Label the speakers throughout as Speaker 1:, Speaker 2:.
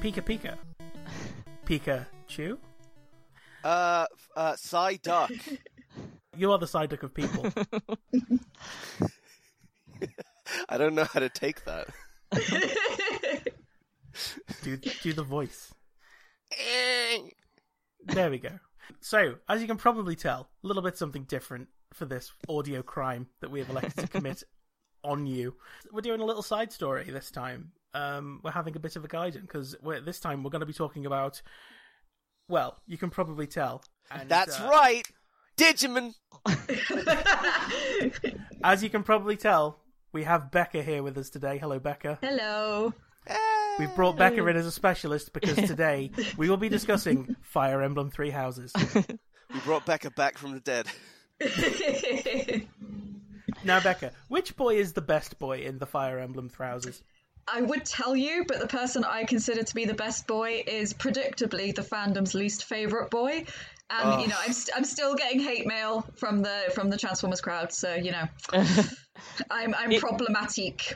Speaker 1: Pika Pika. Pikachu?
Speaker 2: Uh, f- uh, Psyduck.
Speaker 1: You are the side duck of people.
Speaker 2: I don't know how to take that.
Speaker 1: do do the voice. There we go. So, as you can probably tell, a little bit something different for this audio crime that we have elected to commit on you. We're doing a little side story this time. Um, we're having a bit of a guidance because this time we're going to be talking about. Well, you can probably tell. And,
Speaker 2: That's
Speaker 1: uh,
Speaker 2: right. Digimon.
Speaker 1: As you can probably tell, we have Becca here with us today. Hello, Becca.
Speaker 3: Hello.
Speaker 2: Eh.
Speaker 1: We've brought Becca in as a specialist because today we will be discussing Fire Emblem Three Houses.
Speaker 2: We brought Becca back from the dead.
Speaker 1: Now, Becca, which boy is the best boy in the Fire Emblem Three Houses?
Speaker 3: I would tell you, but the person I consider to be the best boy is predictably the fandom's least favorite boy. And you know, I'm, st- I'm still getting hate mail from the from the Transformers crowd, so you know, I'm I'm problematic.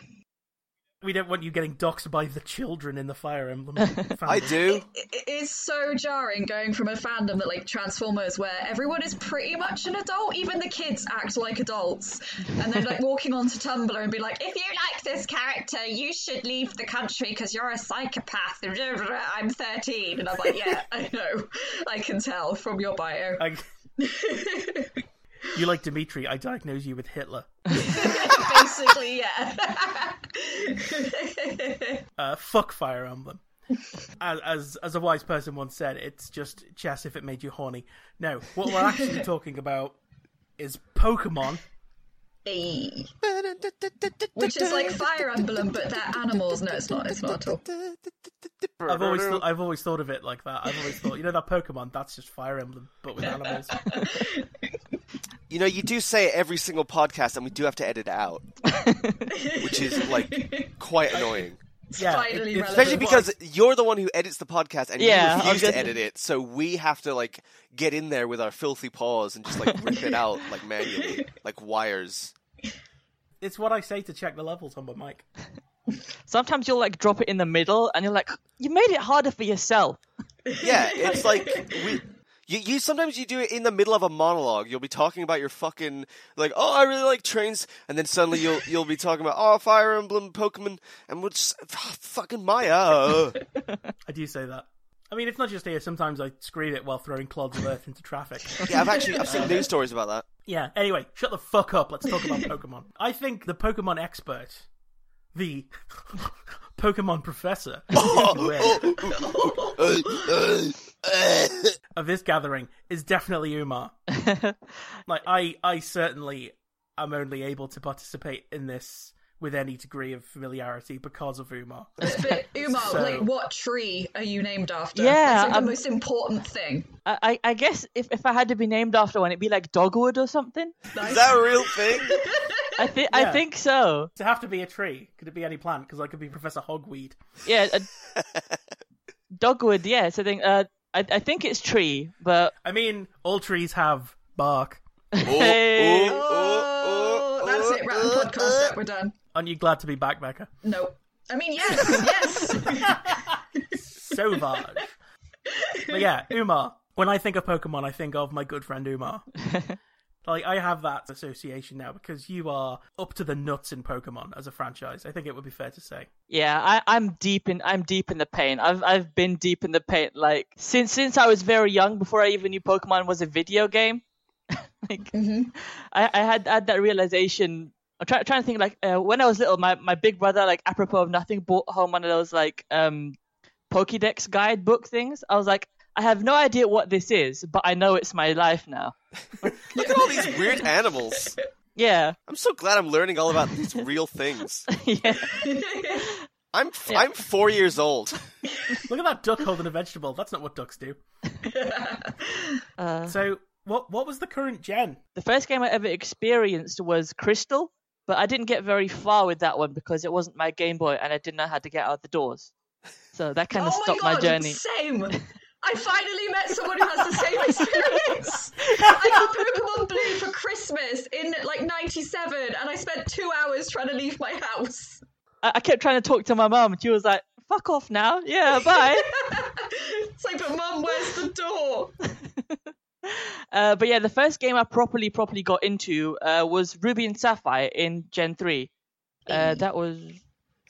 Speaker 1: We don't want you getting doxxed by the children in the Fire Emblem. fandom.
Speaker 2: I do.
Speaker 3: It- it is so jarring going from a fandom that like Transformers, where everyone is pretty much an adult, even the kids act like adults, and they're like walking onto Tumblr and be like, "If you like this character, you should leave the country because you're a psychopath." I'm 13, and I'm like, "Yeah, I know, I can tell from your bio."
Speaker 1: I- you like Dimitri? I diagnose you with Hitler.
Speaker 3: Basically, yeah.
Speaker 1: Uh, fuck Fire Emblem. As, as as a wise person once said, it's just chess if it made you horny. No, what we're actually talking about is Pokemon.
Speaker 3: Hey. Which is like Fire Emblem, but they're animals. No, it's not. It's not at all.
Speaker 1: I've always thought I've always thought of it like that. I've always thought, you know, that Pokemon. That's just Fire Emblem, but with animals.
Speaker 2: You know, you do say it every single podcast, and we do have to edit it out, which is like quite annoying.
Speaker 1: Yeah,
Speaker 3: Finally
Speaker 1: it's-
Speaker 3: relevant.
Speaker 2: Especially because you're the one who edits the podcast, and
Speaker 4: Yeah, I
Speaker 2: you
Speaker 4: was
Speaker 2: refuse
Speaker 4: gonna
Speaker 2: to edit it, so we have to like get in there with our filthy paws and just like rip it out like manually, like wires.
Speaker 1: It's what I say to check the levels on my mic.
Speaker 4: Sometimes you'll like drop it in the middle, and you're like, you made it harder for yourself.
Speaker 2: Yeah, it's like we. You, you sometimes you do it in the middle of a monologue. You'll be talking about your fucking like, oh, I really like trains, and then suddenly you'll you'll be talking about oh, Fire Emblem, Pokemon, and we'll just ah, fucking Maya.
Speaker 1: I do say that. I mean, it's not just here. Sometimes I scream it while throwing clods of earth into traffic.
Speaker 2: Yeah, I've actually I've seen news stories about that.
Speaker 1: yeah. Anyway, shut the fuck up. Let's talk about Pokemon. I think the Pokemon expert, the Pokemon professor, if you
Speaker 3: Oh,
Speaker 1: will, of this gathering is definitely Umar. like I, I certainly am only able to participate in this with any degree of familiarity because of Umar.
Speaker 3: But Umar,
Speaker 1: So-
Speaker 3: like, what tree are you named after?
Speaker 4: Yeah, um,
Speaker 3: That's like, the
Speaker 4: I'm-
Speaker 3: most important thing.
Speaker 4: I, I, I guess if, if I had to be named after one, it'd be like Dogwood or something.
Speaker 2: Is that a real thing?
Speaker 4: I think
Speaker 1: Yeah.
Speaker 4: I think so.
Speaker 1: To have to be a tree, could it be any plant? Because I could be Professor Hogweed.
Speaker 4: Yeah, uh, Dogwood. Yeah, so I think uh, I, I think it's tree, but
Speaker 1: I mean, all trees have bark.
Speaker 4: Hey.
Speaker 2: oh,
Speaker 3: Oh,
Speaker 2: oh,
Speaker 3: that's
Speaker 2: oh,
Speaker 3: it. Round
Speaker 2: oh,
Speaker 3: the podcast.
Speaker 2: oh.
Speaker 3: set, We're done.
Speaker 1: Aren't you glad to be back, Becca?
Speaker 3: No. I mean, yes, yes.
Speaker 1: Sauvage. but yeah, Umar. When I think of Pokemon, I think of my good friend Umar. like I have that association now because you are up to the nuts in Pokemon as a franchise. I think it would be fair to say.
Speaker 4: yeah, I, I'm deep in I'm deep in the paint. I've I've been deep in the paint like since since I was very young before I even knew Pokemon was a video game. like I, I had had that realization. I'm try, trying to think like uh, when I was little, my, my big brother like apropos of nothing bought home one of those like um Pokédex guidebook things. I was like, I have no idea what this is, but I know it's my life now.
Speaker 2: Look at all these weird animals.
Speaker 4: Yeah,
Speaker 2: I'm so glad I'm learning all about these real things.
Speaker 4: yeah.
Speaker 2: I'm f- I'm four years old.
Speaker 1: Look at that duck holding a vegetable. That's not what ducks do. so what what was the current gen?
Speaker 4: The first game I ever experienced was Crystal, but I didn't get very far with that one because it wasn't my Game Boy and I didn't know how to get out the doors. So that kind of
Speaker 3: oh my
Speaker 4: stopped
Speaker 3: god,
Speaker 4: my journey.
Speaker 3: same. I finally met someone who has the same experience. I got Pokemon Blue for Christmas in like '97, and I spent two hours trying to leave my house.
Speaker 4: I, I kept trying to talk to my mum, and she was like, fuck off now. Yeah, bye.
Speaker 3: It's like, but mum, where's the door?
Speaker 4: uh, but yeah, the first game I properly, properly got into uh, was Ruby and Sapphire in Gen 3. Uh, that was,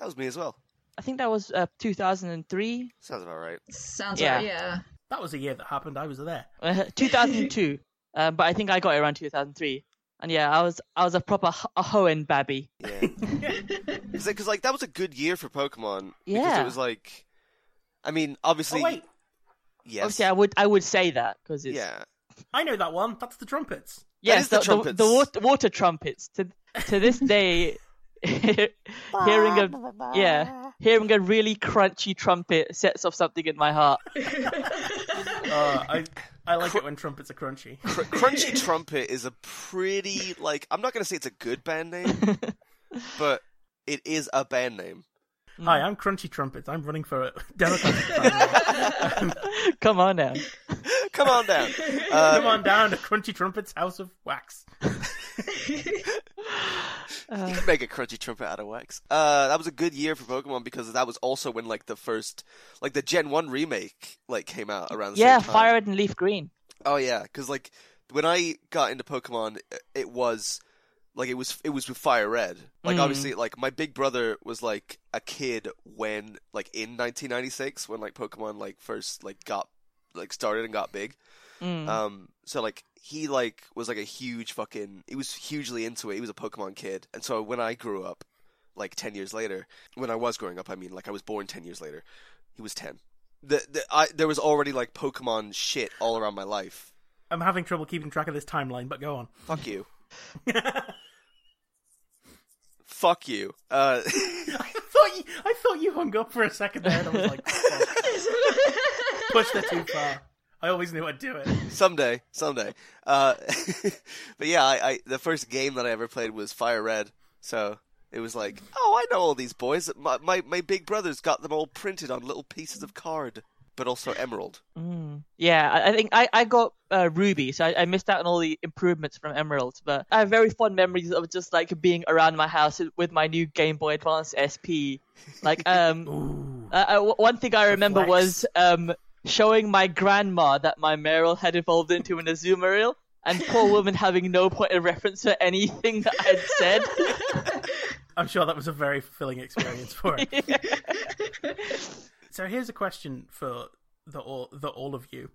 Speaker 2: That was me as well.
Speaker 4: I think that was uh, 2003,
Speaker 2: Sounds about right.
Speaker 3: Sounds yeah.
Speaker 4: Yeah.
Speaker 3: like yeah.
Speaker 1: That was a year that happened. I was there.
Speaker 4: uh, 2002. uh, but I think I got it around 2003. And yeah, I was I was a proper h- a hoen babby.
Speaker 2: Yeah. Because like that was a good year for Pokemon. Because
Speaker 4: Yeah.
Speaker 2: it was like, I mean, obviously,
Speaker 1: Oh wait,
Speaker 2: yes,
Speaker 4: Obviously, Oh, I would I would say that because it's
Speaker 2: yeah.
Speaker 1: I know that one. That's the trumpets.
Speaker 4: yes,
Speaker 2: is the
Speaker 4: the, the,
Speaker 2: trumpets.
Speaker 4: water, water trumpets to to this day, hearing a yeah, hearing a really crunchy trumpet sets off something in my heart.
Speaker 1: Uh, I I like it when trumpets are crunchy.
Speaker 2: Cr- Crunchy Trumpet is a pretty like I'm not gonna say it's a good band name, but it is a band name.
Speaker 1: Hi, I'm Crunchy Trumpets. I'm running for a Democratic primary.
Speaker 4: Come on now.
Speaker 2: Come on down. Uh,
Speaker 1: Come on down to Crunchy Trumpets House of Wax.
Speaker 2: You can make a crunchy trumpet out of wax. Uh, that was a good year for Pokemon because that was also when like the first, like the Gen One remake like came out around. The
Speaker 4: Yeah,
Speaker 2: same time.
Speaker 4: Fire Red and Leaf Green.
Speaker 2: Oh yeah, because like when I got into Pokemon, it was like it was it was with Fire Red. Like obviously, like my big brother was like a kid when like in 1996 when like Pokemon like first like got like started and got big.
Speaker 4: Mm.
Speaker 2: Um, so like he like was like a huge fucking. He was hugely into it. He was a Pokemon kid, and so when I grew up, like ten years later, when I was growing up, I mean, like I was born ten years later. He was ten. The, the I there was already like Pokemon shit all around my life.
Speaker 1: I'm having trouble keeping track of this timeline, but go on.
Speaker 2: Fuck you. Fuck you. Uh,
Speaker 1: I thought you, I thought you hung up for a second there, and I was like, push that too far. I always knew I'd do it.
Speaker 2: someday, someday. Uh, but yeah, I, I the first game that I ever played was Fire Red, so it was like, oh, I know all these boys. My my, my big brother's got them all printed on little pieces of card, but also emerald.
Speaker 4: Yeah, I, I think I, I got uh, Ruby, so I, I missed out on all the improvements from Emerald. But I have very fond memories of just like being around my house with my new Game Boy Advance SP. Like, um, uh, uh, w- one thing I remember
Speaker 1: flex.
Speaker 4: was um, showing my grandma that my Meryl had evolved into an Azumarill, and poor woman having no point of reference for anything that I'd said.
Speaker 1: I'm sure that was a very fulfilling experience for it. so here's a question for the all, the all of you.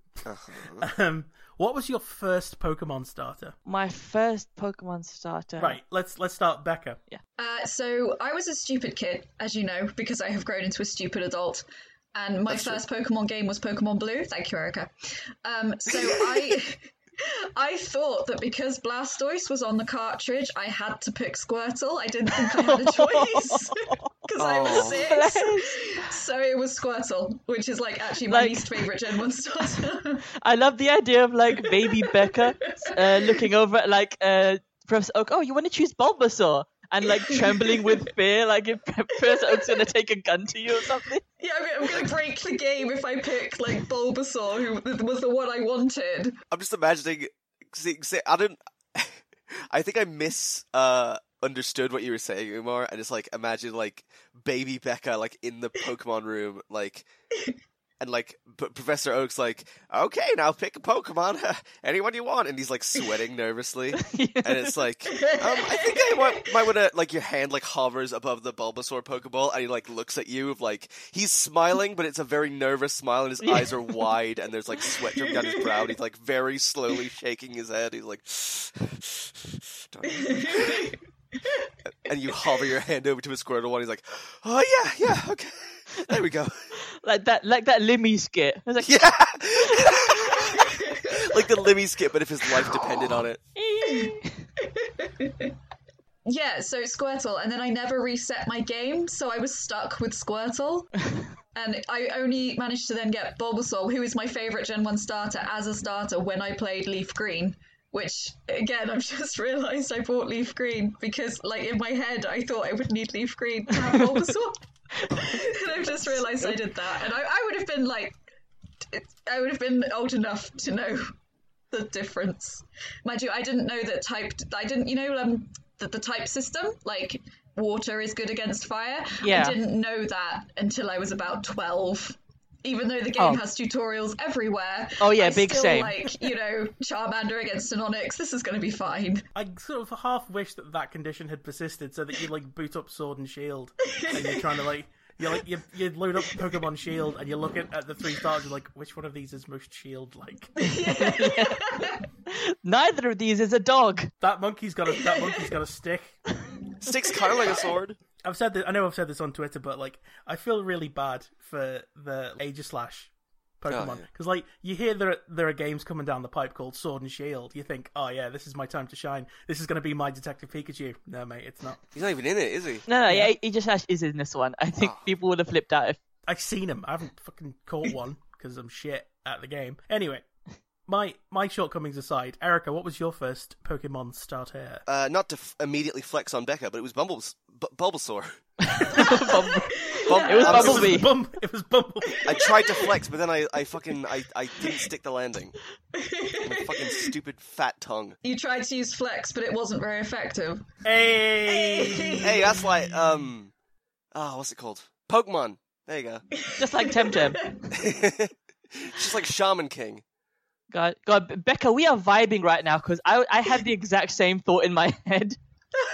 Speaker 1: Um, what was your first Pokemon starter?
Speaker 4: my first Pokemon starter.
Speaker 1: Right, let's let's start Becca.
Speaker 3: Uh, so I was a stupid kid, as you know, because I have grown into a stupid adult. And my first Pokemon game was Pokemon Blue. Thank you, Erica. Um, so I, I thought that because Blastoise was on the cartridge, I had to pick Squirtle. I didn't think I had a choice because I was
Speaker 2: Oh.
Speaker 3: six. So it was Squirtle, which is like actually my
Speaker 4: Like-
Speaker 3: least favorite Gen One starter.
Speaker 4: I love the idea of like baby Becca uh, looking over at like uh, Professor Oak. Oh, you want to choose Bulbasaur? And like trembling with fear, like if Professor Oak's gonna take a gun to you or something.
Speaker 3: yeah, I'm, I'm gonna break the game if I pick like Bulbasaur, who was the one I wanted.
Speaker 2: I'm just imagining. See, see, I don't. I think I misunderstood uh, understood what you were saying, Umar. I just like imagine like baby Becca like in the Pokemon room, like, and like P- Professor Oak's like, okay, now pick a Pokemon, anyone you want, and he's like sweating nervously, and it's like, um, I think I want, might want to like your hand like hovers above the Bulbasaur Pokeball, and he like looks at you with like he's smiling, but it's a very nervous smile, and his eyes are wide, and there's like sweat dripping down his brow, and he's like very slowly shaking his head. He's like. "Darn." and you hover your hand over to his Squirtle one. He's like, "Oh yeah, yeah, okay, there we go."
Speaker 4: Like that, like that Limmy skit. I was like,
Speaker 2: Yeah, like the Limmy skip, but if his life depended on it.
Speaker 3: Yeah, so Squirtle, and then I never reset my game, so I was stuck with Squirtle. and I only managed to then get Bulbasaur, who is my favourite Gen 1 starter, as a starter when I played Leaf Green. Which, again, I've just realised I bought Leaf Green because, like, in my head, I thought I would need Leaf Green to have Bulbasaur. and I've just realised I did that. And I, I would have been, like, t- I would have been old enough to know the difference. Mind you, I didn't know that type. I didn't, you know, um, the, the type system. Like water is good against fire.
Speaker 4: Yeah.
Speaker 3: I didn't know that until I was about 12. Even though the game
Speaker 4: Oh.
Speaker 3: has tutorials everywhere.
Speaker 4: Oh, yeah,
Speaker 3: I
Speaker 4: big
Speaker 3: still
Speaker 4: same.
Speaker 3: like, you know, Charmander against an Onyx. This is going to be fine.
Speaker 1: I sort of half wish that that condition had persisted, so that you like boot up Sword and Shield, and you're trying to like you like you, you load up Pokemon Shield, and you look at, at the three stars, you're like, which one of these is most Shield like?
Speaker 4: Neither of these is a dog.
Speaker 1: That monkey's got a that monkey's got a stick.
Speaker 2: Sticks kind of like a sword.
Speaker 1: I've said this. I know I've said this on Twitter, but like, I feel really bad for the Aegislash
Speaker 2: Oh,
Speaker 1: Pokemon
Speaker 2: yeah.
Speaker 1: because like you hear there are, there are games coming down the pipe called Sword and Shield. You think, oh yeah, this is my time to shine. This is going to be my Detective Pikachu. No, mate, it's not.
Speaker 2: He's not even in it, is he?
Speaker 4: No, no, yeah, he just is in this one. I
Speaker 2: Oh.
Speaker 4: think people would have flipped out if
Speaker 1: I've seen him. I haven't fucking caught one because I'm shit at the game. Anyway, my my shortcomings aside, Erica, what was your first Pokemon starter?
Speaker 2: Uh, not to f- immediately flex on Becca, but it was Bumbles- B- Bulbasaur.
Speaker 4: Bumble-
Speaker 2: Bum-
Speaker 4: It was
Speaker 2: I'm
Speaker 1: It
Speaker 2: so-
Speaker 4: Bumblebee.
Speaker 1: was Bum. It was Bumblebee.
Speaker 2: I tried to flex, but then I, I fucking I, I didn't stick the landing. My fucking stupid fat tongue.
Speaker 3: You tried to use Flex, but it wasn't very effective.
Speaker 1: Hey.
Speaker 2: Hey, that's like um, ah, what's it called? Pokemon. There you go.
Speaker 4: just like Temtem.
Speaker 2: Just like Shaman King.
Speaker 4: God, God, Be- Becca, we are vibing right now because I I had the exact same thought in my head.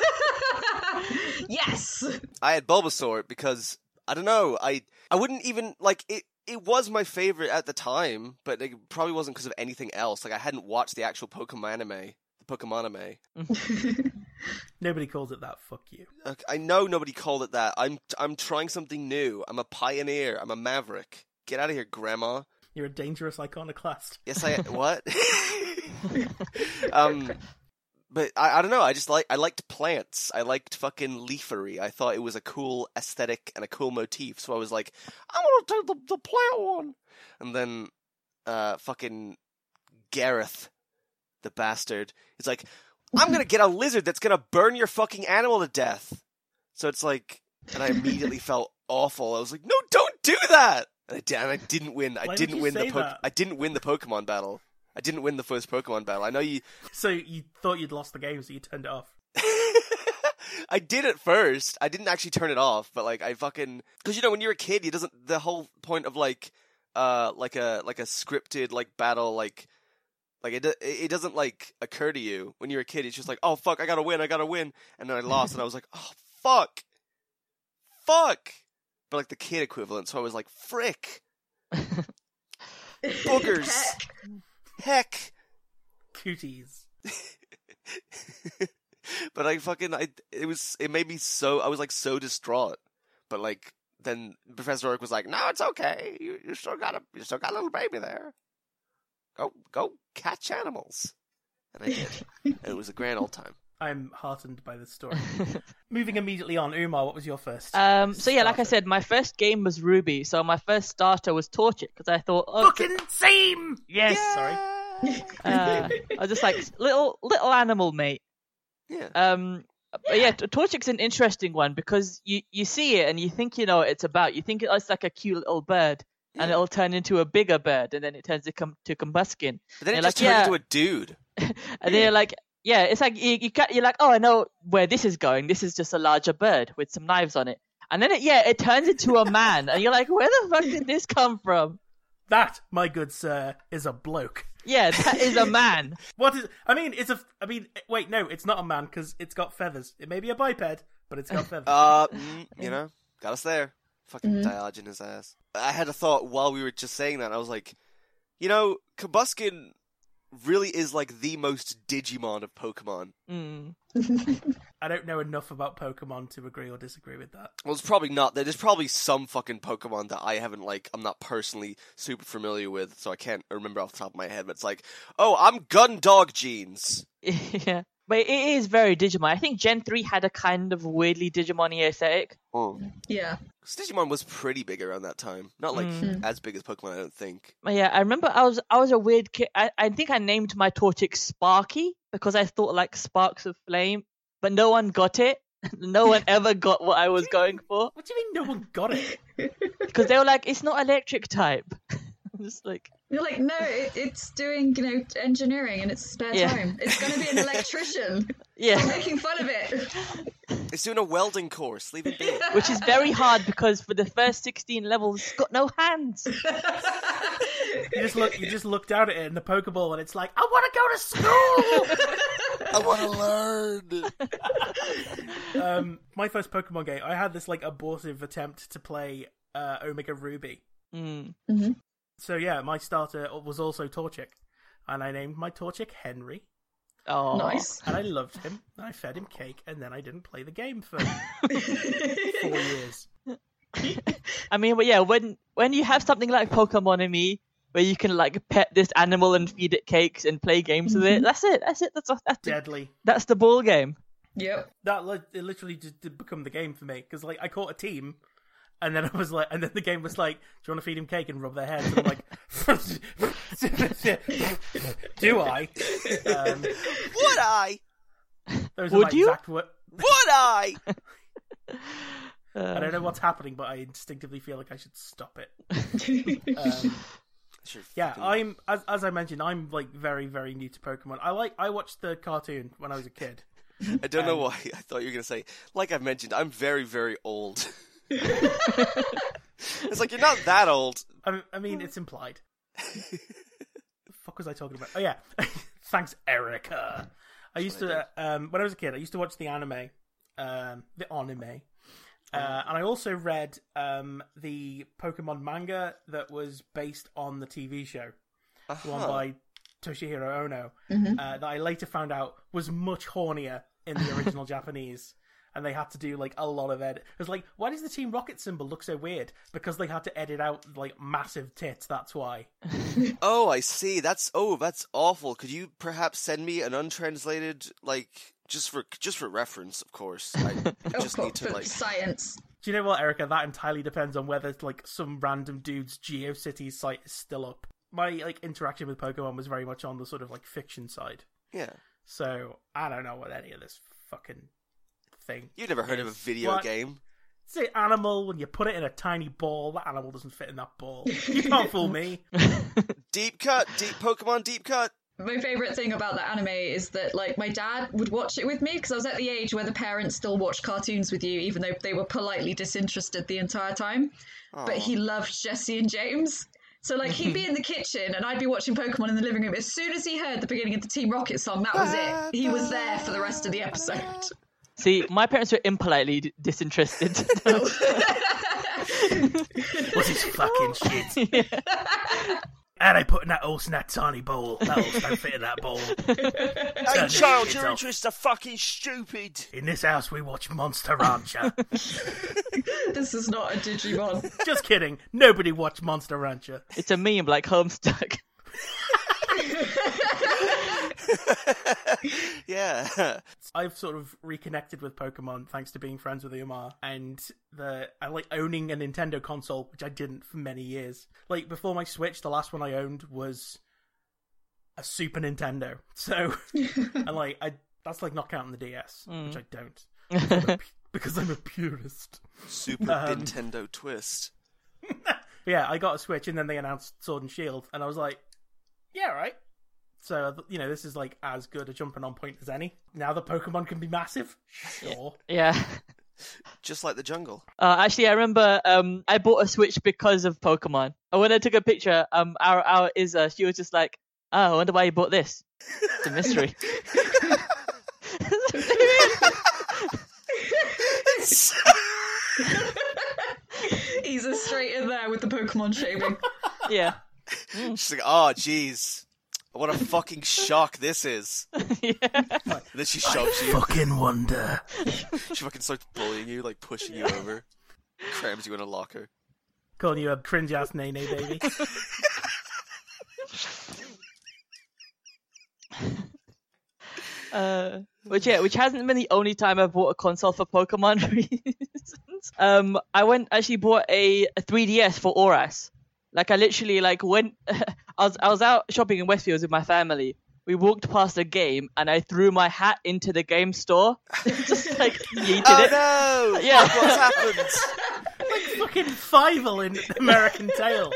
Speaker 3: yes!
Speaker 2: I had Bulbasaur because I don't know. I I wouldn't even like it. It was my favorite at the time, but it probably wasn't because of anything else. Like I hadn't watched the actual Pokemon anime, the Pokemon anime.
Speaker 1: Nobody calls it that. Fuck you.
Speaker 2: Look, I know nobody called it that. I'm I'm trying something new. I'm a pioneer. I'm a maverick. Get out of here, grandma.
Speaker 1: You're a dangerous iconoclast.
Speaker 2: Yes, I what? um, but I, I don't know. I just like I liked plants. I liked fucking leafery. I thought it was a cool aesthetic and a cool motif. So I was like, I want to do the the plant one. And then, uh, fucking Gareth, the bastard, is like, I'm gonna get a lizard that's gonna burn your fucking animal to death. So it's like, and I immediately felt awful. I was like, no, don't do that. And I, damn, I didn't win. I
Speaker 1: Why did
Speaker 2: didn't
Speaker 1: you
Speaker 2: win the
Speaker 1: say
Speaker 2: po-
Speaker 1: that?
Speaker 2: I didn't win the Pokemon battle. I didn't win the first Pokemon battle. I know you.
Speaker 1: So you thought you'd lost the game, so you turned it off.
Speaker 2: I did at first. I didn't actually turn it off, but like I fucking because you know when you're a kid, you doesn't the whole point of like uh like a like a scripted like battle like like it do- it doesn't like occur to you when you're a kid. It's just like oh fuck, I gotta win, I gotta win, and then I lost, and I was like oh fuck, fuck, but like the kid equivalent. So I was like frick, boogers, heck.
Speaker 1: Cooties.
Speaker 2: but I fucking I it was it made me so I was like so distraught. But like then Professor Oak was like, "No, it's okay. You you still got a you still got a little baby there. Go go catch animals." And I did. and it was a grand old time.
Speaker 1: I'm heartened by this story. Moving immediately on, Umar, what was your first?
Speaker 4: Um, so yeah, like I
Speaker 1: starter?
Speaker 4: said, my first game was Ruby, so my first starter was Torchic because I thought, oh,
Speaker 1: Fucking same. Yes. Sorry.
Speaker 4: uh, I was just like little little animal mate.
Speaker 2: Yeah.
Speaker 4: Um, but yeah, T- Torchic's an interesting one because you you see it and you think you know what it's about. You think it's like a cute little bird, and it'll turn into a bigger bird, and then it turns to com- to Combuskin,
Speaker 2: But then it
Speaker 4: They're
Speaker 2: just
Speaker 4: like,
Speaker 2: turned
Speaker 4: yeah.
Speaker 2: into a dude.
Speaker 4: and then you're like. Yeah, it's like you, you ca- you're like, oh, I know where this is going. This is just a larger bird with some knives on it, and then it yeah, it turns into a man, and you're like, where the fuck did this come from?
Speaker 1: That, my good sir, is a bloke.
Speaker 4: Yeah, that is a man.
Speaker 1: What is? I mean, it's a. I mean, wait, no, it's not a man because it's got feathers. It may be a biped, but it's got feathers.
Speaker 2: Uh, mm, you know, got us there. Fucking Diogenes ass. I had a thought while we were just saying that. I was like, you know, Combuskin really is like the most Digimon of Pokemon.
Speaker 4: Mm.
Speaker 1: I don't know enough about Pokemon to agree or disagree with that.
Speaker 2: Well, it's probably not. There's probably some fucking Pokemon that I haven't like. I'm not personally super familiar with, so I can't remember off the top of my head. But it's like, oh, I'm Gun Dog Jeans.
Speaker 4: yeah. But it is very Digimon. I think Gen 3 had a kind of weirdly Digimon aesthetic.
Speaker 2: Oh.
Speaker 3: yeah.
Speaker 2: Digimon was pretty big around that time. Not like as big as Pokemon, I don't think.
Speaker 4: But yeah, I remember I was I was a weird kid. I, I think I named my Torchic Sparky because I thought like sparks of flame, but no one got it. no one ever got what I was going for
Speaker 1: What do you mean no one got it?
Speaker 4: because they were like, it's not electric type. I'm just like,
Speaker 3: You're like, no, it, it's doing, you know, engineering in its spare
Speaker 4: Yeah.
Speaker 3: time. It's going to be an electrician.
Speaker 4: yeah.
Speaker 3: Making fun of it.
Speaker 2: It's doing a welding course. Leave it be.
Speaker 4: which is very hard because for the first 16 levels, it's got no hands.
Speaker 1: You just look. You just looked out at it in the Pokeball, and it's like, I want to go to school.
Speaker 2: I want to learn.
Speaker 1: um, my first Pokemon game, I had this like abortive attempt to play uh, Omega Ruby.
Speaker 4: Mm.
Speaker 1: So yeah, my starter was also Torchic, and I named my Torchic Henry,
Speaker 4: Oh,
Speaker 3: Nice.
Speaker 1: and I loved him. and I fed him cake, and then I didn't play the game for four years.
Speaker 4: I mean, but yeah, when when you have something like Pokemon and Me, where you can like pet this animal and feed it cakes and play games with it, that's it. That's it. That's that's the,
Speaker 1: Deadly.
Speaker 4: that's the ball game.
Speaker 3: yep.
Speaker 1: That li- it literally just did become the game for me because like I caught a team. And then I was like, and then the game was like, "Do you want to feed him cake and rub their heads?" And I'm like, "Do I?" Um,
Speaker 2: Would I?
Speaker 1: those are
Speaker 4: Would
Speaker 1: my
Speaker 4: you?
Speaker 1: exact wo-
Speaker 2: Would I?
Speaker 1: I don't know what's happening, but I instinctively feel like I should stop it. um,
Speaker 2: That's your
Speaker 1: yeah,
Speaker 2: fucking-
Speaker 1: I'm as as I mentioned, I'm like very very new to Pokemon. I like I watched the cartoon when I was a kid.
Speaker 2: I don't know why. I thought you were gonna say, like I've mentioned, I'm very, very old. it's like you're not that old.
Speaker 1: I, I mean, it's implied. the fuck was I talking about? Oh yeah, thanks, Erica. I used to uh, um, when I was a kid, I used to watch the anime, um, the anime. Uh, and I also read um, the Pokemon manga that was based on the TV show. the one
Speaker 2: Uh-huh.
Speaker 1: by Toshihiro Ono, uh, that I later found out was much hornier in the original Japanese. And they had to do like a lot of edit. It was like, why does the Team Rocket symbol look so weird? Because they had to edit out like massive tits. That's why.
Speaker 2: Oh, I see. That's oh, that's awful. Could you perhaps send me an untranslated, like just for just for reference, of course. I would
Speaker 3: Of
Speaker 2: just need
Speaker 3: course,
Speaker 2: to
Speaker 3: Oh, for
Speaker 2: like.
Speaker 3: science.
Speaker 1: Do you know what, Erica? That entirely depends on whether like some random dude's GeoCities site is still up. My like interaction with Pokemon was very much on the sort of like fiction side.
Speaker 2: Yeah,
Speaker 1: So I don't know what any of this fucking thing.
Speaker 2: you never heard of a
Speaker 1: is.
Speaker 2: video
Speaker 1: What?
Speaker 2: game.
Speaker 1: It's an animal. When you put it in a tiny ball, that animal doesn't fit in that ball. You can't fool me.
Speaker 2: Deep cut, deep Pokemon, deep cut.
Speaker 3: My favorite thing about that anime is that, like, my dad would watch it with me because I was at the age where the parents still watch cartoons with you, even though they were politely disinterested the entire time. But he loved Jesse and James. So, like, he'd be in the kitchen and I'd be watching Pokemon in the living room. As soon as he heard the beginning of the Team Rocket song, that was it. He was there for the rest of the episode.
Speaker 4: See, my parents were impolitely d- disinterested.
Speaker 1: What's this fucking shit? And I put in that old in that tiny bowl. That old don't fit in that bowl.
Speaker 2: Hey,
Speaker 1: Turn
Speaker 2: child,
Speaker 1: these kids
Speaker 2: your
Speaker 1: off.
Speaker 2: interests are fucking stupid.
Speaker 1: In this house, we watch Monster Rancher.
Speaker 3: this is not a Digimon.
Speaker 1: Just kidding. Nobody watched Monster Rancher.
Speaker 4: it's a meme like Homestuck.
Speaker 2: Yeah,
Speaker 1: I've sort of reconnected with Pokemon thanks to being friends with Umar and the I like owning a Nintendo console, which I didn't for many years. Like before my Switch, the last one I owned was a Super Nintendo. So and like I that's like not counting the DS, which I don't. because I'm a purist.
Speaker 2: Super Nintendo Twist.
Speaker 1: But yeah, I got a Switch, and then they announced Sword and Shield, and I was like, yeah, right. So I th- you know, this is like as good a jumping on point as any. Now the Pokemon can be massive, sure.
Speaker 4: yeah.
Speaker 2: Just like the jungle.
Speaker 4: Uh, actually, I remember um, I bought a Switch because of Pokemon. And when I took a picture, um, our our Isa, she was just like, "Oh, I wonder why you bought this. It's a mystery."
Speaker 3: He's a straight in there with the Pokemon shaving.
Speaker 4: yeah,
Speaker 2: She's like, oh, jeez. What a fucking shock this is. And then she shoves you.
Speaker 1: Fucking wonder.
Speaker 2: She fucking starts bullying you, like pushing you over. Crams you in a locker.
Speaker 1: Calling you a cringe ass nay nay baby.
Speaker 4: uh, which yeah, which hasn't been the only time I bought a console for Pokemon reasons. Um, I went actually bought a, a 3DS for Oras. Like I literally like went, I was I was out shopping in Westfields with my family. We walked past a game and I threw my hat into the game store, just like yeeted it.
Speaker 2: Oh no!
Speaker 4: Yeah.
Speaker 2: Look What's happened?
Speaker 1: Fucking Fivel in American Tail.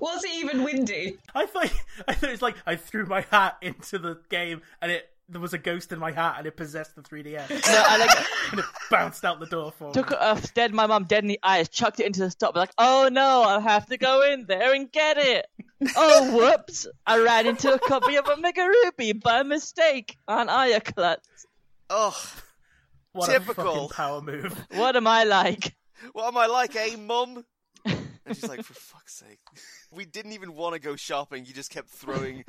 Speaker 3: Was it even windy?
Speaker 1: I thought I thought it's like I threw my hat into the game and it there was a ghost in my hat and it possessed the 3DS
Speaker 4: No, I like
Speaker 1: and it bounced out the door for me.
Speaker 4: took uh, dead my mom dead in the eyes, chucked it into the stop. Like, oh no, I'll have to go in there and get it. oh whoops! I ran into a copy of Omega Ruby by mistake. Aren't I a klutz?
Speaker 2: Oh,
Speaker 1: What a
Speaker 2: typical.
Speaker 1: fucking power move.
Speaker 4: What am I like?
Speaker 2: what am I like, eh, mum? And she's like, for fuck's sake. We didn't even want to go shopping. You just kept throwing.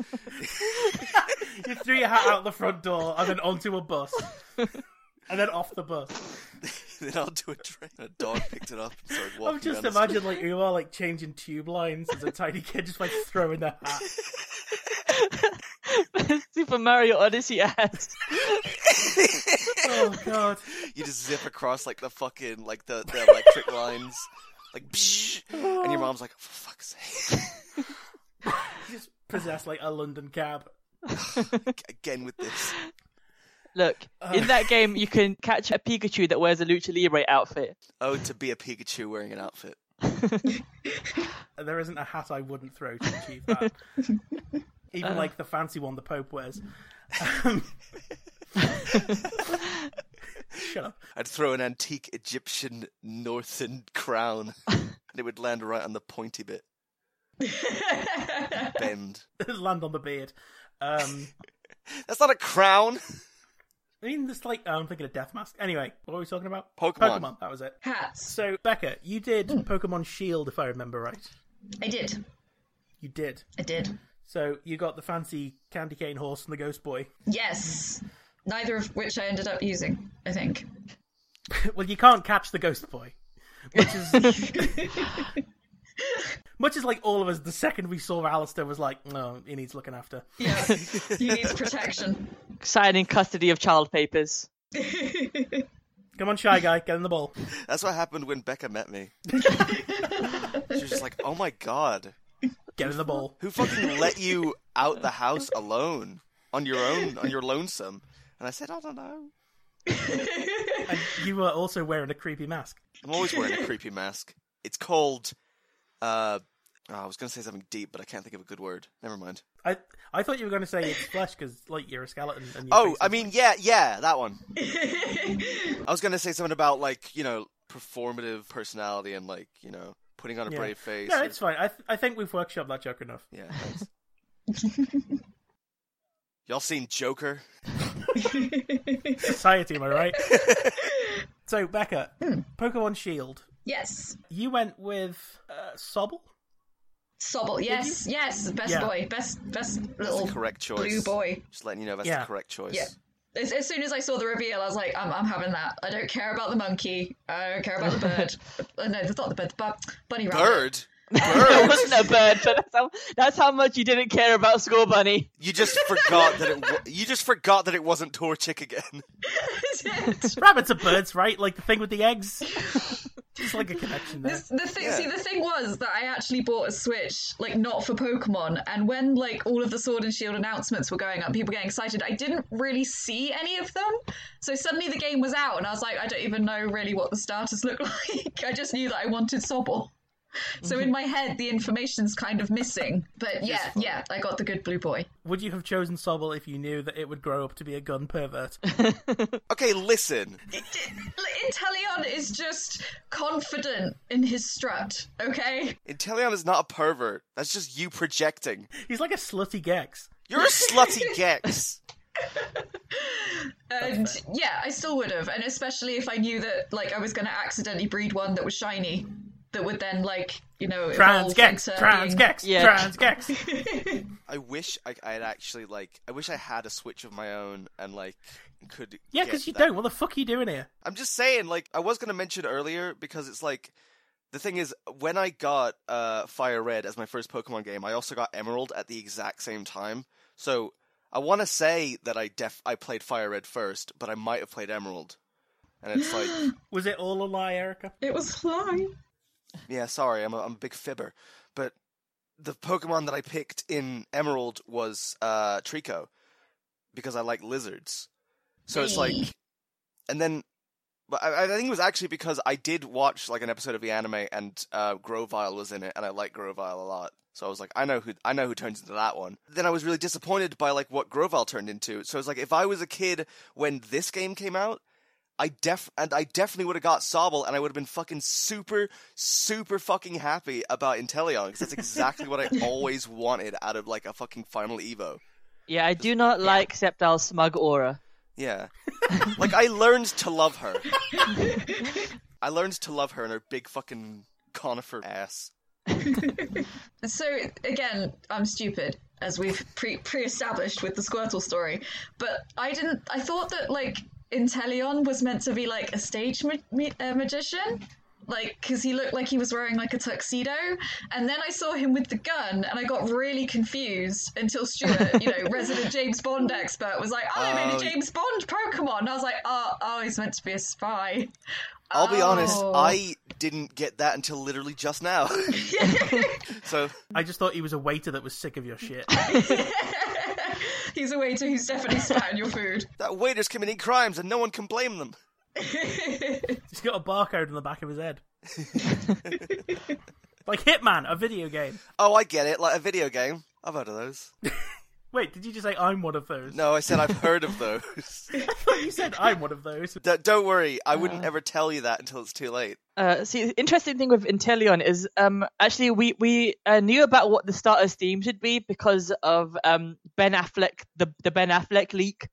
Speaker 1: You threw your hat out the front door and then onto a bus. And then off the bus.
Speaker 2: then onto a train. A dog picked it up and started walking.
Speaker 1: I've just
Speaker 2: down the street.
Speaker 1: imagined like Uma like changing tube lines as a tiny kid just like throwing their hat.
Speaker 4: Super Mario Odyssey ass.
Speaker 1: Oh god.
Speaker 2: You just zip across like the fucking like the, the electric lines, like, psh, and your mom's like, for fuck's sake.
Speaker 1: Just possess like a London cab.
Speaker 2: Again with this.
Speaker 4: Look, in that game, you can catch a Pikachu that wears a Lucha Libre outfit.
Speaker 2: Oh, to be a Pikachu wearing an outfit.
Speaker 1: There isn't a hat I wouldn't throw to achieve that. Even like the fancy one the Pope wears. Um, Shut up.
Speaker 2: I'd throw an antique Egyptian northern crown, and it would land right on the pointy bit. Bend.
Speaker 1: Land on the beard. Um,
Speaker 2: That's not a crown.
Speaker 1: I mean, this like oh, I'm thinking of Death Mask. Anyway, what were we talking about?
Speaker 2: Pokemon.
Speaker 1: Pokemon. That was it.
Speaker 3: Hats.
Speaker 1: So Becca, you did Pokemon Shield, if I remember right.
Speaker 3: I did.
Speaker 1: You did.
Speaker 3: I did.
Speaker 1: So you got the fancy candy cane horse and the ghost boy.
Speaker 3: Yes. Neither of which I ended up using, I think.
Speaker 1: well, you can't catch the ghost boy, which is much as like all of us. The second we saw Alistair was like, no, he needs looking after.
Speaker 3: Yeah. he needs protection.
Speaker 4: Signing custody of child papers.
Speaker 1: Come on, shy guy, get in the ball.
Speaker 2: That's what happened when Becca met me. she was just like, "Oh my god,
Speaker 1: Get in the ball.
Speaker 2: who fucking let you out the house alone on your own, on your lonesome?" And I said, "I don't know.
Speaker 1: And you were also wearing a creepy mask.
Speaker 2: I'm always wearing a creepy mask. It's called." Uh, oh, I was gonna say something deep, but I can't think of a good word. Never mind.
Speaker 1: I I thought you were going to say it's flesh because like you're a skeleton. And your
Speaker 2: Oh,
Speaker 1: face
Speaker 2: I
Speaker 1: is-
Speaker 2: mean, yeah, yeah, that one. I was gonna say something about like you know performative personality and like you know putting on a
Speaker 1: Yeah.
Speaker 2: brave face.
Speaker 1: no,
Speaker 2: or-
Speaker 1: it's fine. I th- I think we've workshopped that joke enough.
Speaker 2: Yeah. Thanks. Y'all seen Joker?
Speaker 1: Society, am I right? so Becca, Pokemon Shield.
Speaker 3: Yes.
Speaker 1: You went with uh, Sobble.
Speaker 3: Sobble. Yes. Yes. Best
Speaker 1: Yeah.
Speaker 3: boy. Best best
Speaker 2: That's
Speaker 3: little
Speaker 2: the correct choice.
Speaker 3: blue boy.
Speaker 2: Just letting you know that's
Speaker 1: Yeah.
Speaker 2: the correct choice.
Speaker 3: Yeah. As, as soon as I saw the reveal, I was like, I'm, I'm having that. I don't care about the monkey. I don't care about the bird. uh, no, not the bird, the bu- bunny rabbit.
Speaker 2: Bird.
Speaker 4: It
Speaker 2: Bird.
Speaker 4: wasn't a bird, but that's how, that's how much you didn't care about School Bunny.
Speaker 2: you just forgot that it. W- you just forgot that it wasn't Torchic again.
Speaker 1: Rabbits are birds, right? Like the thing with the eggs. Just like a connection there.
Speaker 3: This- the thing,
Speaker 2: Yeah.
Speaker 3: see, the thing was that I actually bought a Switch, like not for Pokemon. And when like all of the Sword and Shield announcements were going up, people were getting excited. I didn't really see any of them, so suddenly the game was out, and I was like, I don't even know really what the starters look like. I just knew that I wanted Sobble. So in my head, the information's kind of missing. But yeah, yeah, I got the good blue boy.
Speaker 1: Would you have chosen Sobble if you knew that it would grow up to be a gun pervert?
Speaker 2: Okay, listen.
Speaker 3: Inteleon is just confident in his strut. Okay,
Speaker 2: Inteleon is not a pervert. That's just you projecting.
Speaker 1: He's like a slutty Gex.
Speaker 2: You're a slutty gex.
Speaker 3: and yeah, I still would have, and especially if I knew that like I was going to accidentally breed one that was shiny, that would then like you know
Speaker 1: Trans
Speaker 3: evolve
Speaker 1: Gex,
Speaker 3: into
Speaker 1: trans
Speaker 3: being-
Speaker 1: Gex,
Speaker 4: Yeah.
Speaker 1: trans Gex.
Speaker 2: I wish I, I had actually like I wish I had a switch of my own and like could
Speaker 1: Yeah,
Speaker 2: get
Speaker 1: because you
Speaker 2: that.
Speaker 1: don't. What the fuck are you doing here?
Speaker 2: I'm just saying like I was gonna mention earlier because it's like the thing is when I got uh Fire Red as my first Pokemon game I also got Emerald at the exact same time so I want to say that I def I played Fire Red first but I might have played Emerald and it's like
Speaker 1: Was it all a lie, Erica?
Speaker 3: It was flying.
Speaker 2: yeah sorry I'm a, I'm a big fibber but the Pokemon that I picked in Emerald was uh Trico because I like lizards so it's
Speaker 3: Hey.
Speaker 2: like and then but I, I think it was actually because I did watch like an episode of the anime and uh, Grovile was in it, and I like Grovile a lot. So I was like, I know who I know who turns into that one. Then I was really disappointed by like what Grovile turned into. So it's like if I was a kid when this game came out, I def and I definitely would have got Sobble, and I would have been fucking super, super fucking happy about Inteleon because that's exactly what I always wanted out of like a fucking final Evo.
Speaker 4: Yeah, I do not like Septile's smug aura.
Speaker 2: Yeah. like I learned to love her. I learned to love her and her big fucking conifer ass.
Speaker 3: So again, I'm stupid, as we've pre pre-established with the Squirtle story. But I didn't. I thought that like Inteleon was meant to be like a stage ma- ma- uh, magician, like because he looked like he was wearing like a tuxedo. And then I saw him with the gun, and I got really confused until Stuart, you know, resident James Bond expert, was like, "Oh, I made
Speaker 2: Oh.
Speaker 3: a James Bond Pokemon." And I was like, "Oh, oh, he's meant to be a spy."
Speaker 2: I'll be honest,
Speaker 3: Oh.
Speaker 2: I didn't get that until literally just now. so
Speaker 1: I just thought he was a waiter that was sick of your shit.
Speaker 3: He's a waiter who's definitely spat on your food.
Speaker 2: that waiter's committing crimes and no one can blame them.
Speaker 1: He's got a barcode on the back of his head. like Hitman, a video game.
Speaker 2: Oh, I get it, like a video game. I've heard of those.
Speaker 1: Wait, did you just say I'm one of those?
Speaker 2: No, I said I've heard of those.
Speaker 1: You said I'm one of those.
Speaker 2: D- don't worry, I wouldn't ever tell you that until it's too late.
Speaker 4: Uh, see, the interesting thing with Inteleon is um, actually we we uh, knew about what the starter's theme should be because of um, Ben Affleck, the the Ben Affleck leak,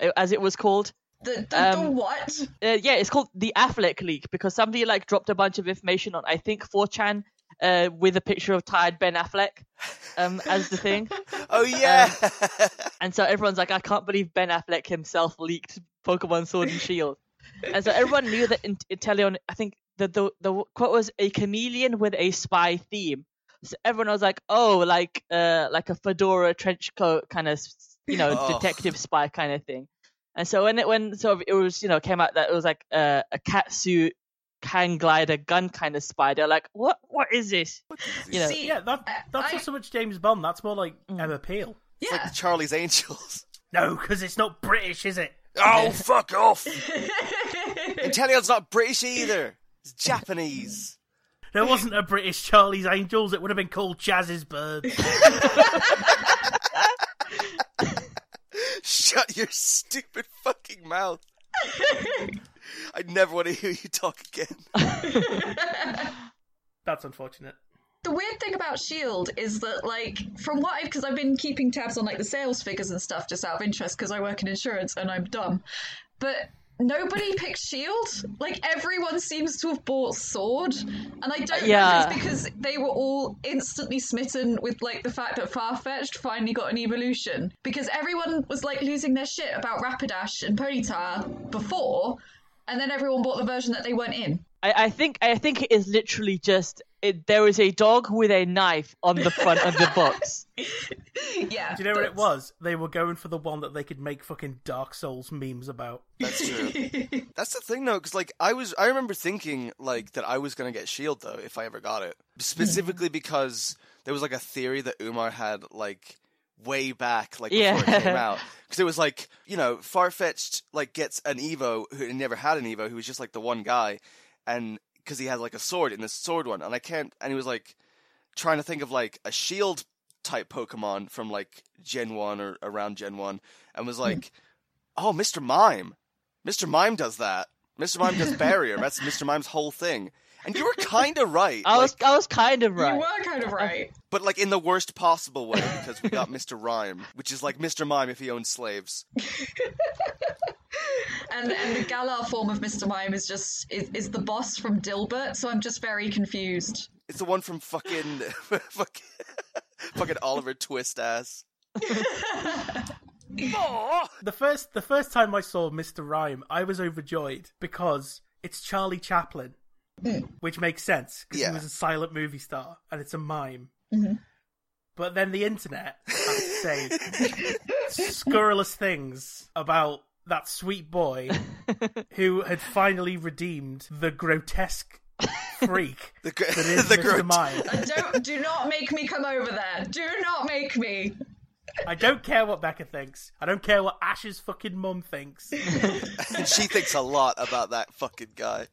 Speaker 4: uh, as it was called.
Speaker 3: The the, the
Speaker 4: Um,
Speaker 3: what?
Speaker 4: Uh, yeah, it's called the Affleck leak because somebody like dropped a bunch of information on I think 4chan uh, with a picture of tired Ben Affleck um, as the thing,
Speaker 2: Oh yeah.
Speaker 4: and so everyone's like, I can't believe Ben Affleck himself leaked Pokemon Sword and Shield, and so everyone knew that in- Inteleon. I think the the the quote was a chameleon with a spy theme, so everyone was like, oh, like uh like a fedora trench coat kind of you know
Speaker 2: Ugh.
Speaker 4: detective spy kind of thing. And so when it when sort of it was you know came out that it was like a, a catsuit hang glider gun kind of spider, like what what is this? You know,
Speaker 3: See,
Speaker 1: Yeah, that that's
Speaker 3: I-
Speaker 1: not so much James Bond. That's more like Emma Peel.
Speaker 3: yeah.
Speaker 2: Like Charlie's Angels.
Speaker 1: No, because it's not British, is it?
Speaker 2: Oh, fuck off! Intelion's not British either. It's Japanese.
Speaker 1: There wasn't a British Charlie's Angels. It would have been called Jazz's Birds.
Speaker 2: Shut your stupid fucking mouth. I never want to hear you talk again.
Speaker 1: That's unfortunate.
Speaker 3: the weird thing about shield E is that like from what i've because i've been keeping tabs on like the sales figures and stuff just out of interest because i work in insurance and i'm dumb but nobody picked shield E like everyone seems to have bought sword and i don't
Speaker 4: Yeah.
Speaker 3: know if it's because they were all instantly smitten with like the fact that farfetched finally got an evolution because everyone was like losing their shit about rapidash and ponyta before and then everyone bought the version that they weren't in
Speaker 4: I, I think I think it is literally just it, there is a dog with a knife on the front of the box.
Speaker 3: yeah
Speaker 1: Do you know what it
Speaker 3: that's-
Speaker 1: was? They were going for the one that they could make fucking Dark Souls memes about.
Speaker 2: That's true. That's the thing, though, because like I was, I remember thinking like that I was gonna get Shield though if I ever got it, specifically because there was like a theory that Umar had like way back, like before
Speaker 4: Yeah.
Speaker 2: it came out, because it was like you know Farfetched like gets an Evo who never had an Evo, who was just like the one guy, and because he had like a sword in this sword one, and I can't, and he was like trying to think of like a Shield E type Pokemon from like Gen one or around Gen one, and
Speaker 1: Hmm.
Speaker 2: was like, oh, Mr. Mime. Mr. Mime does that. Mr. Mime does barrier. That's Mr. Mime's whole thing. And you were kind of right,
Speaker 4: I was
Speaker 2: like-
Speaker 4: I was kind of right.
Speaker 3: you were kind of right
Speaker 2: but like in the worst possible way because we got Mr. Rhyme, which is like Mr. Mime if he owned slaves.
Speaker 3: And, and the Galar form of Mr. Mime is just is, is the boss from Dilbert, so I'm just very confused.
Speaker 2: It's the one from fucking fucking, fucking Oliver Twist ass. Aw.
Speaker 1: The first the first time I saw Mr. Rhyme, I was overjoyed because it's Charlie Chaplin, which makes sense because
Speaker 2: Hmm. Yeah. Mm-hmm.
Speaker 1: he was a silent movie star and it's a mime. But then the internet had to say scurrilous things about that sweet boy who had finally redeemed the grotesque freak
Speaker 2: The, gr-
Speaker 1: that is
Speaker 2: the
Speaker 1: Mr.
Speaker 2: gro-
Speaker 1: Mime.
Speaker 3: Don't do not make me come over there. Do not make me.
Speaker 1: I don't care what Becca thinks. I don't care what Ash's fucking mum thinks.
Speaker 2: And she thinks a lot about that fucking guy.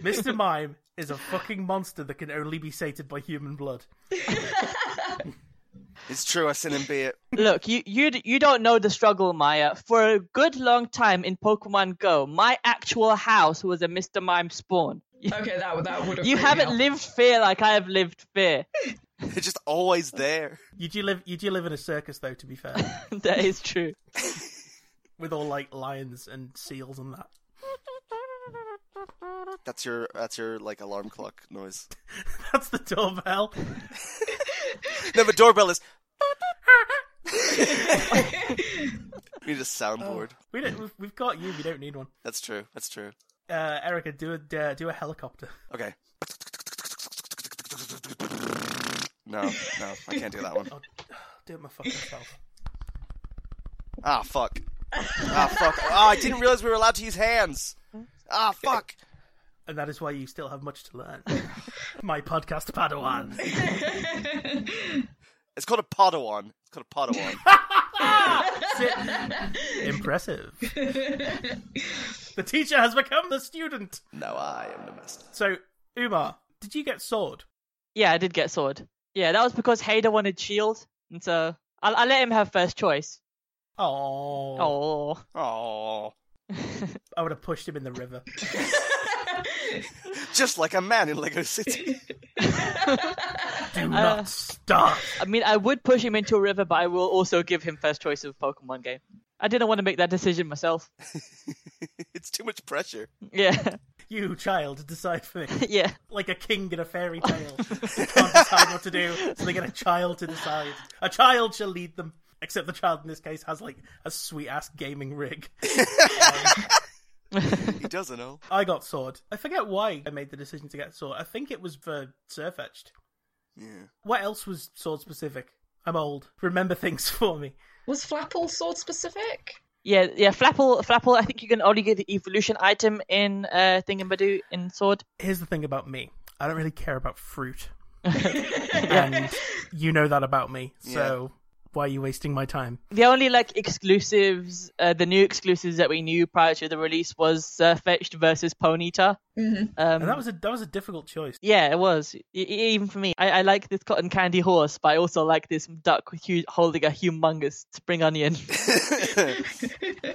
Speaker 1: Mr. Mime is a fucking monster that can only be sated by human blood.
Speaker 2: It's true. I sent him be it.
Speaker 4: Look, you you d- you don't know the struggle, Maya. For a good long time in Pokemon Go, my actual house was a Mr. Mime spawn. You,
Speaker 3: Okay, that that would have.
Speaker 4: you haven't lived fear like I have lived fear.
Speaker 2: They're just always there.
Speaker 1: You do live you do live in a circus though, to be fair.
Speaker 4: that is true.
Speaker 1: With all like lions and seals and that.
Speaker 2: That's your that's your like alarm clock noise.
Speaker 1: That's the doorbell.
Speaker 2: No, the doorbell is. we need a soundboard.
Speaker 1: We don't we've, we've got you, we don't need one.
Speaker 2: That's true. That's true.
Speaker 1: Uh, Erica, do a uh, do a helicopter.
Speaker 2: Okay. No, no, I can't do that one.
Speaker 1: Do it my fucking self.
Speaker 2: Ah, fuck. Ah, fuck. Ah, I didn't realize we were allowed to use hands. Ah, fuck.
Speaker 1: And that is why you still have much to learn. my podcast Padawan.
Speaker 2: It's called a Padawan. It's called a Padawan.
Speaker 1: Impressive. the teacher has become the student.
Speaker 2: now I am the master.
Speaker 1: So, Umar, did you get sword?
Speaker 4: Yeah, I did get sword. Yeah, that was because Hader wanted shield, and so I I let him have first choice.
Speaker 1: Oh,
Speaker 4: Oh,
Speaker 2: Oh,
Speaker 1: I would have pushed him in the river.
Speaker 2: just like a man in Lego City.
Speaker 1: Do not stop.
Speaker 4: I mean, I would push him into a river, but I will also give him first choice of Pokemon game. I didn't want to make that decision myself.
Speaker 2: it's too much pressure.
Speaker 4: Yeah,
Speaker 1: You child, decide for me.
Speaker 4: yeah.
Speaker 1: Like a king in a fairy tale, they can't decide what to do, so they get a child to decide. A child shall lead them. Except the child in this case has like a sweet ass gaming rig.
Speaker 2: He doesn't know.
Speaker 1: I got sword. I forget why I made the decision to get sword. I think it was for Surfetched.
Speaker 2: Yeah.
Speaker 1: What else was sword specific? I'm old. Remember things for me.
Speaker 3: Was Flapple sword specific?
Speaker 4: Yeah, yeah. Flapple, Flapple. I think you can only get the evolution item in uh Thingamabadoo in Sword.
Speaker 1: Here's the thing about me. I don't really care about fruit. and you know that about me. So why are you wasting my time?
Speaker 4: The only like exclusives, uh, the new exclusives that we knew prior to the release was Surfetched versus Ponyta. Um,
Speaker 1: And
Speaker 4: Mm.
Speaker 1: that was a that was a difficult choice.
Speaker 4: Yeah, it was. E- e- even for me, I, I like this cotton candy horse, but I also like this duck with hu- holding a humongous spring onion.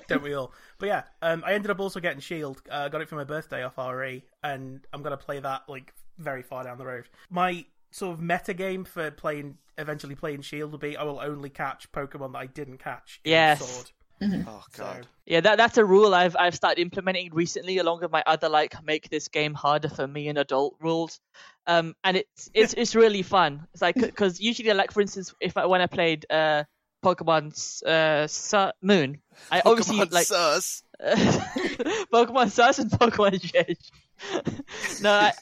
Speaker 1: Don't we all? But yeah, um, I ended up also getting Shield. Uh, got it for my birthday off RE, and I'm gonna play that like very far down the road. My sort of meta game for playing, eventually playing Shield, will be I will only catch Pokemon that I didn't catch. in
Speaker 4: Yes.
Speaker 1: Sword.
Speaker 2: Oh god.
Speaker 4: Yeah, that that's a rule I've I've started implementing recently, along with my other like make this game harder for me and adult rules. Um, and it's it's it's really fun. It's like because usually like for instance, if I when I played uh Pokemon uh Sun, Moon, I obviously
Speaker 2: Pokemon
Speaker 4: like
Speaker 2: sus.
Speaker 4: Pokemon Sun and Pokemon Jet. no, I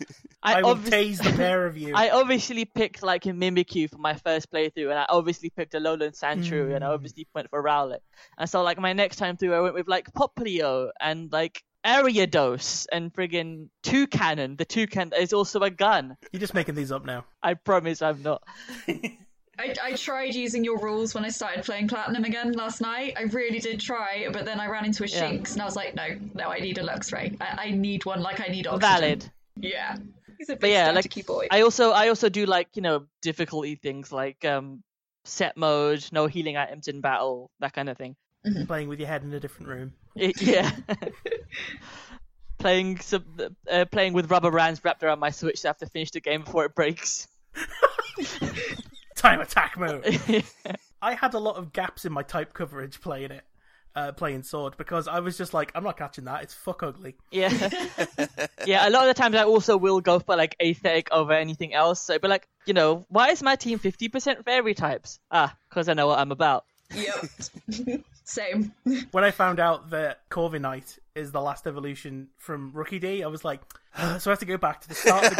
Speaker 4: I,
Speaker 1: I will
Speaker 4: obviously.
Speaker 1: tase the pair of you.
Speaker 4: I obviously picked like a Mimikyu for my first playthrough, and I obviously picked a Lowland Sandshrew, and I obviously went for Rowlet. And so, like, my next time through, I went with like Poplio and like Ariados and friggin' Toucan. The Toucan is also a gun.
Speaker 1: You're just making these up now.
Speaker 4: I promise I'm not.
Speaker 3: I, I tried using your rules when I started playing Platinum again last night. I really did try, but then I ran into a
Speaker 4: Yeah.
Speaker 3: Shinx and I was like, no, no, I need a Luxray. I, I need one like I need oxygen.
Speaker 4: Valid.
Speaker 3: Yeah. He's a big
Speaker 4: But yeah, like
Speaker 3: staticky boy.
Speaker 4: I also I also do like, you know, difficulty things like um set mode, no healing items in battle, that kind of thing.
Speaker 1: Playing with your head in a different room.
Speaker 4: It- yeah. playing some, uh, playing with rubber bands wrapped around my switch so I have to finish the game before it breaks.
Speaker 1: Time attack mode. I had a lot of gaps in my type coverage playing it, uh, playing Sword, because I was just like, I'm not catching that. It's fuck ugly.
Speaker 4: Yeah. yeah, a lot of the times I also will go for like aesthetic over anything else. So, but like, you know, why is my team 50% fairy types? Ah, because I know what I'm about.
Speaker 3: Yep. Same.
Speaker 1: when I found out that Corviknight is the last evolution from Rookie D, I was like, so I have to go back to the start of the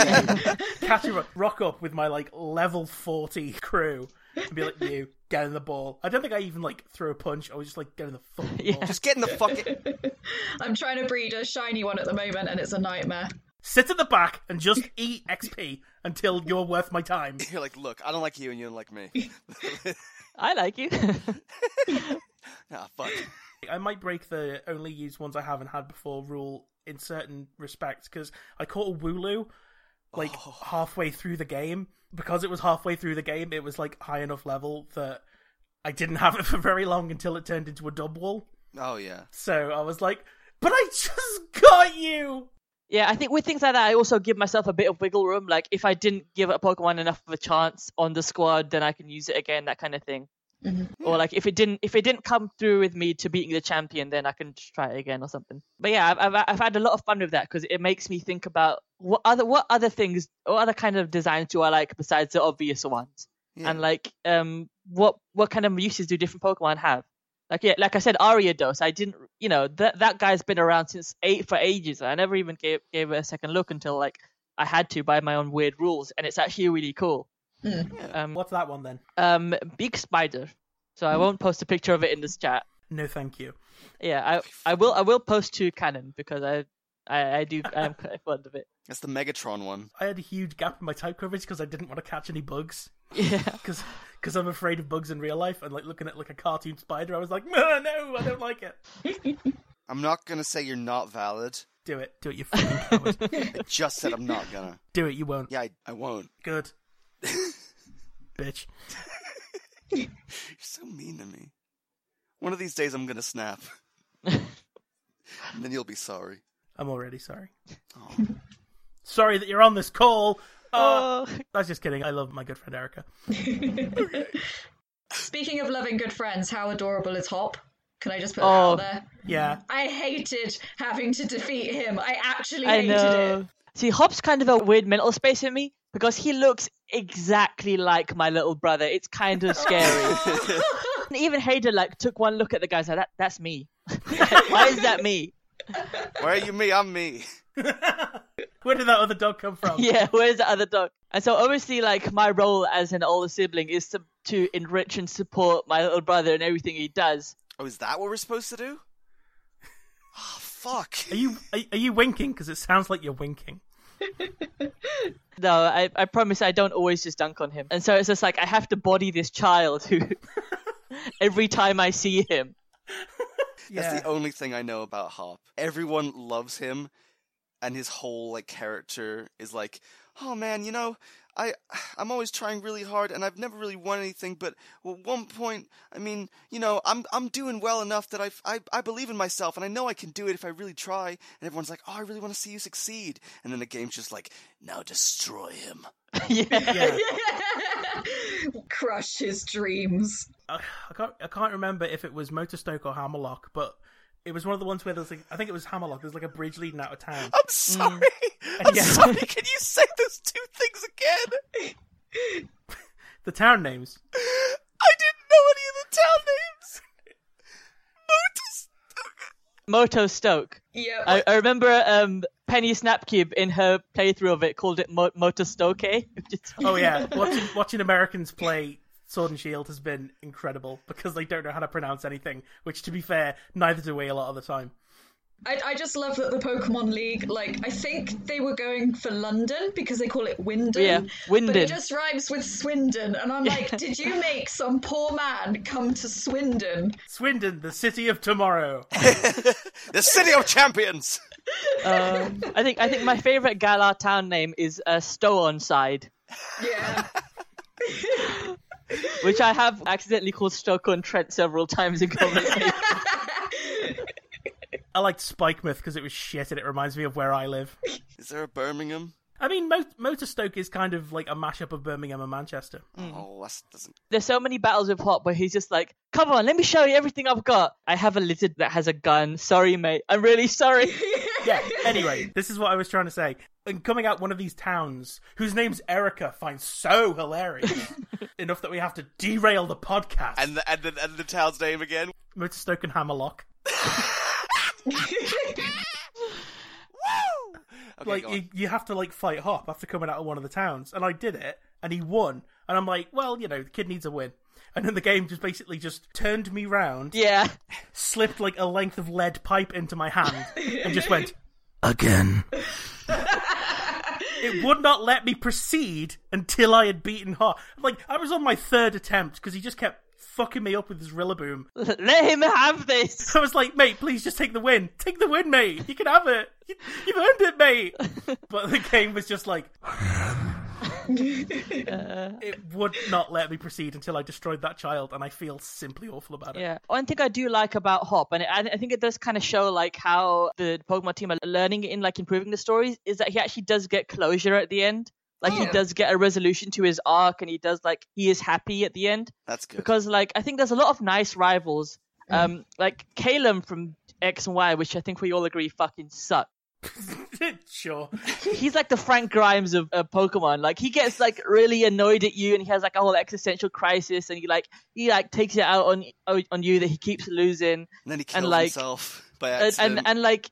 Speaker 1: game, catch a ro- rock up with my like level forty crew, and be like, you get in the ball. I don't think I even like threw a punch. I was just like, get in the fucking ball.
Speaker 2: Just get in the fucking.
Speaker 3: I'm trying to breed a shiny one at the moment and it's a nightmare.
Speaker 1: Sit at the back and just eat XP until you're worth my time.
Speaker 2: You're like, look, I don't like you, and you don't like me.
Speaker 4: I like you.
Speaker 2: Ah, fuck.
Speaker 1: I might break the only use ones I haven't had before rule in certain respects because I caught a Wooloo like halfway through the game. Because it was halfway through the game, it was like high enough level that I didn't have it for very long until it turned into a dub wall.
Speaker 2: Oh yeah.
Speaker 1: So I was like, but I just got you!
Speaker 4: yeah, I think with things like that, I also give myself a bit of wiggle room. Like if I didn't give a Pokemon enough of a chance on the squad, then I can use it again, that kind of thing. Or like if it didn't if it didn't come through with me to beating the champion, then I can just try it again or something. But yeah, I've I've, I've had a lot of fun with that because it makes me think about what other what other things, what other kind of designs do I like besides the obvious ones,
Speaker 2: Yeah.
Speaker 4: and like um what what kind of uses do different Pokemon have? Like yeah, like I said, Ariados. I didn't, you know, that that guy's been around since eight for ages. I never even gave gave it a second look until like I had to by my own weird rules, and it's actually really cool. Um,
Speaker 1: What's that one then?
Speaker 4: um, big spider. So I won't post a picture of it in this chat.
Speaker 1: No, thank you.
Speaker 4: Yeah, I I will I will post to Canon because I I, I do I am quite fond of it.
Speaker 2: That's the Megatron one.
Speaker 1: I had a huge gap in my type coverage because I didn't want to catch any bugs.
Speaker 4: Yeah.
Speaker 1: Because I'm afraid of bugs in real life, and like looking at like a cartoon spider, I was like, no, no, I don't like it.
Speaker 2: I'm not gonna say you're not valid.
Speaker 1: Do it, do it, you fucking coward.
Speaker 2: I just said I'm not gonna.
Speaker 1: do it, you won't.
Speaker 2: Yeah, I, I won't.
Speaker 1: Good, bitch.
Speaker 2: You're so mean to me. One of these days I'm gonna snap. and then you'll be sorry.
Speaker 1: I'm already sorry.
Speaker 2: Oh.
Speaker 1: Sorry that you're on this call. Uh,
Speaker 4: Oh,
Speaker 1: I was just kidding. I love my good friend Erica.
Speaker 3: Speaking of loving good friends, how adorable is Hop? Can I just put that
Speaker 4: Oh.
Speaker 3: out there?
Speaker 1: Yeah,
Speaker 3: I hated having to defeat him. I actually
Speaker 4: I
Speaker 3: hated
Speaker 4: know. See, Hop's kind of a weird mental space in me because he looks exactly like my little brother. It's kind of scary. And even Hayden like took one look at the guys like that. That's me. Why is that me?
Speaker 2: Why are you me? I'm me.
Speaker 1: where did that other dog come from?
Speaker 4: Yeah, where's the other dog? And so obviously, like my role as an older sibling is to to enrich and support my little brother in everything he does.
Speaker 2: Oh, is that what we're supposed to do? Oh, fuck.
Speaker 1: Are you are, are you winking? Because it sounds like you're winking.
Speaker 4: No, I, I promise I don't always just dunk on him. And so it's just like I have to body this child who every time I see him.
Speaker 1: yeah.
Speaker 2: That's the only thing I know about Hop. Everyone loves him, and his whole like character is like, oh man, you know, I I'm always trying really hard, and I've never really won anything. But at one point, I mean, you know, I'm I'm doing well enough that I I I believe in myself, and I know I can do it if I really try. And everyone's like, oh, I really want to see you succeed. And then the game's just like, now destroy
Speaker 1: Mm.
Speaker 2: him.
Speaker 4: yeah.
Speaker 1: yeah.
Speaker 3: it. Crush his dreams.
Speaker 1: I, I can't I can't remember if it was Motor Stoke or Hammerlock, but it was one of the ones where there's like I think it was Hammerlock. There's like a bridge leading out of town.
Speaker 2: I'm sorry. I'm
Speaker 1: Yeah.
Speaker 2: sorry. Can you say those two things again?
Speaker 1: The town names.
Speaker 2: I didn't know any of the town names. Motus.
Speaker 4: Moto Stoke.
Speaker 3: Yep.
Speaker 4: I, I remember um, Penny Snapcube in her playthrough of it called it Mo- Moto Stoke. which is-
Speaker 1: Oh yeah, watching watching Americans play Sword and Shield has been incredible because they don't know how to pronounce anything. Which, to be fair, neither do we a lot of the time.
Speaker 3: I, I just love that the Pokemon League, like, I think they were going for London because they call it Wyndon.
Speaker 4: Yeah,
Speaker 3: But it
Speaker 4: Wyndon.
Speaker 3: just rhymes with Swindon. And I'm like, did you make some poor man come to Swindon?
Speaker 1: Swindon, the city of tomorrow.
Speaker 2: The city of champions.
Speaker 4: Um, I think I think my favorite Galar town name is uh, Stowonside,
Speaker 3: Yeah.
Speaker 4: which I have accidentally called Stoke on Trent several times in conversation.
Speaker 1: I liked Spikemouth because it was shit and it reminds me of where I live.
Speaker 2: Is there a Birmingham?
Speaker 1: I mean, Mo- Motor Stoke is kind of like a mashup of Birmingham and Manchester.
Speaker 4: Mm.
Speaker 2: Oh, that doesn't.
Speaker 4: There's so many battles with Hop where he's just like, "Come on, let me show you everything I've got. I have a lizard that has a gun. Sorry, mate. I'm really sorry."
Speaker 1: Yeah. Anyway, this is what I was trying to say. And coming out one of these towns whose name's Erica finds so hilarious enough that we have to derail the podcast.
Speaker 2: And the, and the and the town's name again.
Speaker 1: Motor Stoke and Hammerlock.
Speaker 2: Woo! Okay,
Speaker 1: like
Speaker 2: go on.
Speaker 1: you, you have to like fight Hop after coming out of one of the towns, and I did it, and he won, and I'm like, well, you know, the kid needs a win, and then the game just basically just turned me round,
Speaker 4: yeah.
Speaker 1: slipped like a length of lead pipe into my hand, and just went again. it would not let me proceed until I had beaten Hop. Like I was on my third attempt because he just kept fucking me up with his Rillaboom.
Speaker 4: Let him have this.
Speaker 1: I was like, mate, please just take the win. Take the win, mate. You can have it. You, you've earned it, mate. But the game was just like, it would not let me proceed until I destroyed that child, and I feel simply awful about it.
Speaker 4: Yeah. One thing I do like about Hop, and I, I think it does kind of show like how the Pokemon team are learning in like improving the stories, is that he actually does get closure at the end. Like he
Speaker 3: Yeah.
Speaker 4: does get a resolution to his arc, and he does like he is happy at the end
Speaker 2: That's good.
Speaker 4: because like I think there's a lot of nice rivals. Um, like Calum from X and Y, which I think we all agree fucking suck.
Speaker 1: sure.
Speaker 4: he's like the Frank Grimes of uh, Pokemon. Like he gets like really annoyed at you, and he has like a whole existential crisis, and he like he like takes it out on on you that he keeps losing,
Speaker 2: and then he kills
Speaker 4: like-
Speaker 2: himself by
Speaker 4: and,
Speaker 2: accident.
Speaker 4: and and like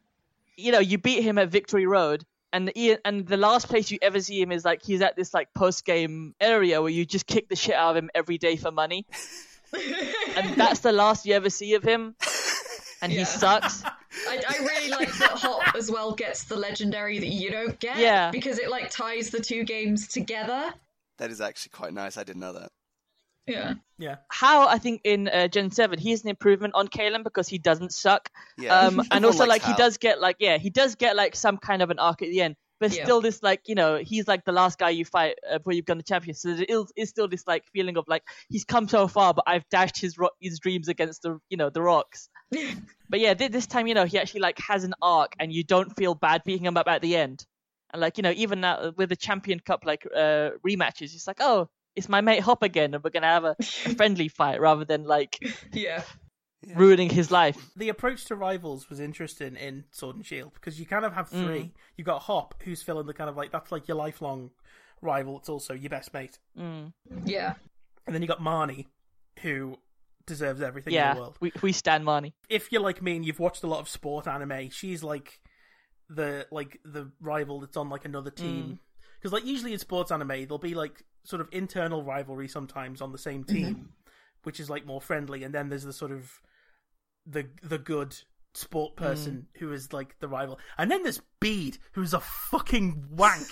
Speaker 4: you know you beat him at Victory Road. And the, and the last place you ever see him is like he's at this like post game area where you just kick the shit out of him every day for money, and that's the last you ever see of him, and
Speaker 3: Yeah.
Speaker 4: he sucks.
Speaker 3: I, I really like that Hop as well gets the legendary that you don't get.
Speaker 4: Yeah.
Speaker 3: Because it like ties the two games together.
Speaker 2: that is actually quite nice. I didn't know that.
Speaker 3: Yeah.
Speaker 1: Yeah.
Speaker 4: How I think in uh, Gen Seven he's an improvement on Kalen because he doesn't suck.
Speaker 2: Yeah.
Speaker 4: um,
Speaker 2: Everyone
Speaker 4: and also
Speaker 2: likes
Speaker 4: like he
Speaker 2: Hal.
Speaker 4: does get like yeah he does get like some kind of an arc at the end but
Speaker 3: Yeah.
Speaker 4: still this like you know he's like the last guy you fight uh, before you've gone to champion so there is, is still this like feeling of like he's come so far but i've dashed his ro- his dreams against the you know the rocks but yeah thi- this time you know he actually like has an arc and you don't feel bad beating him up at the end and like you know even now uh, with the champion cup like uh rematches it's like oh it's my mate hop again and we're gonna have a, a friendly fight rather than like
Speaker 3: Yeah.
Speaker 4: ruining his life
Speaker 1: the approach to rivals was interesting in Sword and Shield because you kind of have three. You've got Hop, who's filling the kind of like that's like your lifelong rival. It's also your best mate,
Speaker 4: Mm.
Speaker 3: Yeah.
Speaker 1: and then you got Marnie, who deserves everything in
Speaker 4: yeah
Speaker 1: the world.
Speaker 4: we, we stand marnie
Speaker 1: If you're like me and you've watched a lot of sport anime, she's like the like the rival that's on like another team. Because like usually in sports anime, there'll be like sort of internal rivalry sometimes on the same team, which is like more friendly, and then there's the sort of the the good sport person who is like the rival, and then there's Bede who's a fucking wank.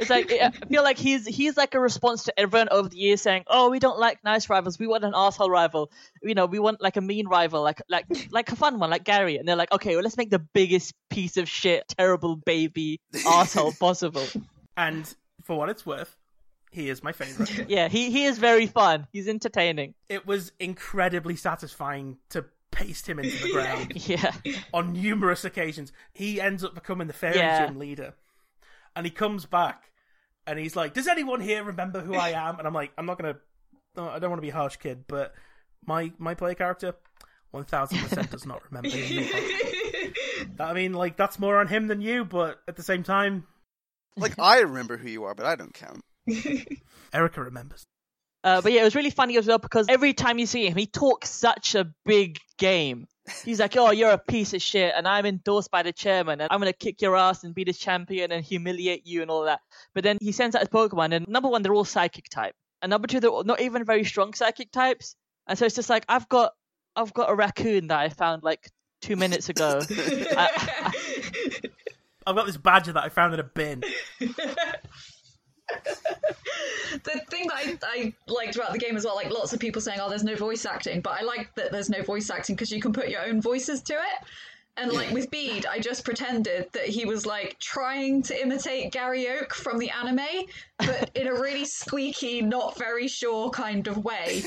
Speaker 4: It's like I I feel like he's he's like a response to everyone over the years saying, "Oh, we don't like nice rivals. We want an asshole rival. You know, we want like a mean rival, like like like a fun one, like Gary." And they're like, "Okay, well, let's make the biggest piece of shit, terrible baby asshole possible."
Speaker 1: and for what it's worth, he is my favorite.
Speaker 4: Yeah, he he is very fun. He's entertaining.
Speaker 1: it was incredibly satisfying to paste him into the ground
Speaker 4: Yeah,
Speaker 1: on numerous occasions. He ends up becoming the fairy
Speaker 4: Yeah.
Speaker 1: gym leader, and he comes back and he's like, "Does anyone here remember who I am?" And I'm like, "I'm not gonna, no, I don't want to be a harsh kid, but my my player character." One thousand percent does not remember. who you are." I mean, like that's more on him than you, but at the same time,
Speaker 2: Like I remember who you are, but I don't count.
Speaker 1: Erica remembers.
Speaker 4: uh, but yeah, it was really funny as well because every time you see him, he talks such a big game. He's like, "Oh, you're a piece of shit, and I'm endorsed by the chairman, and I'm gonna kick your ass and be the champion and humiliate you and all that." But then he sends out his Pokemon, and number one, they're all psychic type, and number two, they're all- not even very strong psychic types. And so it's just like I've got, I've got a raccoon that I found like two minutes ago.
Speaker 1: I've got this badger that I found in a bin.
Speaker 3: the thing that I, I liked about the game as well, like lots of people saying, "Oh, there's no voice acting," but I like that there's no voice acting because you can put your own voices to it. And like with Bede, I just pretended that he was like trying to imitate Gary Oak from the anime, but in a really squeaky, not very sure kind of way.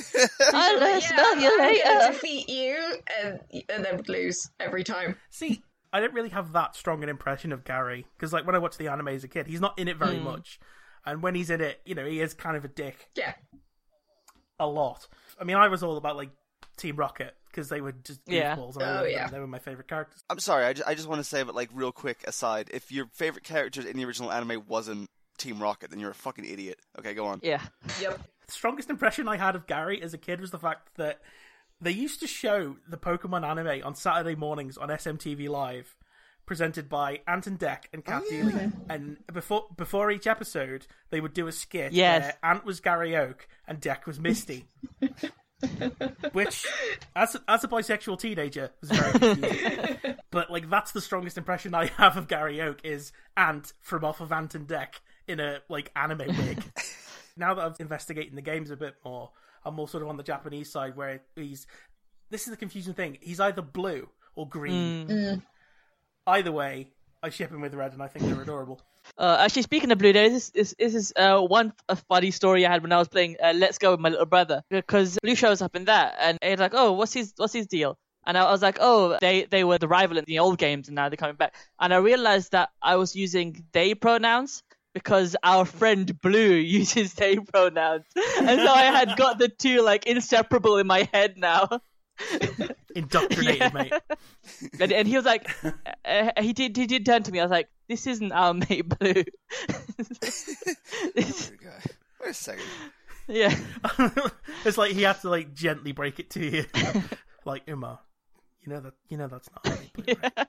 Speaker 4: I'm gonna smell you
Speaker 3: I'm gonna
Speaker 4: later.
Speaker 3: defeat you, and, and then would lose every time.
Speaker 1: See, I don't really have that strong an impression of Gary because, like, when I watched the anime as a kid, he's not in it very much, and when he's in it, you know, he is kind of a dick
Speaker 3: Yeah,
Speaker 1: a lot. I mean, I was all about like Team Rocket because they were just
Speaker 4: Yeah.
Speaker 1: goofballs. and I
Speaker 3: Oh,
Speaker 1: loved them.
Speaker 3: yeah.
Speaker 1: they were my favorite characters.
Speaker 2: I'm sorry. I just, I just want to say, but like real quick aside, if your favorite character in the original anime wasn't Team Rocket, then you're a fucking idiot. Okay, go on.
Speaker 4: Yeah,
Speaker 3: yep.
Speaker 1: The strongest impression I had of Gary as a kid was the fact that they used to show the Pokemon anime on Saturday mornings on SMTV Live, presented by Anton Deck and Kat Deely. And before before each episode, they would do a skit
Speaker 4: Yes.
Speaker 1: where Ant was Gary Oak and Deck was Misty. Which, as as a bisexual teenager, was very confusing. but like that's the strongest impression I have of Gary Oak is Ant from off of Ant and Deck in a like anime wig. now that I'm investigating the games a bit more, are more sort of on the Japanese side where he's. This is the confusing thing. He's either blue or green. Either way, I ship him with red, and I think they're adorable.
Speaker 4: Uh, actually, speaking of Blue, there is this, is, is this uh, one f- funny story I had when I was playing uh, Let's Go with my little brother because Blue shows up in that, and it's like, oh, what's his what's his deal? And I, I was like, oh, they they were the rival in the old games, and now they're coming back. And I realized that I was using they pronouns because our friend Blue uses they pronouns, and so I had got the two like inseparable in my head now.
Speaker 1: Indoctrinated,
Speaker 4: Yeah.
Speaker 1: mate.
Speaker 4: And, and he was like, uh, he did he did turn to me. I was like, this isn't our mate Blue. This-
Speaker 2: Good guy. Wait a second.
Speaker 4: yeah.
Speaker 1: it's like he had to like gently break it to you, like Uma. You know that. You know that's not. Right, but, right,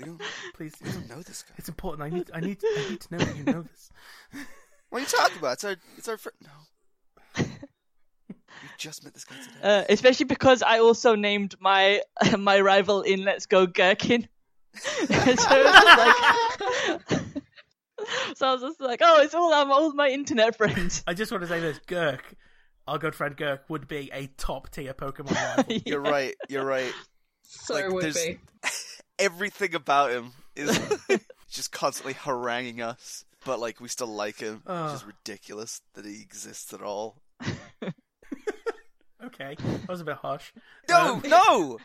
Speaker 2: You don't,
Speaker 1: please,
Speaker 2: you don't know this guy.
Speaker 1: it's important. I need. I need. I need to know that you know this.
Speaker 2: What are you talking about? It's our it's our friend. No. you just met this guy today.
Speaker 4: Uh, especially because I also named my my rival in Let's Go Gherkin. so, it's just like, so I was just like, oh, it's all I'm all my internet friends.
Speaker 1: I just want to say this: Girk, our good friend Girk, would be a top tier Pokemon rival.
Speaker 2: You're right. You're right.
Speaker 3: So
Speaker 2: Like,
Speaker 3: would
Speaker 2: there's-
Speaker 3: be.
Speaker 2: Everything about him is just constantly haranguing us, but like we still like him. It's
Speaker 4: Oh.
Speaker 2: just ridiculous that he exists at all.
Speaker 1: okay, that was a bit harsh.
Speaker 4: Uh,
Speaker 1: Um,
Speaker 2: No, no.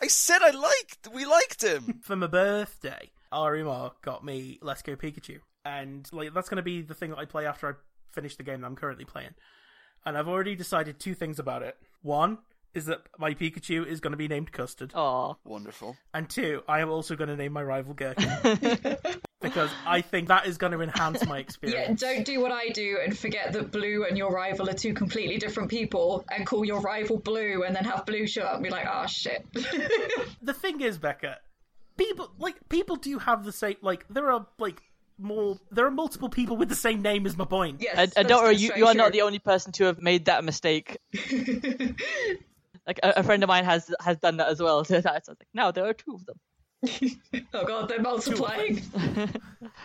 Speaker 2: I said I liked. We liked him.
Speaker 1: for my birthday, RMR got me Let's Go Pikachu, and like that's going to be the thing that I play after I finish the game that I'm currently playing. And I've already decided two things about it. One is that my Pikachu is going to be named Custard,
Speaker 4: Oh,
Speaker 2: Wonderful.
Speaker 1: and two, I am also going to name my rival Gherkin because I think that is going to enhance my
Speaker 3: Yeah,
Speaker 1: experience.
Speaker 3: don't do what I do and forget that Blue and your rival are two completely different people and call your rival Blue and then have Blue show up and be like, ah, shit.
Speaker 1: the thing is, Becca, people like people do have the same like there are like more there are multiple people with the same name is my point.
Speaker 3: yes.
Speaker 4: and, and
Speaker 3: that's-
Speaker 4: don't worry,
Speaker 3: that's
Speaker 4: you,
Speaker 3: very
Speaker 4: you are
Speaker 3: true.
Speaker 4: not the only person to have made that mistake. like a, a friend of mine has has done that as well. So that's I was like, now there are two of them.
Speaker 3: Oh god, they're multiplying.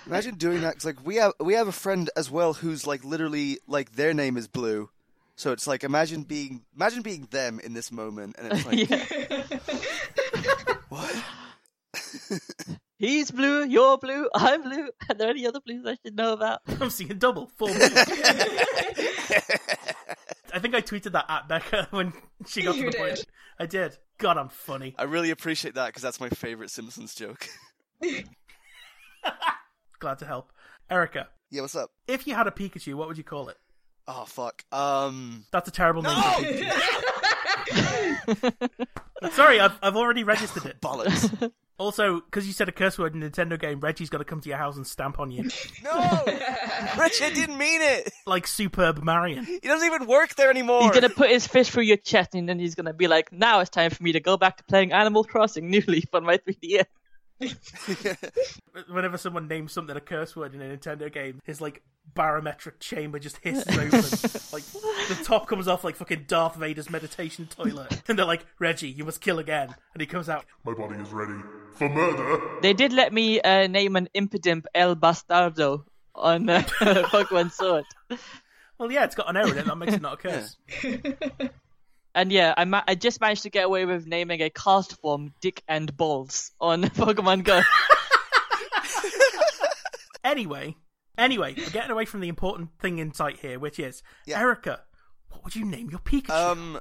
Speaker 2: Imagine doing that. 'cause, like we have we have a friend as well who's like literally like their name is Blue, so it's like imagine being imagine being them in this moment, and it's like
Speaker 4: Yeah.
Speaker 2: what?
Speaker 4: He's blue, you're blue, I'm blue. Are there any other blues I should know about?
Speaker 1: I'm seeing double four. I think I tweeted that at Becca when she got
Speaker 3: You
Speaker 1: to the point.
Speaker 3: did.
Speaker 1: I did. God, I'm funny.
Speaker 2: I really appreciate that because that's my favorite Simpsons joke.
Speaker 1: Glad to help. Erica,
Speaker 2: yeah, what's up?
Speaker 1: if you had a Pikachu, what would you call it?
Speaker 2: Oh fuck. Um.
Speaker 1: That's a terrible name. for Pikachu. Sorry, I've, I've already registered it.
Speaker 2: Bollocks.
Speaker 1: Also, because you said a curse word in a Nintendo game, Reggie's got to come to your house and stamp on you.
Speaker 2: no, Rich, I didn't mean it.
Speaker 1: Like Superb Marion.
Speaker 2: He doesn't even work there anymore.
Speaker 4: He's gonna put his fist through your chest, and then he's gonna be like, "Now it's time for me to go back to playing Animal Crossing New Leaf on my 3DS."
Speaker 1: Whenever someone names something a curse word in a Nintendo game, his like barometric chamber just hisses open. like the top comes off like fucking Darth Vader's meditation toilet, and they're like, "Reggie, you must kill again," and he comes out.
Speaker 5: My body is ready for murder.
Speaker 4: They did let me uh, name an Impidimp El Bastardo on uh, Pokemon Sword,
Speaker 1: Well, yeah, it's got an error in it. That makes it not a curse.
Speaker 4: and yeah, I, ma- I just managed to get away with naming a cast form Dick and Balls on Pokemon Go.
Speaker 1: Anyway, anyway, we're getting away from the important thing in sight here, which is Erica. What would you name your Pikachu?
Speaker 2: Um.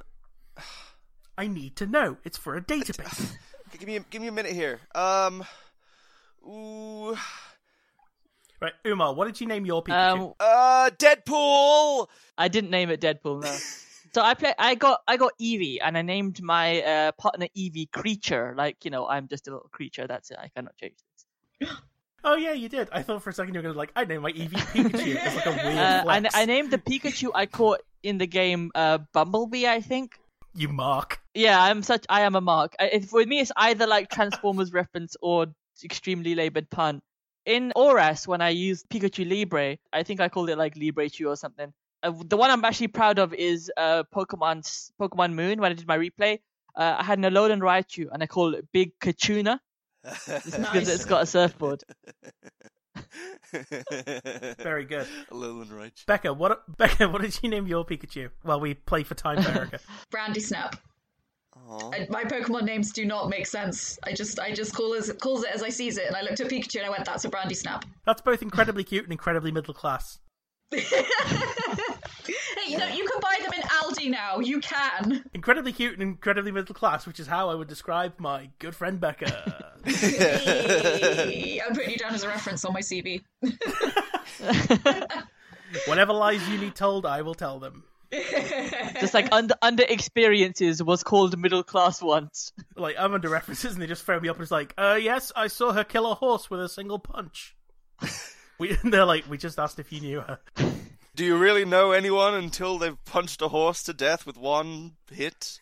Speaker 1: I need to know. It's for a database.
Speaker 2: Give me a, give me a minute here. Um. Ooh.
Speaker 1: right, Umar, what did you name your Pikachu?
Speaker 4: Um,
Speaker 2: Uh. Deadpool.
Speaker 4: I didn't name it Deadpool. No. So I play. I got I got Eevee, and I named my uh, partner Eevee Creature. Like you know, I'm just a little creature. That's it. I cannot change this.
Speaker 1: oh yeah, you did. I thought for a second you were gonna like, I named my EV Pikachu. It's like a weird.
Speaker 4: Uh, I,
Speaker 1: flex.
Speaker 4: I named the Pikachu I caught in the game uh, Bumblebee, I think.
Speaker 1: you mark.
Speaker 4: Yeah, I'm such. I am a mark. I, it, for me, it's either like Transformers reference or extremely labored pun. In Oras, when I used Pikachu Libre, I think I called it like Librechu or something. Uh, the one I'm actually proud of is uh, Pokemon S- Pokemon Moon. When I did my replay, uh, I had an Alolan Raichu and I called it Big Kachuna because
Speaker 3: Nice.
Speaker 4: it's got a surfboard.
Speaker 1: Very good.
Speaker 2: Lillian Reich.
Speaker 1: Becca, what Becca, what did you name your Pikachu? Well, we play for time, America.
Speaker 3: Brandy Snap.
Speaker 2: Aw.
Speaker 3: I, my Pokemon names do not make sense. I just I just call as calls it as I sees it, and I looked at Pikachu and I went, "That's a Brandy Snap."
Speaker 1: That's both incredibly cute and incredibly middle class.
Speaker 3: Hey, you know, you can buy them in Aldi now. You can.
Speaker 1: Incredibly cute and incredibly middle class, which is how I would describe my good friend Becca.
Speaker 3: Hey, I'm putting you down as a reference on my CV.
Speaker 1: Whatever lies you need told, I will tell them.
Speaker 4: Just like under under experiences was called middle class once.
Speaker 1: Like I'm under references, and they just phone me up and it's like, "Uh, yes, I saw her kill a horse with a single punch." we, and they're like, "We just asked if you knew her."
Speaker 2: Do you really know anyone until they've punched a horse to death with one hit?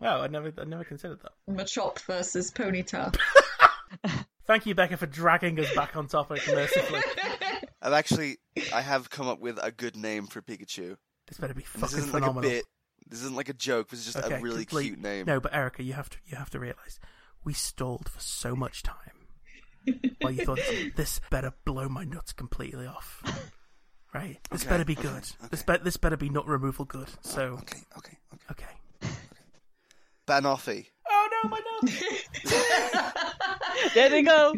Speaker 1: Wow, I never, I never considered that.
Speaker 3: Machop versus Ponyta.
Speaker 1: Thank you, Becca, for dragging us back on topic mercifully.
Speaker 2: I've actually, I have come up with a good name for Pikachu.
Speaker 1: This better be fucking
Speaker 2: This isn't like
Speaker 1: phenomenal.
Speaker 2: a bit. This isn't like a joke. This is just a
Speaker 1: Okay,
Speaker 2: really
Speaker 1: complete-
Speaker 2: cute name.
Speaker 1: No, but Erica, you have to you have to realize we stalled for so much time while you thought this better blow my nuts completely off. Right, this
Speaker 2: Okay,
Speaker 1: better be
Speaker 2: okay,
Speaker 1: good. This
Speaker 2: okay.
Speaker 1: be- this better be nut removal good. So okay.
Speaker 2: Okay, okay, okay. E. Banoffee.
Speaker 1: Oh no, my nuts!
Speaker 4: There they go.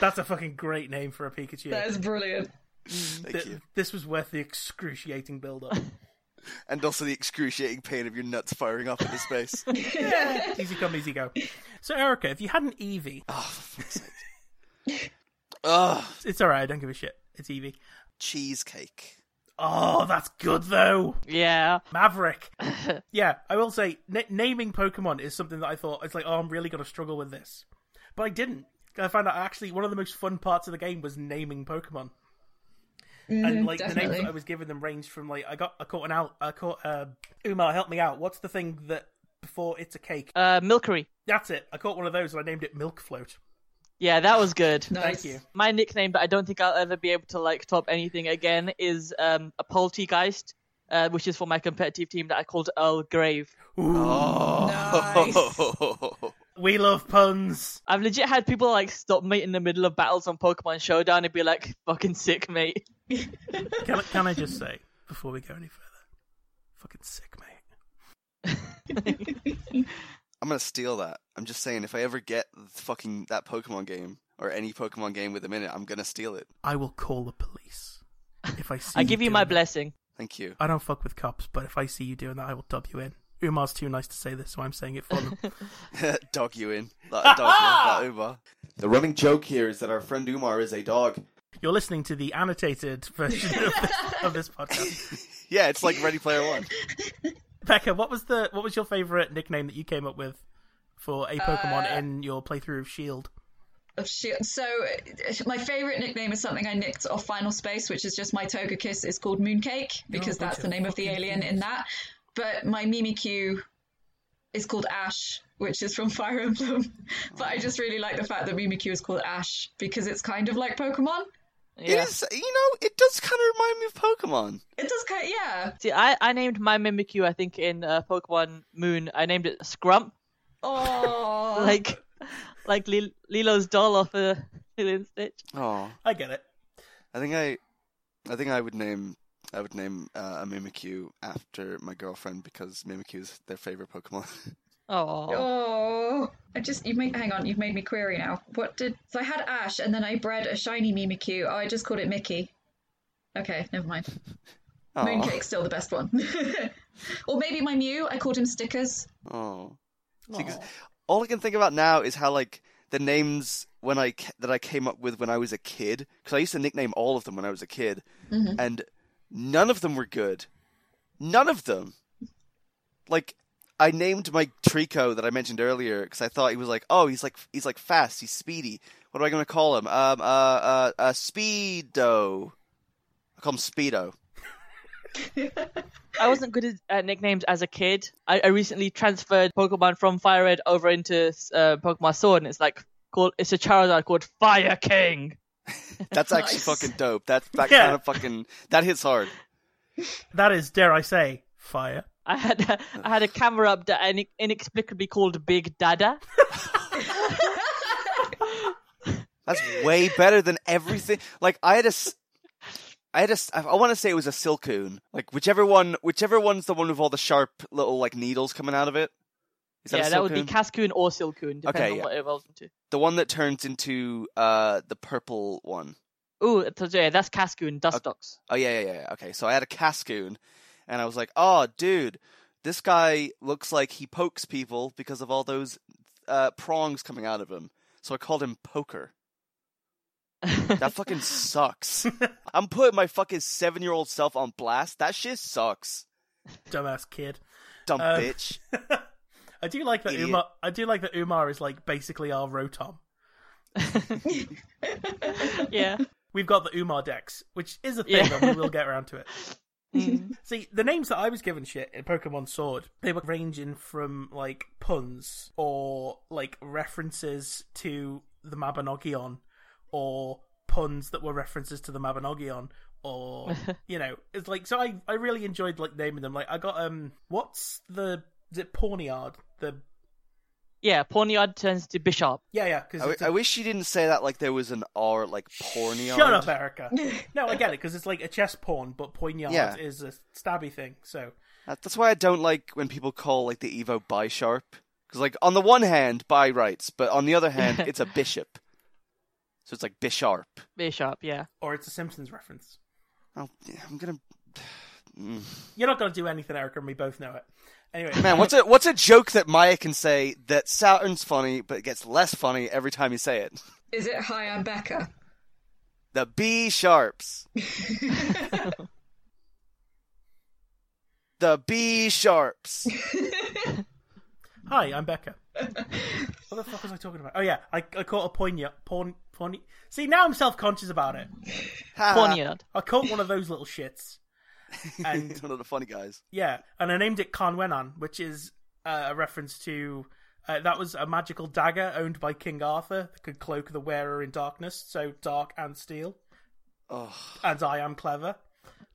Speaker 1: That's a fucking great name for a Pikachu.
Speaker 3: That is brilliant.
Speaker 2: Thank
Speaker 1: Th-
Speaker 2: you.
Speaker 1: This was worth the excruciating build up.
Speaker 2: And also the excruciating pain of your nuts firing up into space.
Speaker 1: easy come, easy go. So, Erica, if you had an Eevee,
Speaker 2: oh, for fuck's sake. Ah, Ugh,
Speaker 1: it's alright, I don't give a shit. It's Eevee.
Speaker 2: cheesecake.
Speaker 1: Oh, that's good though!
Speaker 4: Yeah.
Speaker 1: Maverick. yeah, I will say n- naming Pokemon is something that I thought it's like, oh, I'm really gonna struggle with this, but I didn't. I found out actually one of the most fun parts of the game was naming Pokemon, and like the names
Speaker 3: definitely.
Speaker 1: that I was giving them ranged from like I got I caught an out I caught uh, Umar help me out. What's the thing that before it's a cake?
Speaker 4: Uh, Milkery.
Speaker 1: That's it. I caught one of those and I named it Milk Float.
Speaker 4: Yeah, that was good.
Speaker 3: Nice.
Speaker 1: Thank you.
Speaker 4: My nickname that I don't think I'll ever be able to like top anything again is um a Poltegeist, uh, which is for my competitive team that I called Earl Grave.
Speaker 2: Oh.
Speaker 1: We love puns.
Speaker 4: I've legit had people like stop me in the middle of battles on Pokemon Showdown and be like, "Fucking sick, mate."
Speaker 1: Can I, can I just say before we go any further, fucking sick, mate.
Speaker 2: I'm gonna steal that. I'm just saying, if I ever get the fucking that Pokemon game or any Pokemon game with a minute, I'm gonna steal it.
Speaker 1: I will call the police if I see.
Speaker 4: I give you my
Speaker 1: doing that.
Speaker 4: blessing.
Speaker 2: Thank you.
Speaker 1: I don't fuck with cops, but if I see you doing that, I will dub you in. Umar's too nice to say this, so I'm saying it for them.
Speaker 2: dog you in. Like a dog, yeah, like Umar. The running joke here is that our friend Umar is a dog.
Speaker 1: You're listening to the annotated version of this, of this podcast.
Speaker 2: Yeah, it's like Ready Player One.
Speaker 1: Becca, what was the what was your favorite nickname that you came up with for a Pokemon in your playthrough of Shield?
Speaker 3: Of Shield. Oh, So, uh, my favorite nickname is something I nicked off Final Space, which is just my Togekiss is called Mooncake because
Speaker 1: bunch
Speaker 3: that's the
Speaker 1: of
Speaker 3: name of the
Speaker 1: fucking
Speaker 3: alien in
Speaker 1: idiots.
Speaker 3: that. But my Mimikyu is called Ash, which is from Fire Emblem. but I just really like the fact that Mimikyu is called Ash because it's kind of like Pokemon.
Speaker 4: Yeah.
Speaker 2: It is, you know, it does kind of remind me of Pokemon.
Speaker 3: It does kind yeah.
Speaker 4: See, I, I named my Mimikyu, I think, in uh, Pokemon Moon. I named it Scrump,
Speaker 3: Oh,
Speaker 4: like like Lil Lilo's doll off a Lilo and Stitch.
Speaker 2: Oh,
Speaker 1: I get it.
Speaker 2: I think I, I think I would name, I would name uh, a Mimikyu after my girlfriend because Mimikyu is their favorite Pokemon.
Speaker 4: Oh,
Speaker 3: Oh, I just you made hang on, you've made me query now. What did so I had Ash and then I bred a shiny Mimikyu. Oh, I just called it Mickey. Okay, never mind.
Speaker 2: Aw.
Speaker 3: Mooncake's still the best one. or maybe my Mew, I called him Stickers.
Speaker 2: Oh. See, 'cause all I can think about now is how like the names when I ca- that I came up with when I was a kid because I used to nickname all of them when I was a kid, and none of them were good. None of them. Like I named my Trico that I mentioned earlier because I thought he was like, oh, he's like he's like fast, he's speedy. What am I going to call him? Um, uh, uh, uh, Speedo. I call him Speedo.
Speaker 4: I wasn't good at nicknames as a kid. I, I recently transferred Pokemon from Fire Red over into uh, Pokemon Sword, and it's like called it's a Charizard called Fire King.
Speaker 2: That's actually
Speaker 3: Nice.
Speaker 2: fucking dope. That's that
Speaker 1: Yeah.
Speaker 2: kind of fucking that hits hard.
Speaker 1: That is, dare I say, fire.
Speaker 4: I had a, I had a camera up that I inexplicably called Big Dada.
Speaker 2: That's way better than everything. Like I had a, s- I had a, s- I want to say it was a silcoon. Like whichever one, whichever one's the one with all the sharp little like needles coming out of it. Is that a
Speaker 4: yeah, that would be
Speaker 2: Silcoon?
Speaker 4: Cascoon or Silcoon, depending
Speaker 2: Okay,
Speaker 4: on
Speaker 2: yeah.
Speaker 4: what it evolves into.
Speaker 2: the one that turns into uh the purple one.
Speaker 4: Ooh, so yeah, that's Cascoon,
Speaker 2: Okay.
Speaker 4: Dustox.
Speaker 2: Oh yeah, yeah, yeah, yeah. Okay, so I had a Cascoon, and I was like, "Oh, dude, this guy looks like he pokes people because of all those uh, prongs coming out of him." So I called him Poker. That fucking sucks. I'm putting my fucking seven year old self on blast. That shit sucks,
Speaker 1: Dumbass kid.
Speaker 2: dumb
Speaker 1: Um,
Speaker 2: bitch.
Speaker 1: I do like that
Speaker 2: Idiot.
Speaker 1: Umar. I do like that Umar is like basically our Rotom.
Speaker 4: yeah.
Speaker 1: We've got the Umar decks, which is a thing,
Speaker 4: Yeah.
Speaker 1: and we will get around to it.
Speaker 4: Mm.
Speaker 1: See, the names that I was given shit in Pokemon Sword, they were ranging from like puns or like references to the Mabinogion or puns that were references to the Mabinogion or you know, it's like so I, I really enjoyed like naming them. Like I got um what's the is it Pawniard? The
Speaker 4: Yeah, Ponyard turns to Bishop.
Speaker 1: yeah, yeah, because
Speaker 2: I, w- I wish you didn't say that like there was an R like porniard.
Speaker 1: Shut up, Erica. No, I get it because it's like a chess pawn, but poignard
Speaker 2: Yeah.
Speaker 1: is a stabby thing. So
Speaker 2: That- That's why I don't like when people call like the Evo bi sharp. Because like on the one hand, bi rights, but on the other hand, it's a bishop. So it's like bisharp.
Speaker 4: Bishop, yeah.
Speaker 1: or it's a Simpsons reference.
Speaker 2: Oh, I'm gonna. Mm.
Speaker 1: You're not gonna do anything, Erica, and we both know it. Anyway,
Speaker 2: Man, what's a what's a joke that Maya can say that Saturn's funny, but it gets less funny every time you say it?
Speaker 3: Is it Hi, I'm Becca?
Speaker 2: The B sharps. the B sharps.
Speaker 1: Hi, I'm Becca. what the fuck was I talking about? Oh yeah, I, I caught a poignard pawn pawn. See, now I'm self conscious about it.
Speaker 2: Ha.
Speaker 4: Ponyard.
Speaker 1: I caught one of those little shits, and
Speaker 2: One of the funny guys.
Speaker 1: yeah, and I named it Conwenan, which is uh, a reference to. Uh, that was a magical dagger owned by King Arthur that could cloak the wearer in darkness, so dark and steel.
Speaker 2: Oh,
Speaker 1: and I am clever.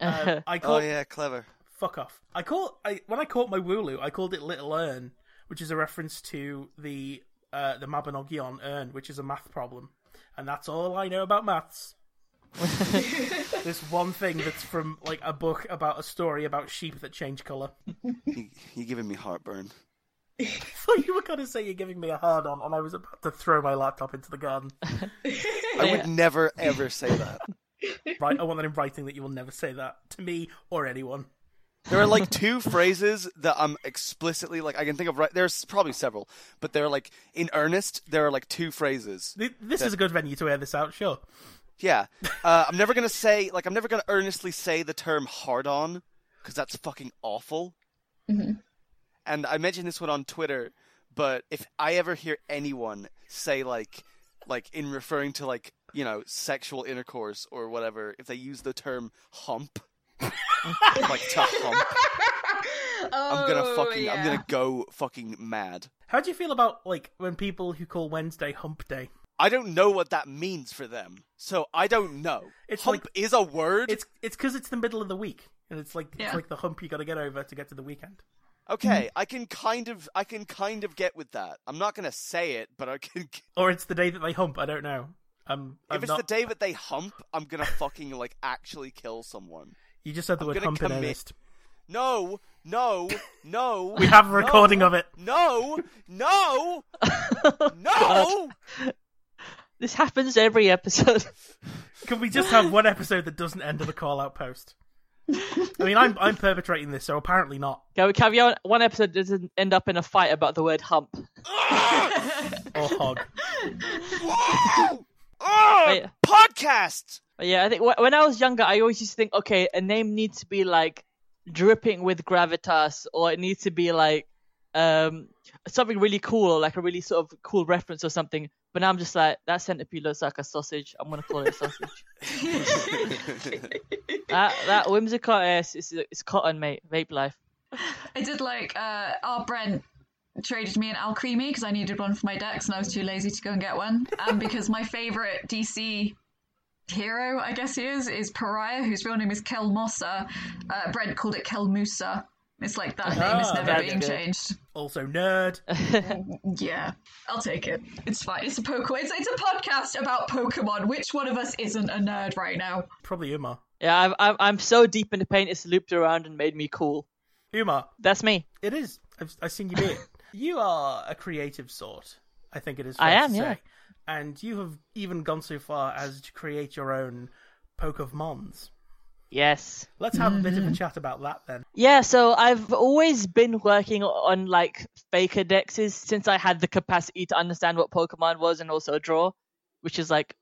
Speaker 1: Um, I
Speaker 2: oh
Speaker 1: called
Speaker 2: yeah, clever.
Speaker 1: fuck off. I call I when I caught my Wooloo, I called it Little Urn, which is a reference to the uh, the Mabinogion urn, which is a math problem, and that's all I know about maths. this one thing that's from like a book about a story about sheep that change color.
Speaker 2: You, you're giving me heartburn.
Speaker 1: I thought you were gonna say you're giving me a hard on, and I was about to throw my laptop into the garden.
Speaker 2: I would never ever say that.
Speaker 1: right, I want that in writing that you will never say that to me or anyone.
Speaker 2: There are like two phrases that I'm explicitly like I can think of right there's probably several, but they're like in earnest, there are like two phrases.
Speaker 1: Th- This is a good venue to air this out, sure.
Speaker 2: Yeah. Uh, I'm never gonna say like I'm never gonna earnestly say the term hard on, because that's fucking awful. And I mentioned this one on Twitter, but if I ever hear anyone say like like in referring to like, you know, sexual intercourse or whatever, if they use the term hump like to hump
Speaker 3: Oh,
Speaker 2: I'm gonna fucking
Speaker 3: yeah.
Speaker 2: I'm gonna go fucking mad.
Speaker 1: How do you feel about like when people who call Wednesday Hump Day?
Speaker 2: I don't know what that means for them, so I don't know.
Speaker 1: It's
Speaker 2: hump
Speaker 1: like-
Speaker 2: is a word.
Speaker 1: It's it's because it's the middle of the week, and it's like it's
Speaker 3: Yeah.
Speaker 1: like the hump you got to get over to get to the weekend.
Speaker 2: okay. I can kind of I can kind of get with that. I'm not gonna say it, but I can.
Speaker 1: Or it's the day that they hump. I don't know. Um, I'm
Speaker 2: if it's
Speaker 1: not-
Speaker 2: the day that they hump, I'm gonna fucking like actually kill someone.
Speaker 1: you just said the
Speaker 2: I'm
Speaker 1: word
Speaker 2: gonna
Speaker 1: hump in
Speaker 2: commit.
Speaker 1: earnest.
Speaker 2: No, no, no.
Speaker 1: We have a recording of it.
Speaker 2: No, no, no.
Speaker 4: This happens every episode.
Speaker 1: Can we just have one episode that doesn't end with a call out post? I mean, I'm I'm perpetrating this, so apparently not.
Speaker 4: Can we can we have one episode that doesn't end up in a fight about the word hump?
Speaker 1: Or hog.
Speaker 2: Whoa! Oh,
Speaker 4: Wait.
Speaker 2: podcast.
Speaker 4: But yeah, I think wh- when I was younger, I always used to think, okay, a name needs to be like dripping with gravitas, or it needs to be like um something really cool, like a really sort of cool reference or something. But now I'm just like, that centipede looks like a sausage. I'm gonna call it a sausage. that that whimsical ass is it's cotton, mate. Vape life.
Speaker 3: I did like uh, our Brent traded me an Alcremie because I needed one for my decks and I was too lazy to go and get one. And because my favorite DC hero, I guess he is, is Pariah, whose real name is Kel Mossa. Uh, Brent called it Kel Musa. It's like that name is
Speaker 1: Ah,
Speaker 3: never
Speaker 4: that's
Speaker 3: being
Speaker 4: good.
Speaker 3: changed.
Speaker 1: Also, nerd.
Speaker 3: Yeah, I'll take it. It's fine. It's a Pokemon. It's, it's a podcast about Pokemon. Which one of us isn't a nerd right now?
Speaker 1: Probably Umar.
Speaker 4: Yeah, I'm, I'm, I'm so deep in the paint, it's looped around and made me cool.
Speaker 1: Umar,
Speaker 4: That's me.
Speaker 1: it is. I've, I've seen you do it. you are a creative sort. I think it is.
Speaker 4: I
Speaker 1: fair
Speaker 4: am,
Speaker 1: to
Speaker 4: yeah.
Speaker 1: say. And you have even gone so far as to create your own Pokemons.
Speaker 4: Yes.
Speaker 1: Let's have a bit of a chat about that then.
Speaker 4: Yeah, so I've always been working on like faker dexes since I had the capacity to understand what Pokemon was and also draw, which is like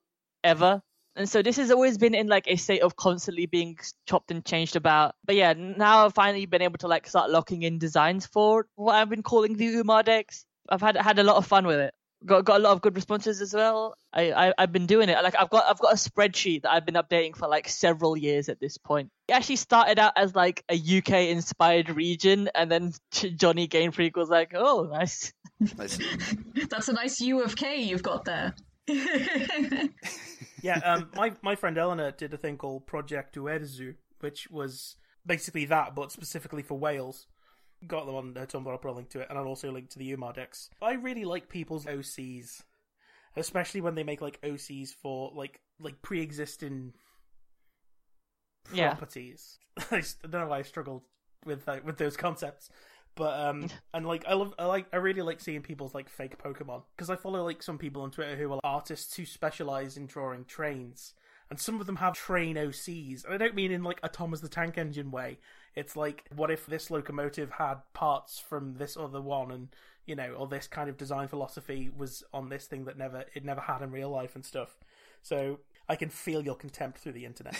Speaker 4: ever. And so this has always been in like a state of constantly being chopped and changed about. But yeah, now I've finally been able to like start locking in designs for what I've been calling the Umar decks. I've had had a lot of fun with it. Got got a lot of good responses as well. I, I I've been doing it. Like I've got I've got a spreadsheet that I've been updating for like several years at this point. It actually started out as like a UK inspired region, and then Johnny Game Freak was like, "Oh, nice."
Speaker 2: Nice.
Speaker 3: That's a nice U of K you've got there.
Speaker 1: yeah, um, my my friend Eleanor did a thing called Project Uerzu, which was basically that, but specifically for Wales. Got them on her Tumblr. I'll put a link to it, and I'll also link to the Umar decks. I really like people's OCs, especially when they make like OCs for like like pre-existing
Speaker 4: Yeah.
Speaker 1: properties. I s- I don't know why I struggled with like, with those concepts, but um, and like I love, I like, I really like seeing people's like fake Pokemon because I follow like some people on Twitter who are artists who specialize in drawing trains, and some of them have train OCs, and I don't mean in like a Thomas the Tank Engine way. It's like, what if this locomotive had parts from this other one, and you know, or this kind of design philosophy was on this thing that never it never had in real life and stuff. So I can feel your contempt through the internet.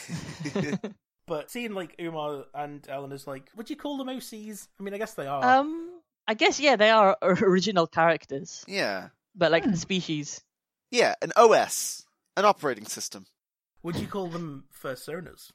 Speaker 1: But seeing like Umar and Eleanor's like, would you call them OCs? I mean, I guess they are.
Speaker 4: Um, I guess yeah, they are original characters,
Speaker 2: Yeah.
Speaker 4: but like species.
Speaker 2: Yeah, an OS, an operating system.
Speaker 1: would you call them fursonas?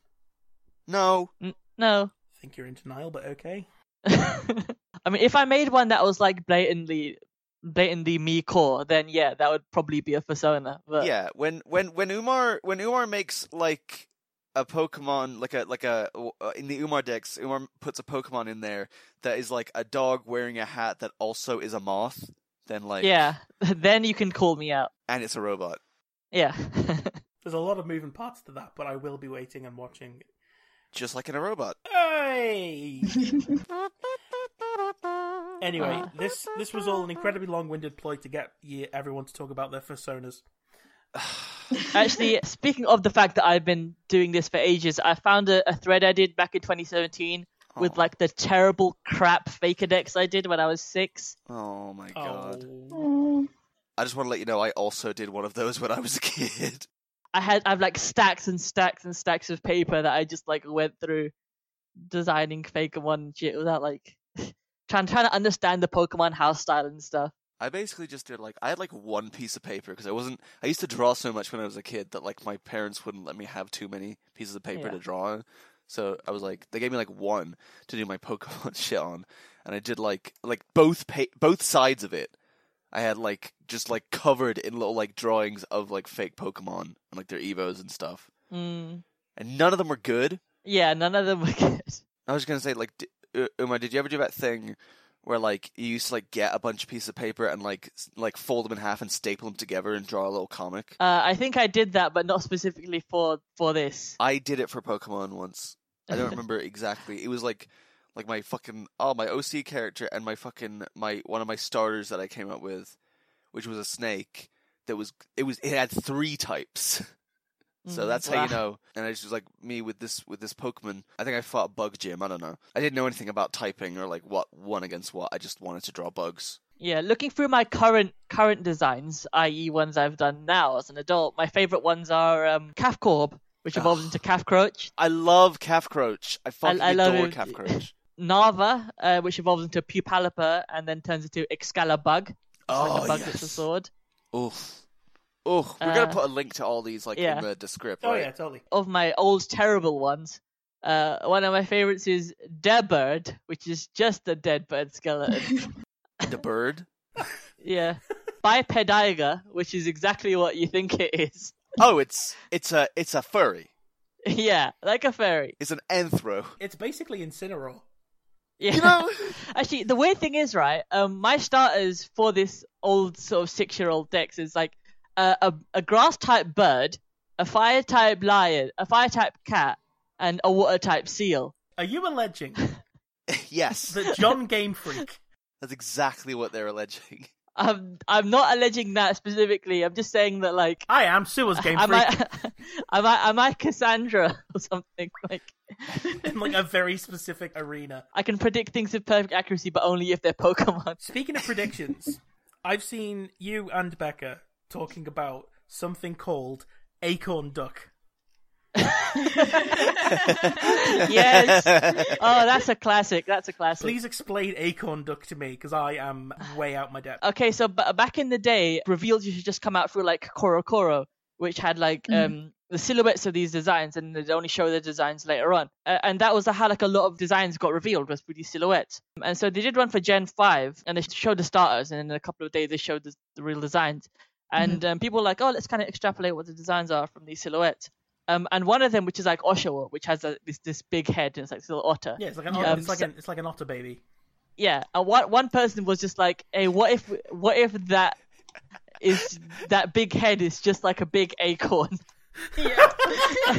Speaker 2: No.
Speaker 4: N- no.
Speaker 1: I think you're in denial, but okay.
Speaker 4: I mean, if I made one that was like blatantly, blatantly me core, then yeah, that would probably be a persona. But
Speaker 2: Yeah, when when when Umar when Umar makes like a Pokemon like a like a uh, in the Umar decks, Umar puts a Pokemon in there that is like a dog wearing a hat that also is a moth. Then like
Speaker 4: yeah, then you can call me out.
Speaker 2: and it's a robot.
Speaker 4: Yeah.
Speaker 1: There's a lot of moving parts to that, but I will be waiting and watching.
Speaker 2: just like in a robot.
Speaker 1: Hey. anyway, this this was all an incredibly long-winded ploy to get ye- everyone to talk about their fursonas.
Speaker 2: Uh,
Speaker 4: Actually, speaking of the fact that I've been doing this for ages, I found a, a thread I did back in 2017
Speaker 2: oh,
Speaker 4: with like the terrible crap faker decks I did when I was six.
Speaker 2: Oh my god.
Speaker 1: Oh,
Speaker 4: Mm.
Speaker 2: I just want to let you know I also did one of those when I was a kid.
Speaker 4: I had I've like stacks and stacks and stacks of paper that I just like went through designing faker one and shit without like trying trying to understand the Pokemon house style and stuff.
Speaker 2: I basically just did like I had like one piece of paper because I wasn't I used to draw so much when I was a kid that like my parents wouldn't let me have too many pieces of paper
Speaker 4: Yeah.
Speaker 2: to draw on. So I was like they gave me like one to do my Pokemon shit on and I did like like both pa- both sides of it. I had like just like covered in little like drawings of like fake Pokemon and like their evos and stuff.
Speaker 4: Mm.
Speaker 2: And none of them were good.
Speaker 4: Yeah, none of them were good.
Speaker 2: I was gonna say, like, d- U- Uma, did you ever do that thing where, like, you used to like get a bunch of pieces of paper and like s- like fold them in half and staple them together and draw a little comic?
Speaker 4: Uh, I think I did that, but not specifically for for this.
Speaker 2: I did it for Pokemon once. I
Speaker 4: Mm-hmm.
Speaker 2: don't remember exactly. It was like like my fucking oh my OC character and my fucking my one of my starters that I came up with, which was a snake that was it was it had three types. So
Speaker 4: Mm,
Speaker 2: that's how you
Speaker 4: wow.
Speaker 2: know. And I just was like me with this with this Pokemon. I think I fought Bug Gym. I don't know. I didn't know anything about typing or like what one against what. I just wanted to draw bugs.
Speaker 4: Yeah, looking through my current current designs, i.e., ones I've done now as an adult, my favorite ones are um, Calfcorp, which evolves into Calfcroach,
Speaker 2: I love Calfcroach. I fucking
Speaker 4: I love
Speaker 2: adore
Speaker 4: it.
Speaker 2: Calfcroach.
Speaker 4: Narva, uh, which evolves into Pupalipper and then turns into Excalibug,
Speaker 2: oh
Speaker 4: the bug that's a
Speaker 2: yes.
Speaker 4: sword.
Speaker 2: Oof. Oof. We're gonna
Speaker 4: Uh,
Speaker 2: put a link to all these like
Speaker 4: yeah.
Speaker 2: in the descript.
Speaker 1: oh
Speaker 2: right?
Speaker 1: yeah, totally.
Speaker 4: Of my old terrible ones, uh, one of my favorites is Deadbird, which is just a dead bird skeleton.
Speaker 2: The bird.
Speaker 4: yeah, Bipediger, which is exactly what you think it is.
Speaker 2: Oh, it's it's a it's a furry.
Speaker 4: yeah, like a fairy.
Speaker 2: It's an anthro.
Speaker 1: It's basically Incineroar.
Speaker 4: Yeah.
Speaker 2: You know,
Speaker 4: Actually, the weird thing is, right? Um, my starters for this old sort of six-year-old Dex is like a a, a grass-type bird, a fire-type lion, a fire-type cat, and a water-type seal.
Speaker 1: Are you alleging
Speaker 2: yes,
Speaker 1: that John Game Freak
Speaker 2: that's exactly what they're alleging.
Speaker 4: I'm I'm not alleging that specifically. I'm just saying that like
Speaker 1: I am Sewell's Game
Speaker 4: am
Speaker 1: Freak
Speaker 4: I am I am I Cassandra or something like.
Speaker 1: in like a very specific arena.
Speaker 4: I can predict things with perfect accuracy, but only if they're Pokemon.
Speaker 1: Speaking of predictions, I've seen you and Becca talking about something called Acorn Duck.
Speaker 4: yes. Oh, that's a classic. That's a classic.
Speaker 1: Please explain Acorn Duck to me because I am way out my depth.
Speaker 4: Okay, so b- back in the day, reveals used to just come out through like Korokoro, which had like um the silhouettes of these designs, and they'd only show the designs later on. Uh, and that was how like a lot of designs got revealed was through these silhouettes. And so they did one for Gen Five, and they showed the starters, and in a couple of days they showed the, the real designs. And um, people were like, oh, let's kind of extrapolate what the designs are from these silhouettes. Um, and one of them, which is like Oshawa, which has a, this this big head and it's like this little otter.
Speaker 1: Yeah, it's like an
Speaker 4: Um,
Speaker 1: it's like
Speaker 4: so-
Speaker 1: an, it's like an otter baby.
Speaker 4: yeah and one one person was just like hey what if what if that is that big head is just like a big acorn
Speaker 3: Yeah.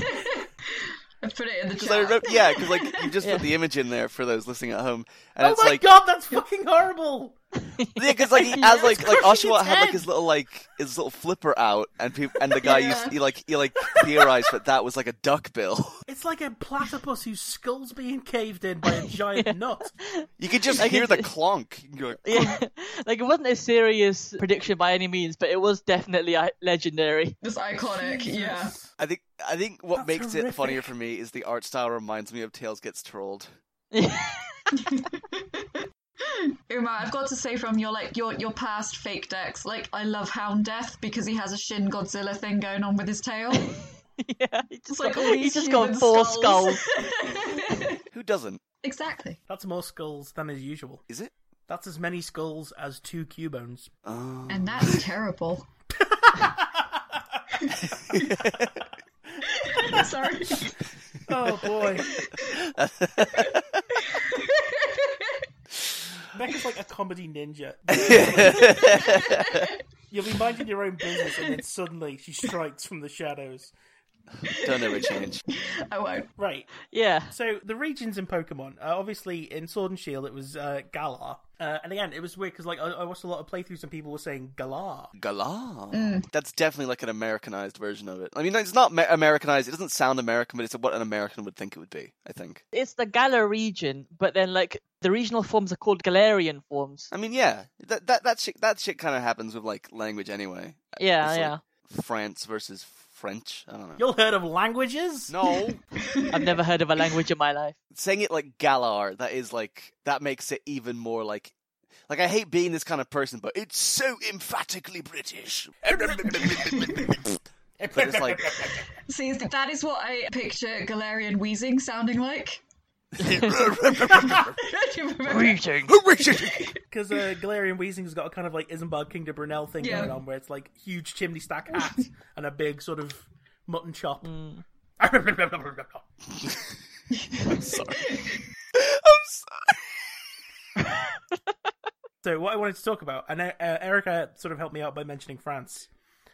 Speaker 3: I put it in the
Speaker 2: Because I
Speaker 3: chat.
Speaker 2: remember, yeah, because like you just
Speaker 4: Yeah.
Speaker 2: put the image in there for those listening at home, and
Speaker 1: oh
Speaker 2: it's
Speaker 1: my
Speaker 2: like
Speaker 1: god, that's fucking horrible!
Speaker 2: Yeah, because like he has like like
Speaker 1: crushing
Speaker 2: Oshawa
Speaker 1: its
Speaker 2: had like
Speaker 1: head.
Speaker 2: his little like his little flipper out, and people and the guy used he like he like theorized that that was like a duck bill.
Speaker 1: It's like a platypus whose skull's being caved in by a giant nut.
Speaker 2: You could just
Speaker 4: Like,
Speaker 2: hear the
Speaker 4: it's-
Speaker 2: clonk. and you're like,
Speaker 4: yeah like it wasn't a serious prediction by any means but it was definitely uh, legendary
Speaker 3: It's iconic. Yeah.
Speaker 1: Jesus.
Speaker 2: I think I think what
Speaker 1: That's
Speaker 2: makes it
Speaker 1: horrific.
Speaker 2: funnier for me is the art style reminds me of Tails Gets Trolled.
Speaker 3: Uma, I've got to say from your like your your past fake decks, like I love Hound Death because he has a Shin Godzilla thing going on with his tail.
Speaker 4: yeah he just,
Speaker 3: It's like
Speaker 4: got,
Speaker 3: all
Speaker 4: he
Speaker 3: these
Speaker 4: just got
Speaker 3: human
Speaker 4: four
Speaker 3: skulls.
Speaker 4: skulls
Speaker 2: Who doesn't?
Speaker 3: exactly.
Speaker 1: That's more skulls than is usual.
Speaker 2: Is it?
Speaker 1: That's as many skulls as two Cubones.
Speaker 2: Oh.
Speaker 3: And that's terrible. Sorry.
Speaker 1: Oh boy. Becca's like a comedy ninja. You'll be minding your own business and then suddenly she strikes from the shadows.
Speaker 2: Don't ever change.
Speaker 3: I won't.
Speaker 1: Right.
Speaker 4: yeah
Speaker 1: So the regions in Pokemon, uh, obviously in Sword and Shield it was uh, Galar. Uh, and again, it was weird because like I, I watched a lot of playthroughs and people were saying Galar.
Speaker 2: Galah. That's definitely like an Americanized version of it. I mean, it's not ma- Americanized. It doesn't sound American, but it's what an American would think it would be. I think.
Speaker 4: it's the Galar region but then like the regional forms are called Galarian forms
Speaker 2: I mean, yeah, that that that shit that shit kind of happens with like language anyway.
Speaker 4: yeah
Speaker 2: It's
Speaker 4: yeah
Speaker 2: like France versus French. I don't know.
Speaker 1: You'll heard of languages?
Speaker 2: No,
Speaker 4: I've never heard of a language in my life
Speaker 2: saying it like Galar, that is like that makes it even more like. Like I hate being this kind of person, but it's so emphatically British. But it's like
Speaker 3: See, that is what I picture Galarian wheezing sounding like. Do you remember?
Speaker 1: Because uh, Galarian Weezing's got a kind of like Isambard King de Brunel thing
Speaker 3: Yeah.
Speaker 1: going on where it's like huge chimney stack hat and a big sort of mutton chop.
Speaker 2: sorry.
Speaker 1: so what I wanted to talk about, and uh, uh, Erica sort of helped me out by mentioning France,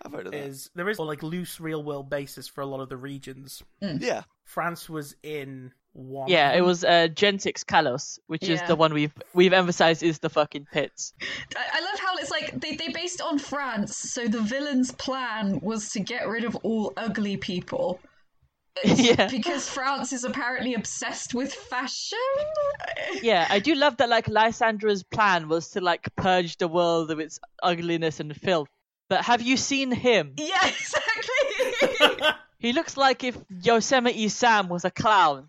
Speaker 2: I've heard of that.
Speaker 1: is there is a like loose real world basis for a lot of the regions.
Speaker 2: Yeah,
Speaker 1: France was in one.
Speaker 4: yeah it was uh, Gen 6 Kalos which is
Speaker 3: Yeah.
Speaker 4: the one we've we've emphasized is the fucking pits
Speaker 3: I I love how it's like they, they based it on France, so the villain's plan was to get rid of all ugly people.
Speaker 4: yeah
Speaker 3: Because France is apparently obsessed with fashion?
Speaker 4: Yeah, I do love that. Like Lysandra's plan was to like purge the world of its ugliness and filth. But have you seen him?
Speaker 3: Yeah, exactly!
Speaker 4: He looks like if Yosemite Sam was a clown.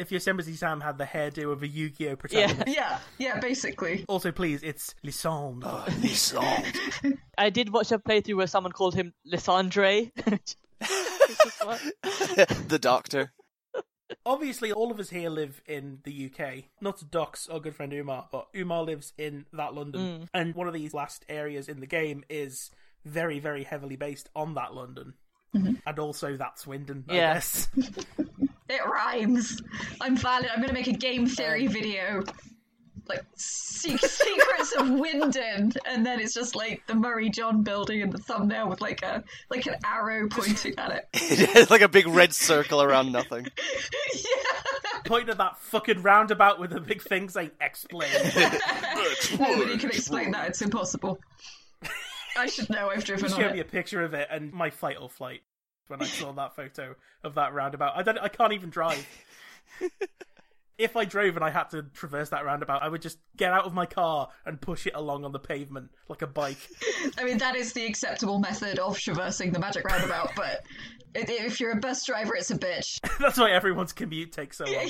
Speaker 1: If Yosemite Sam had the hairdo of a Yu-Gi-Oh protagonist.
Speaker 3: yeah, yeah, basically.
Speaker 1: Also, please, it's Lissandre.
Speaker 2: this song.
Speaker 4: I did watch a playthrough where someone called him Lysandre.
Speaker 2: the Doctor.
Speaker 1: Obviously, all of us here live in the UK. Not to dox our good friend Umar, but Umar lives in that London. And one of these last areas in the game is very, very heavily based on that London. And also that Swindon, I
Speaker 4: Yeah.
Speaker 1: guess.
Speaker 3: It rhymes. I'm valid. I'm gonna make a game
Speaker 4: Um,
Speaker 3: theory video, like se- secrets of Winden, and then it's just like the Murray John building in the thumbnail with like a like an arrow pointing at it.
Speaker 2: It has like a big red circle around nothing.
Speaker 1: Pointing at that fucking roundabout with the big thing saying explain.
Speaker 3: Nobody can explain that. It's impossible. I should know. I've driven on
Speaker 1: Show me a
Speaker 3: it.
Speaker 1: picture of it and my fight or flight when I saw that photo of that roundabout. I don't I can't even drive. if I drove and I had to traverse that roundabout, I would just get out of my car and push it along on the pavement like a bike.
Speaker 3: I mean, that is the acceptable method of traversing the magic roundabout, but i- if you're a bus driver, it's a bitch.
Speaker 1: That's why everyone's commute takes so long.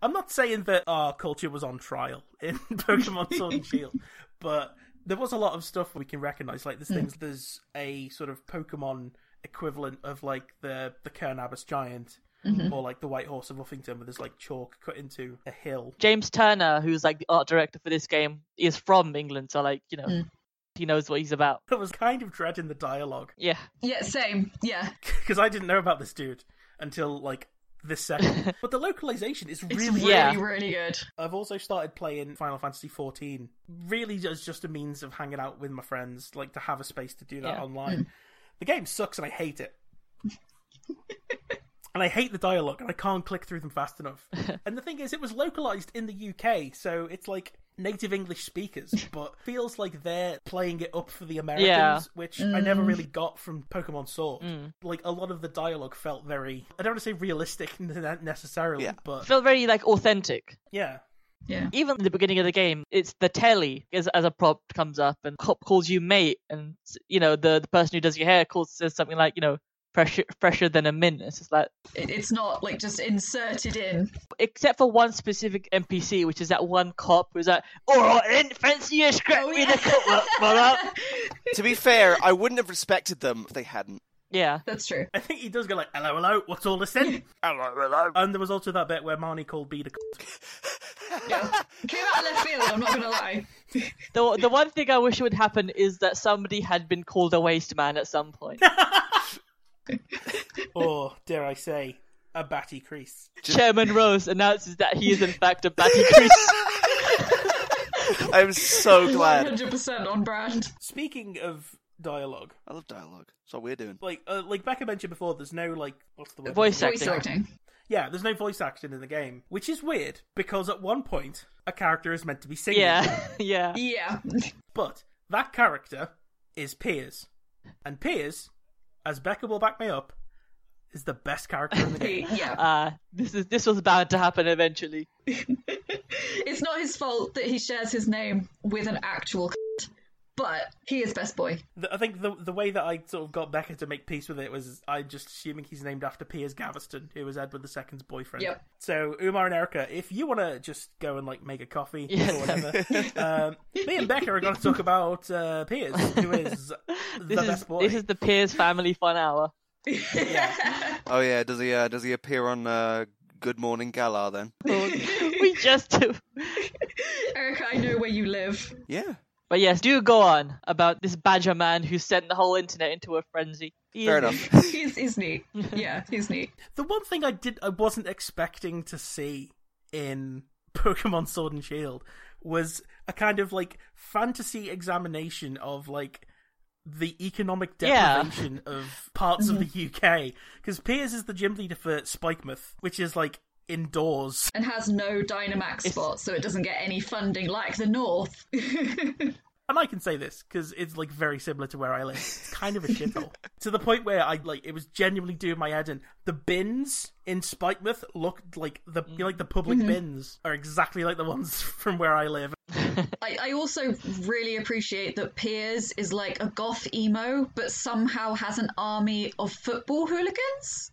Speaker 1: I'm not saying that our culture was on trial in Pokemon Sword and Shield, but there was a lot of stuff we can recognize. Like there's things, there's a sort of Pokemon equivalent of like the the Kernabbas giant, or like the White Horse of Uffington, where there's like chalk cut into a hill.
Speaker 4: James Turner, who's like the art director for this game, is from England, so like you know, he knows what he's about.
Speaker 1: I was kind of dreading the dialogue
Speaker 4: Yeah,
Speaker 3: Yeah, same. Yeah.
Speaker 1: because I didn't know about this dude until like this second. but the localization is
Speaker 3: It's
Speaker 1: really
Speaker 3: really,
Speaker 4: Yeah.
Speaker 3: really good.
Speaker 1: I've also started playing Final Fantasy XIV, really as just a means of hanging out with my friends, like to have a space to do that
Speaker 4: Yeah.
Speaker 1: online. the game sucks and I hate it. and I hate the dialogue and I can't click through them fast enough. and the thing is, it was localized in the UK, so it's like native English speakers, but feels like they're playing it up for the Americans, which I never really got from Pokemon Sword. Like a lot of the dialogue felt very, I don't want to say realistic ne- necessarily,
Speaker 2: Yeah.
Speaker 1: but
Speaker 4: felt very like authentic.
Speaker 1: yeah.
Speaker 3: Yeah.
Speaker 4: Even at the beginning of the game, it's the telly as, as a prop comes up and cop calls you mate, and you know the the person who does your hair calls says something like you know pressure fresher than a mint. It's just like
Speaker 3: It, it's not like just inserted in.
Speaker 4: except for one specific NPC, which is that one cop who's like, "Oh, I didn't fancy you scrap
Speaker 3: Oh,
Speaker 4: me
Speaker 3: yeah.
Speaker 4: the cop." Well, well, well."
Speaker 2: to be fair, I wouldn't have respected them if they hadn't.
Speaker 4: yeah,
Speaker 3: That's true.
Speaker 1: I think he does go like, "Hello, hello, what's all this then?"
Speaker 2: Hello, hello.
Speaker 1: and there was also that bit where Marnie called B the c-
Speaker 3: Came out of left field, I'm not going to lie.
Speaker 4: the the one thing I wish would happen is that somebody had been called a waste man at some point.
Speaker 1: or Oh, dare I say, a batty crease.
Speaker 4: Chairman Rose announces that he is in fact a batty crease.
Speaker 2: I'm so glad.
Speaker 3: 100% on brand.
Speaker 1: Speaking of dialogue,
Speaker 2: I love dialogue. That's what we're doing.
Speaker 1: like uh, like Becca mentioned before, there's no like what's the word?
Speaker 4: Voice
Speaker 3: Voice
Speaker 4: acting.
Speaker 3: acting.
Speaker 1: Yeah, there's no voice action in the game, which is weird because at one point a character is meant to be singing,
Speaker 4: Yeah, yeah.
Speaker 3: Yeah.
Speaker 1: but that character is Piers, and Piers, as Becca will back me up, is the best character in the game.
Speaker 3: Yeah.
Speaker 4: Uh, this is this was bound to happen eventually.
Speaker 3: It's not his fault that he shares his name with an actual c- but he is best boy.
Speaker 1: The- I think the the way that I sort of got Becca to make peace with it was I'm just assuming he's named after Piers Gaveston, who was Edward II's boyfriend.
Speaker 3: Yep.
Speaker 1: So Umar and Erica, if you want to just go and like make a coffee or whatever, um, me and Becca are going to talk about uh, Piers, who is the
Speaker 4: This is
Speaker 1: best boy.
Speaker 4: this is the Piers family fun hour.
Speaker 2: Oh yeah, does he uh, does he appear on uh, Good Morning Gala then?
Speaker 4: we just do.
Speaker 3: Erica, I know where you live.
Speaker 2: Yeah.
Speaker 4: But yes, do go on about this badger man who sent the whole internet into a frenzy. He
Speaker 2: Fair
Speaker 4: is-
Speaker 2: enough.
Speaker 3: He's, he's neat. Yeah, he's neat.
Speaker 1: The one thing I did I wasn't expecting to see in Pokemon Sword and Shield was a kind of like fantasy examination of like the economic
Speaker 4: Yeah.
Speaker 1: deprivation of parts of the UK because Piers is the gym leader for Spikemouth, which is like indoors.
Speaker 3: And has no Dynamax spot, so it doesn't get any funding like the North.
Speaker 1: And I can say this because it's like very similar to where I live. It's kind of a shithole to the point where I like it was genuinely doing my head in. The bins in Spikemouth looked like the you know, like the public bins are exactly like the ones from where I live.
Speaker 3: I, I also really appreciate that Piers is like a goth emo, but somehow has an army of football hooligans.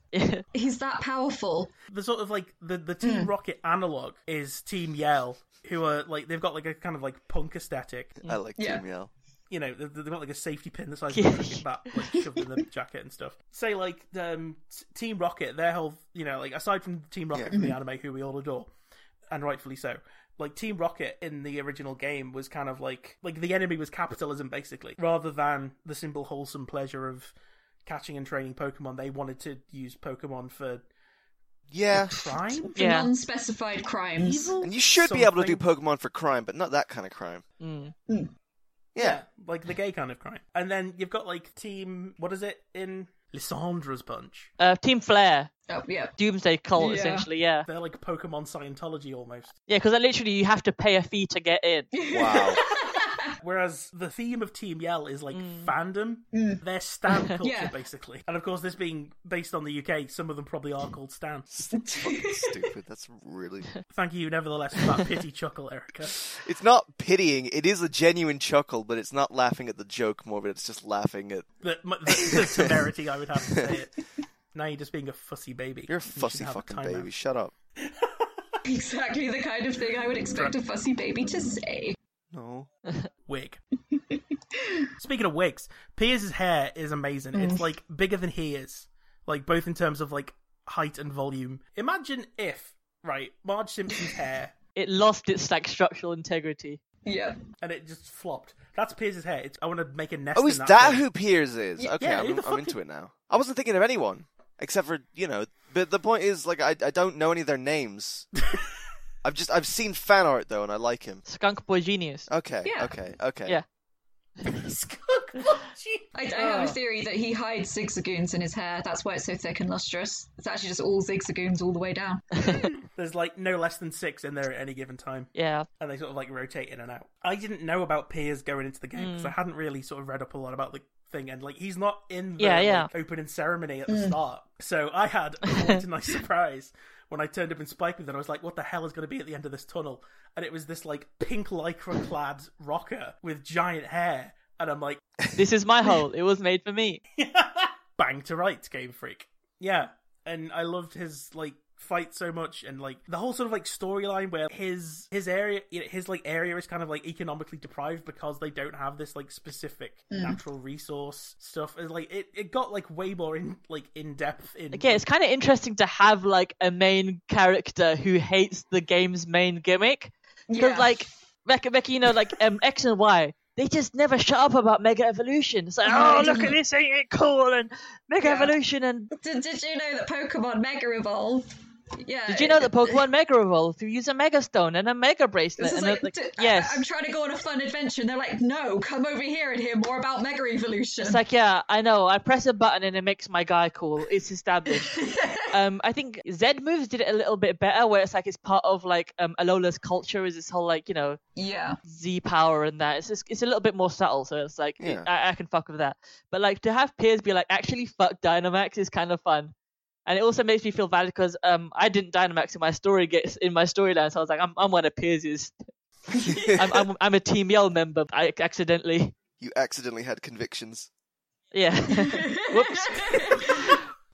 Speaker 3: He's that powerful.
Speaker 1: the sort of like the the Team Rocket analog is Team Yell, who are like they've got like a kind of like punk aesthetic.
Speaker 2: I like
Speaker 3: Yeah.
Speaker 2: Team Yell.
Speaker 1: You know, they've, they've got like a safety pin the size of a cricket bat, like shoved in the jacket and stuff. Say like um, t- Team Rocket, their whole you know like aside from Team Rocket from
Speaker 2: Mm-hmm.
Speaker 1: the anime, who we all adore, and rightfully so. Like Team Rocket in the original game was kind of like like the enemy was capitalism basically, rather than the simple wholesome pleasure of catching and training Pokemon. They wanted to use Pokemon for
Speaker 2: Yeah.
Speaker 1: Crime?
Speaker 4: Yeah.
Speaker 3: non-specified crimes.
Speaker 1: Evil?
Speaker 2: And you should be able to do
Speaker 1: Something.
Speaker 2: Pokemon for crime, but not that kind of crime.
Speaker 4: Mm.
Speaker 2: Yeah.
Speaker 1: like the gay kind of crime. And then you've got like team, what is it in Lissandra's bunch?
Speaker 4: Uh, Team Flare,
Speaker 3: Oh, yeah.
Speaker 4: Doomsday Cult,
Speaker 3: Yeah.
Speaker 4: essentially. Yeah,
Speaker 1: They're like Pokemon Scientology almost.
Speaker 4: yeah, because literally you have to pay a fee to get in.
Speaker 2: Wow.
Speaker 1: Whereas the theme of Team Yell is like fandom,
Speaker 2: Mm.
Speaker 1: they're Stan culture
Speaker 3: Yeah.
Speaker 1: basically. And of course, this being based on the UK, some of them probably are called Stan.
Speaker 2: That's fucking stupid. That's really.
Speaker 1: Thank you, nevertheless, for that pity chuckle, Erica.
Speaker 2: It's not pitying. It is a genuine chuckle, but it's not laughing at the joke more, but it's just laughing at.
Speaker 1: The, m- the, the severity I would have to say it. Now you're just being a fussy baby.
Speaker 2: You're a
Speaker 1: You should
Speaker 2: fussy
Speaker 1: have
Speaker 2: fucking
Speaker 1: time out.
Speaker 2: baby. Shut up.
Speaker 3: Exactly the kind of thing I would expect a fussy baby to say.
Speaker 2: No.
Speaker 1: wig. Speaking of wigs, Pierce's hair is amazing. It's like bigger than he is, like both in terms of like height and volume. Imagine if right Marge Simpson's hair
Speaker 4: It lost its like structural integrity.
Speaker 3: Yeah.
Speaker 1: and it just flopped. That's Pierce's hair. It's, I want to make a nest.
Speaker 2: Oh,
Speaker 1: in
Speaker 2: is
Speaker 1: that,
Speaker 2: that
Speaker 1: thing.
Speaker 2: who Piers is? Okay,
Speaker 1: yeah, who
Speaker 2: I'm,
Speaker 1: the
Speaker 2: I'm
Speaker 1: fuck
Speaker 2: into
Speaker 1: is-
Speaker 2: it now. I wasn't thinking of anyone except for you know. But the point is, like, I, I don't know any of their names. I've just I've seen fan art though, and I like him.
Speaker 4: Skunk Boy Genius.
Speaker 2: Okay,
Speaker 3: Yeah.
Speaker 2: okay, okay.
Speaker 4: Yeah.
Speaker 1: Skunk Monkey.
Speaker 3: I, I
Speaker 4: Ah.
Speaker 3: have a theory that he hides zigzagoons in his hair. That's why it's so thick and lustrous. It's actually just all zigzagoons all the way down.
Speaker 1: There's like no less than six in there at any given time,
Speaker 4: Yeah,
Speaker 1: and they sort of like rotate in and out. I didn't know about Piers going into the game because I
Speaker 4: Mm.
Speaker 1: hadn't really sort of read up a lot about the thing, and like he's not in the
Speaker 4: Yeah, yeah.
Speaker 1: Like, opening ceremony at the start. So I had quite a nice surprise when I turned up in Spike with it. I was like, "What the hell is going to be at the end of this tunnel?" And it was this like pink lycra clad rocker with giant hair, and I'm like,
Speaker 4: this is my hole. It was made for me.
Speaker 1: bang to rights game freak yeah and i loved his like fight so much and like the whole sort of like storyline where his his area you know, his like area is kind of like economically deprived because they don't have this like specific natural resource stuff is like it, it got like way more in like in depth in
Speaker 4: Again, it's kind of interesting to have like a main character who hates the game's main gimmick. Because
Speaker 3: Yeah.
Speaker 4: like Mecca, Mecca, you know, like um, X and Y, they just never shut up about Mega Evolution. It's like,
Speaker 3: No,
Speaker 4: oh,
Speaker 3: they
Speaker 4: look at this, ain't it cool? And Mega
Speaker 3: Yeah. Uh,
Speaker 4: Evolution, and
Speaker 3: Did, did you know that Pokemon Mega Evolve? Yeah.
Speaker 4: did you know that Pokemon Mega Evolve? You use a Mega Stone and a Mega Bracelet,
Speaker 3: uh, This is
Speaker 4: and
Speaker 3: like,
Speaker 4: they're like,
Speaker 3: d- I-
Speaker 4: yes.
Speaker 3: I'm trying to go on a fun adventure, and they're like, "No, come over here and hear more about Mega Evolution."
Speaker 4: It's like, yeah, I know. I press a button and it makes my guy cool. It's established. um, I think Z Moves did it a little bit better, where it's like it's part of like um, Alola's culture is this whole like you know
Speaker 3: yeah,
Speaker 4: Z power and that. It's just, it's a little bit more subtle, so it's like
Speaker 2: Yeah.
Speaker 4: I, I can fuck with that. But like to have peers be like, actually, fuck Dynamax is kind of fun. And it also makes me feel bad because um, I didn't Dynamax in my story gets in my storyline, so I was like, I'm, I'm one of Piers's. I'm, I'm I'm a Team Yell member. I accidentally,
Speaker 2: You accidentally had convictions.
Speaker 4: yeah. Whoops.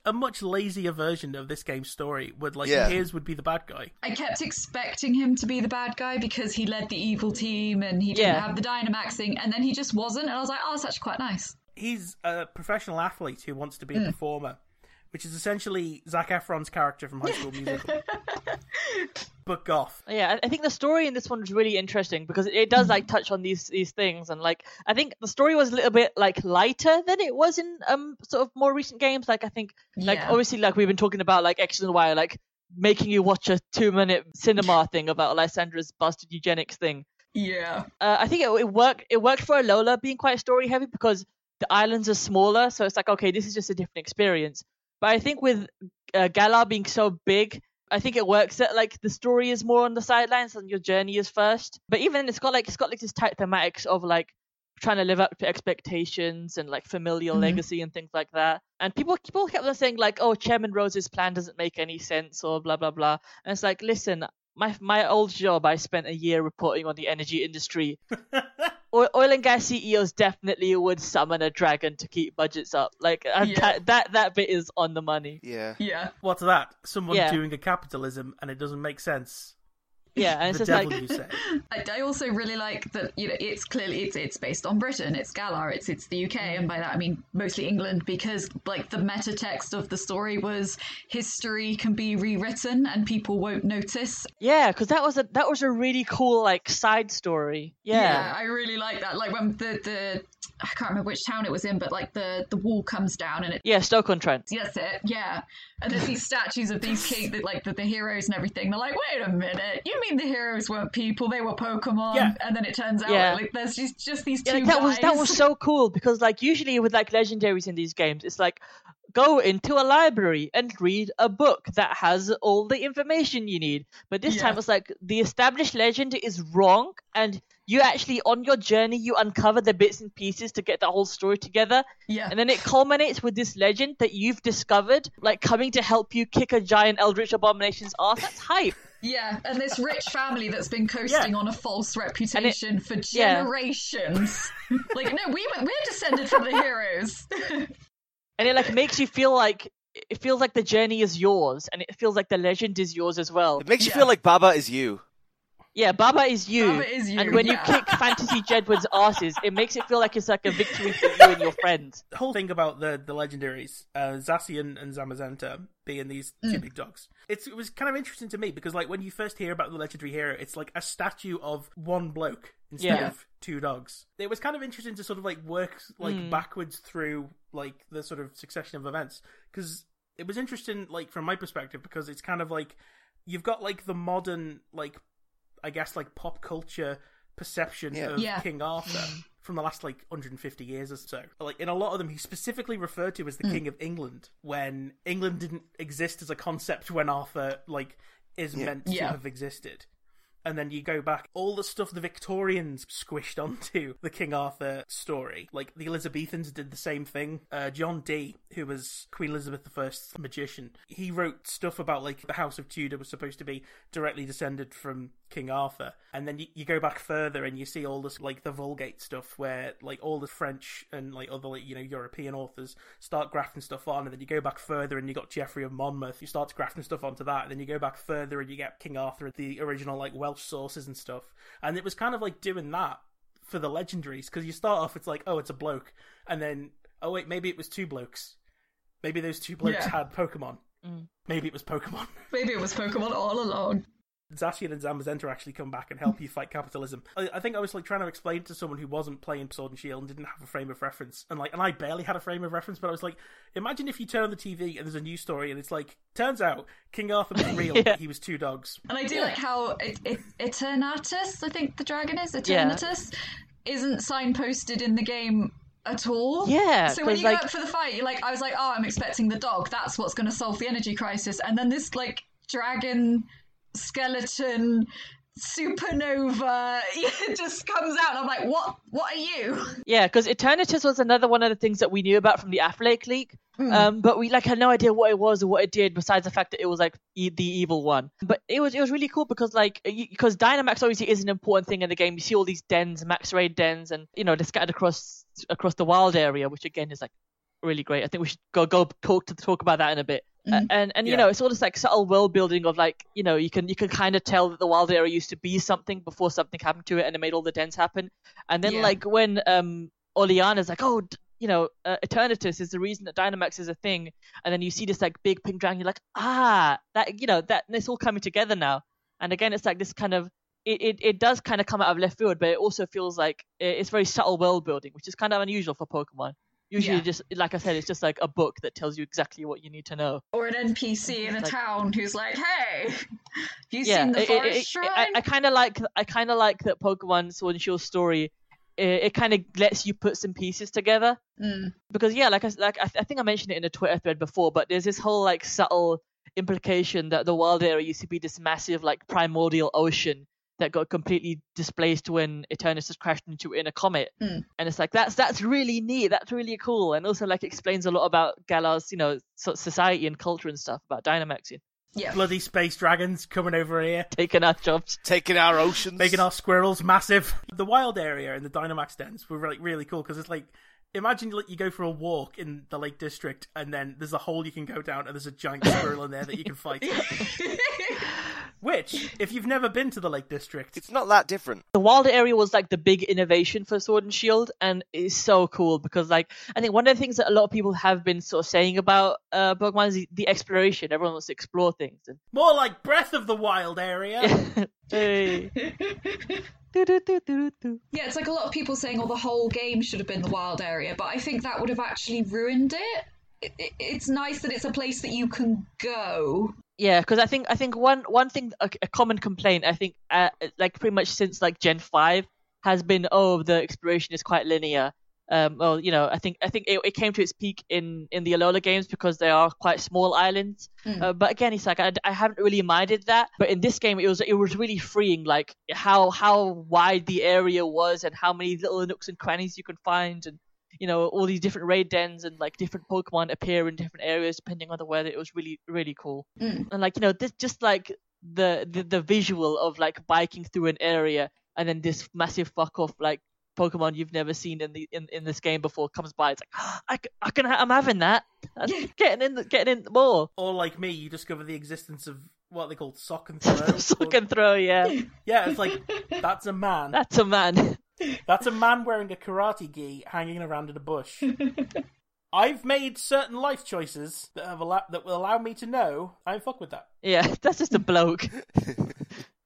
Speaker 1: a much lazier version of this game's story would like
Speaker 2: Yeah.
Speaker 1: Piers would be the bad guy
Speaker 3: I kept expecting him to be the bad guy because he led the evil team and he didn't
Speaker 4: Yeah.
Speaker 3: have the Dynamaxing, and then he just wasn't. And I was like, "Oh, that's actually quite nice."
Speaker 1: he's a professional athlete who wants to be a performer, which is essentially Zach Efron's character from High School Musical, but goth.
Speaker 4: Yeah, I I think the story in this one was really interesting because it- it does like touch on these these things and like I think the story was a little bit like lighter than it was in um sort of more recent games. Like I think like
Speaker 3: Yeah.
Speaker 4: obviously like we've been talking about like X and Y like making you watch a two minute cinema thing about Lysandra's busted eugenics thing.
Speaker 3: Yeah,
Speaker 4: Uh, I think it, it worked it worked for Alola being quite story heavy because the islands are smaller, so it's like okay, this is just a different experience. But I think with uh, Galar being so big, I think it works that like the story is more on the sidelines and your journey is first. But even then, it's got like it's got like this tight thematics of like trying to live up to expectations and like familial legacy and things like that. And people people kept on saying like, oh, Chairman Rose's plan doesn't make any sense or blah blah blah. And it's like, listen, my my old job, I spent a year reporting on the energy industry. Oil, oil and gas CEOs definitely would summon a dragon to keep budgets up. Like uh,
Speaker 3: Yeah.
Speaker 4: that, that that bit is on the money.
Speaker 2: Yeah.
Speaker 3: yeah,
Speaker 1: What's that? Someone
Speaker 4: Yeah.
Speaker 1: doing a capitalism and it doesn't make sense.
Speaker 4: Yeah, and it's
Speaker 1: the
Speaker 4: just
Speaker 1: devil
Speaker 4: like
Speaker 1: you say.
Speaker 3: I, I also really like that you know it's clearly it's it's based on Britain, it's Galar, it's it's the UK, and by that I mean mostly England because like the meta text of the story was history can be rewritten and people won't notice.
Speaker 4: yeah, because that was a that was a really cool like side story. Yeah,
Speaker 3: I really like that. Like when the the I can't remember which town it was in, but like the the wall comes down and it.
Speaker 4: yeah, Stoke on Trent.
Speaker 3: That's it, yeah. And there's these statues of these kings, that, like the, the heroes and everything. They're like, wait a minute, you mean the heroes weren't people? They were Pokemon.
Speaker 1: Yeah.
Speaker 3: And then it turns out
Speaker 4: Yeah.
Speaker 3: like there's just just these two
Speaker 4: Yeah, like that was that
Speaker 3: guys.
Speaker 4: was so cool because like usually with like legendaries in these games, it's like go into a library and read a book that has all the information you need. But this time
Speaker 3: Yeah.
Speaker 4: it's like the established legend is wrong and you actually on your journey you uncover the bits and pieces to get the whole story together
Speaker 3: yeah.
Speaker 4: and then it culminates with this legend that you've discovered like coming to help you kick a giant eldritch abomination's ass that's hype
Speaker 3: Yeah, and this rich family that's been coasting
Speaker 1: Yeah.
Speaker 3: on a false reputation for
Speaker 4: yeah.
Speaker 3: generations. like, no, we were, we're descended from the heroes.
Speaker 4: and it like makes you feel like it feels like the journey is yours and it feels like the legend is yours as well
Speaker 2: It makes you
Speaker 3: Yeah.
Speaker 2: feel like Baba is you.
Speaker 4: Yeah, Baba is you.
Speaker 3: Baba is you,
Speaker 4: And when
Speaker 3: yeah.
Speaker 4: you kick Fantasy Jedward's asses, it makes it feel like it's like a victory for you and your friends.
Speaker 1: The whole thing about the the legendaries, uh, Zacian and Zamazenta being these two big dogs. It's, it was kind of interesting to me because like when you first hear about the legendary hero, it's like a statue of one bloke instead
Speaker 4: Yeah.
Speaker 1: of two dogs. It was kind of interesting to sort of like work like backwards through like the sort of succession of events because it was interesting like from my perspective because it's kind of like you've got like the modern like I guess like pop culture perception
Speaker 2: Yeah.
Speaker 1: of
Speaker 3: Yeah.
Speaker 1: King Arthur from the last like 150 years or so. Like in a lot of them, he's specifically referred to as the King of England when England didn't exist as a concept when Arthur like is meant to
Speaker 3: Yeah.
Speaker 1: have existed. And then you go back, all the stuff the Victorians squished onto the King Arthur story. Like the Elizabethans did the same thing. Uh, John Dee, who was Queen Elizabeth I's magician, he wrote stuff about like the House of Tudor was supposed to be directly descended from King Arthur. And then you, you go back further and you see all this like the Vulgate stuff where like all the French and like other like, you know European authors start grafting stuff on, and then you go back further and you got Geoffrey of Monmouth. You start grafting stuff onto that, and then you go back further and you get King Arthur, the original like Welsh sources and stuff. And it was kind of like doing that for the legendaries because you start off it's like oh it's a bloke, and then oh wait maybe it was two blokes, maybe those two blokes
Speaker 3: Yeah.
Speaker 1: had Pokemon, maybe it was Pokemon.
Speaker 3: Maybe it was Pokemon all along.
Speaker 1: Zacian and Zamazenta actually come back and help you fight capitalism. I, I think I was like trying to explain to someone who wasn't playing Sword and Shield and didn't have a frame of reference, and like, and I barely had a frame of reference, but I was like, imagine if you turn on the TV and there's a news story and it's like, turns out King Arthur was real, but he was two dogs.
Speaker 3: And I do like how it, it, Eternatus, I think the dragon is, Eternatus, isn't signposted in the game at all.
Speaker 4: Yeah,
Speaker 3: So when
Speaker 4: 'cause,
Speaker 3: you
Speaker 4: like-
Speaker 3: go up for the fight, you're like, I was like, oh, I'm expecting the dog. That's what's going to solve the energy crisis. And then this, like, dragon skeleton supernova just comes out. And I'm like, what What are you?
Speaker 4: Yeah, because Eternatus was another one of the things that we knew about from the Affleck leak, um, but we like had no idea what it was or what it did besides the fact that it was like e- the evil one. But it was it was really cool because like because Dynamax obviously is an important thing in the game. You see all these dens, Max Raid dens, and you know they're scattered across across the wild area, which again is like really great. I think we should go go talk to talk about that in a bit. A- And and you
Speaker 1: Yeah.
Speaker 4: know it's all this like subtle world building of like you know you can you can kind of tell that the wild area used to be something before something happened to it and it made all the dens happen. And then
Speaker 3: Yeah.
Speaker 4: like when um Oleana's like oh d- you know uh, Eternatus is the reason that Dynamax is a thing, and then you see this like big pink dragon, you're like ah that you know that and it's all coming together now. And again it's like this kind of it, it, it does kind of come out of left field, but it also feels like it- it's very subtle world building, which is kind of unusual for Pokemon. Usually,
Speaker 3: Yeah.
Speaker 4: just like I said, it's just like a book that tells you exactly what you need to know.
Speaker 3: Or an NPC in a
Speaker 4: Like-
Speaker 3: town who's like, hey, you
Speaker 4: yeah,
Speaker 3: seen the
Speaker 4: it- it-
Speaker 3: forest
Speaker 4: it-
Speaker 3: shrine?
Speaker 4: I, I kind of like I kind of like that Pokemon Sword and Shield story. It, it kind of lets you put some pieces together
Speaker 3: Mm.
Speaker 4: because yeah, like I s- like I, th- I think I mentioned it in a Twitter thread before, but there's this whole like subtle implication that the wild area used to be this massive like primordial ocean that got completely displaced when Eternatus crashed into it in a comet.
Speaker 3: Mm.
Speaker 4: And it's like that's that's really neat, that's really cool, and also like explains a lot about Galar's you know so- society and culture and stuff about Dynamaxing
Speaker 3: Yeah.
Speaker 1: Bloody space dragons coming over here.
Speaker 4: taking our jobs.
Speaker 2: Taking our oceans.
Speaker 1: making our squirrels massive. The wild area and the Dynamax dens were like really cool because it's like imagine like you go for a walk in the Lake District and then there's a hole you can go down and there's a giant squirrel in there that you can fight. Which, if you've never been to the Lake District,
Speaker 2: It's not that different.
Speaker 4: the wild area was like the big innovation for sword and shield and it's so cool because like i think one of the things that a lot of people have been sort of saying about uh pokemon is the, the exploration everyone wants to explore things and
Speaker 1: more like Breath of the Wild area.
Speaker 4: hey. Do-do-do-do-do-do.
Speaker 3: Yeah, it's like a lot of people saying, "Oh, the whole game should have been the wild area," but I think that would have actually ruined it. It- it- It's nice that it's a place that you can go.
Speaker 4: yeah because i think i think one one thing a, a common complaint i think uh, like pretty much since like gen 5 has been oh the exploration is quite linear um well you know i think i think it, it came to its peak in in the alola games because they are quite small islands uh, but again it's like I, I haven't really minded that but in this game it was it was really freeing like how how wide the area was and how many little nooks and crannies you could find and you know all these different raid dens and like different pokemon appear in different areas depending on the weather it was really really cool and like you know this just like the, the the visual of like biking through an area and then this massive fuck off like pokemon you've never seen in the in, in this game before comes by it's like I, c- I can ha- i'm having that I'm getting in the, getting in the ball
Speaker 1: or like me, you discover the existence of what they call sock and throw.
Speaker 4: sock and throw yeah
Speaker 1: Yeah, it's like that's a man.
Speaker 4: that's a man
Speaker 1: That's a man wearing a karate gi hanging around in a bush. I've made certain life choices that have allow- that will allow me to know I don't fuck with that.
Speaker 4: yeah that's just a bloke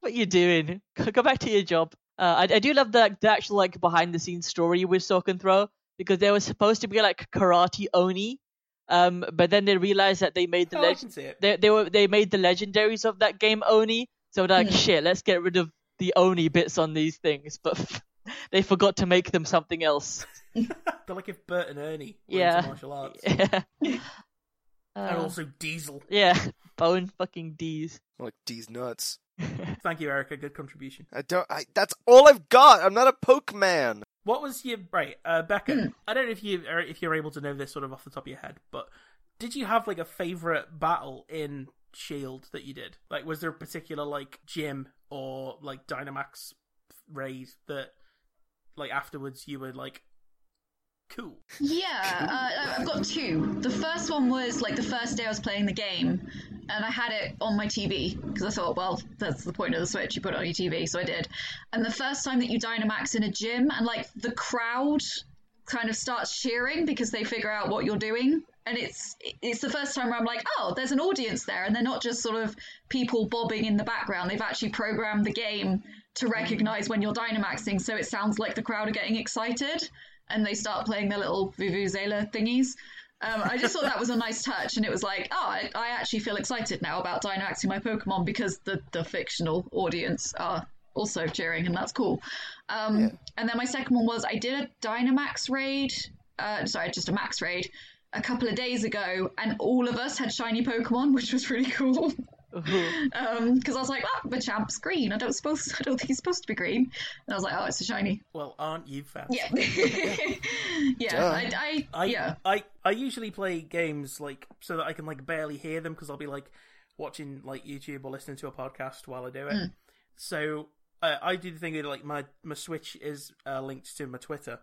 Speaker 4: what you doing go go back to your job uh, I, I do love the, the actual like behind the scenes story with sock and throw because there was supposed to be like karate oni um, but then they realized that they made the
Speaker 1: Oh, I
Speaker 4: legend
Speaker 1: can see it.
Speaker 4: they they were they made the legendaries of that game Oni, so they're like shit, let's get rid of the Oni bits on these things, but they forgot to make them something else.
Speaker 1: They're like if Bert and Ernie were
Speaker 4: Yeah.
Speaker 1: into martial arts.
Speaker 4: yeah.
Speaker 1: And
Speaker 4: Uh,
Speaker 1: also Diesel.
Speaker 4: yeah, bone fucking D's.
Speaker 2: Like these nuts.
Speaker 1: Thank you, Erica. Good contribution.
Speaker 2: I don't. I, that's all I've got. I'm not a poke man.
Speaker 1: What was your right, uh, Becca? I don't know if you are if you're able to know this sort of off the top of your head, but did you have like a favorite battle in Shield E that you did? Like, was there a particular like gym or like Dynamax raid that like afterwards you were like cool?
Speaker 3: Yeah, uh, I've got two. The first one was like the first day I was playing the game, and I had it on my TV because I thought, well, that's the point of the Switch. You put it on your TV, so I did. And the first time that you Dynamax in a gym, and like the crowd kind of starts cheering because they figure out what you're doing. And it's it's the first time where I'm like, oh, there's an audience there, and they're not just sort of people bobbing in the background. They've actually programmed the game to recognize when you're Dynamaxing, so it sounds like the crowd are getting excited, and they start playing their little vuvuzela thingies. Um, I just thought that was a nice touch, and it was like, oh, I, I actually feel excited now about Dynamaxing my Pokemon because the the fictional audience are also cheering, and that's cool. Um, And then my second one was I did a Dynamax raid, uh, sorry, just a Max raid a couple of days ago, and all of us had shiny Pokemon, which was really cool.
Speaker 4: Ooh.
Speaker 3: Because I was like, ah, the champ's green. I don't suppose I don't think he's supposed to be green. And I was like, oh, it's a shiny.
Speaker 1: Well, aren't you fat?
Speaker 3: Yeah, yeah. I, I,
Speaker 1: I,
Speaker 3: yeah.
Speaker 1: I I usually play games like so that I can like barely hear them because I'll be like watching like YouTube or listening to a podcast while I do it. So uh, I do the thing where like my my Switch is uh, linked to my Twitter,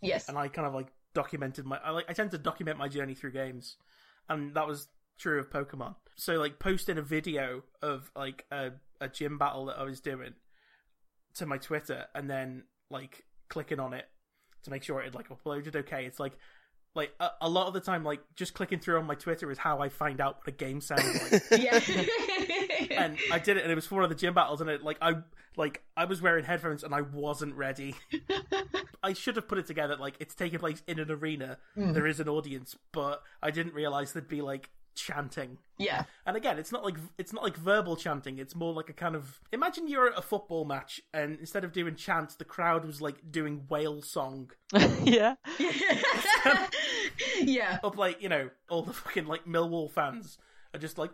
Speaker 3: Yes.
Speaker 1: and I kind of like documented my I like I tend to document my journey through games, and that was true of Pokemon. So like posting a video of like a a gym battle that I was doing to my Twitter, and then like clicking on it to make sure it had like uploaded okay. It's like like a, a lot of the time, like just clicking through on my Twitter is how I find out what a game sounds like
Speaker 3: Yeah.
Speaker 1: and I did it, and it was for one of the gym battles, and it like I like I was wearing headphones and I wasn't ready. I should have put it together. Like it's taking place in an arena, there is an audience, but I didn't realize there'd be like chanting.
Speaker 3: yeah.
Speaker 1: And again, it's not like it's not like verbal chanting. It's more like a kind of imagine you're at a football match, and instead of doing chant, the crowd was like doing whale song
Speaker 4: yeah.
Speaker 3: Yeah.
Speaker 1: up like you know all the fucking like Millwall fans are just like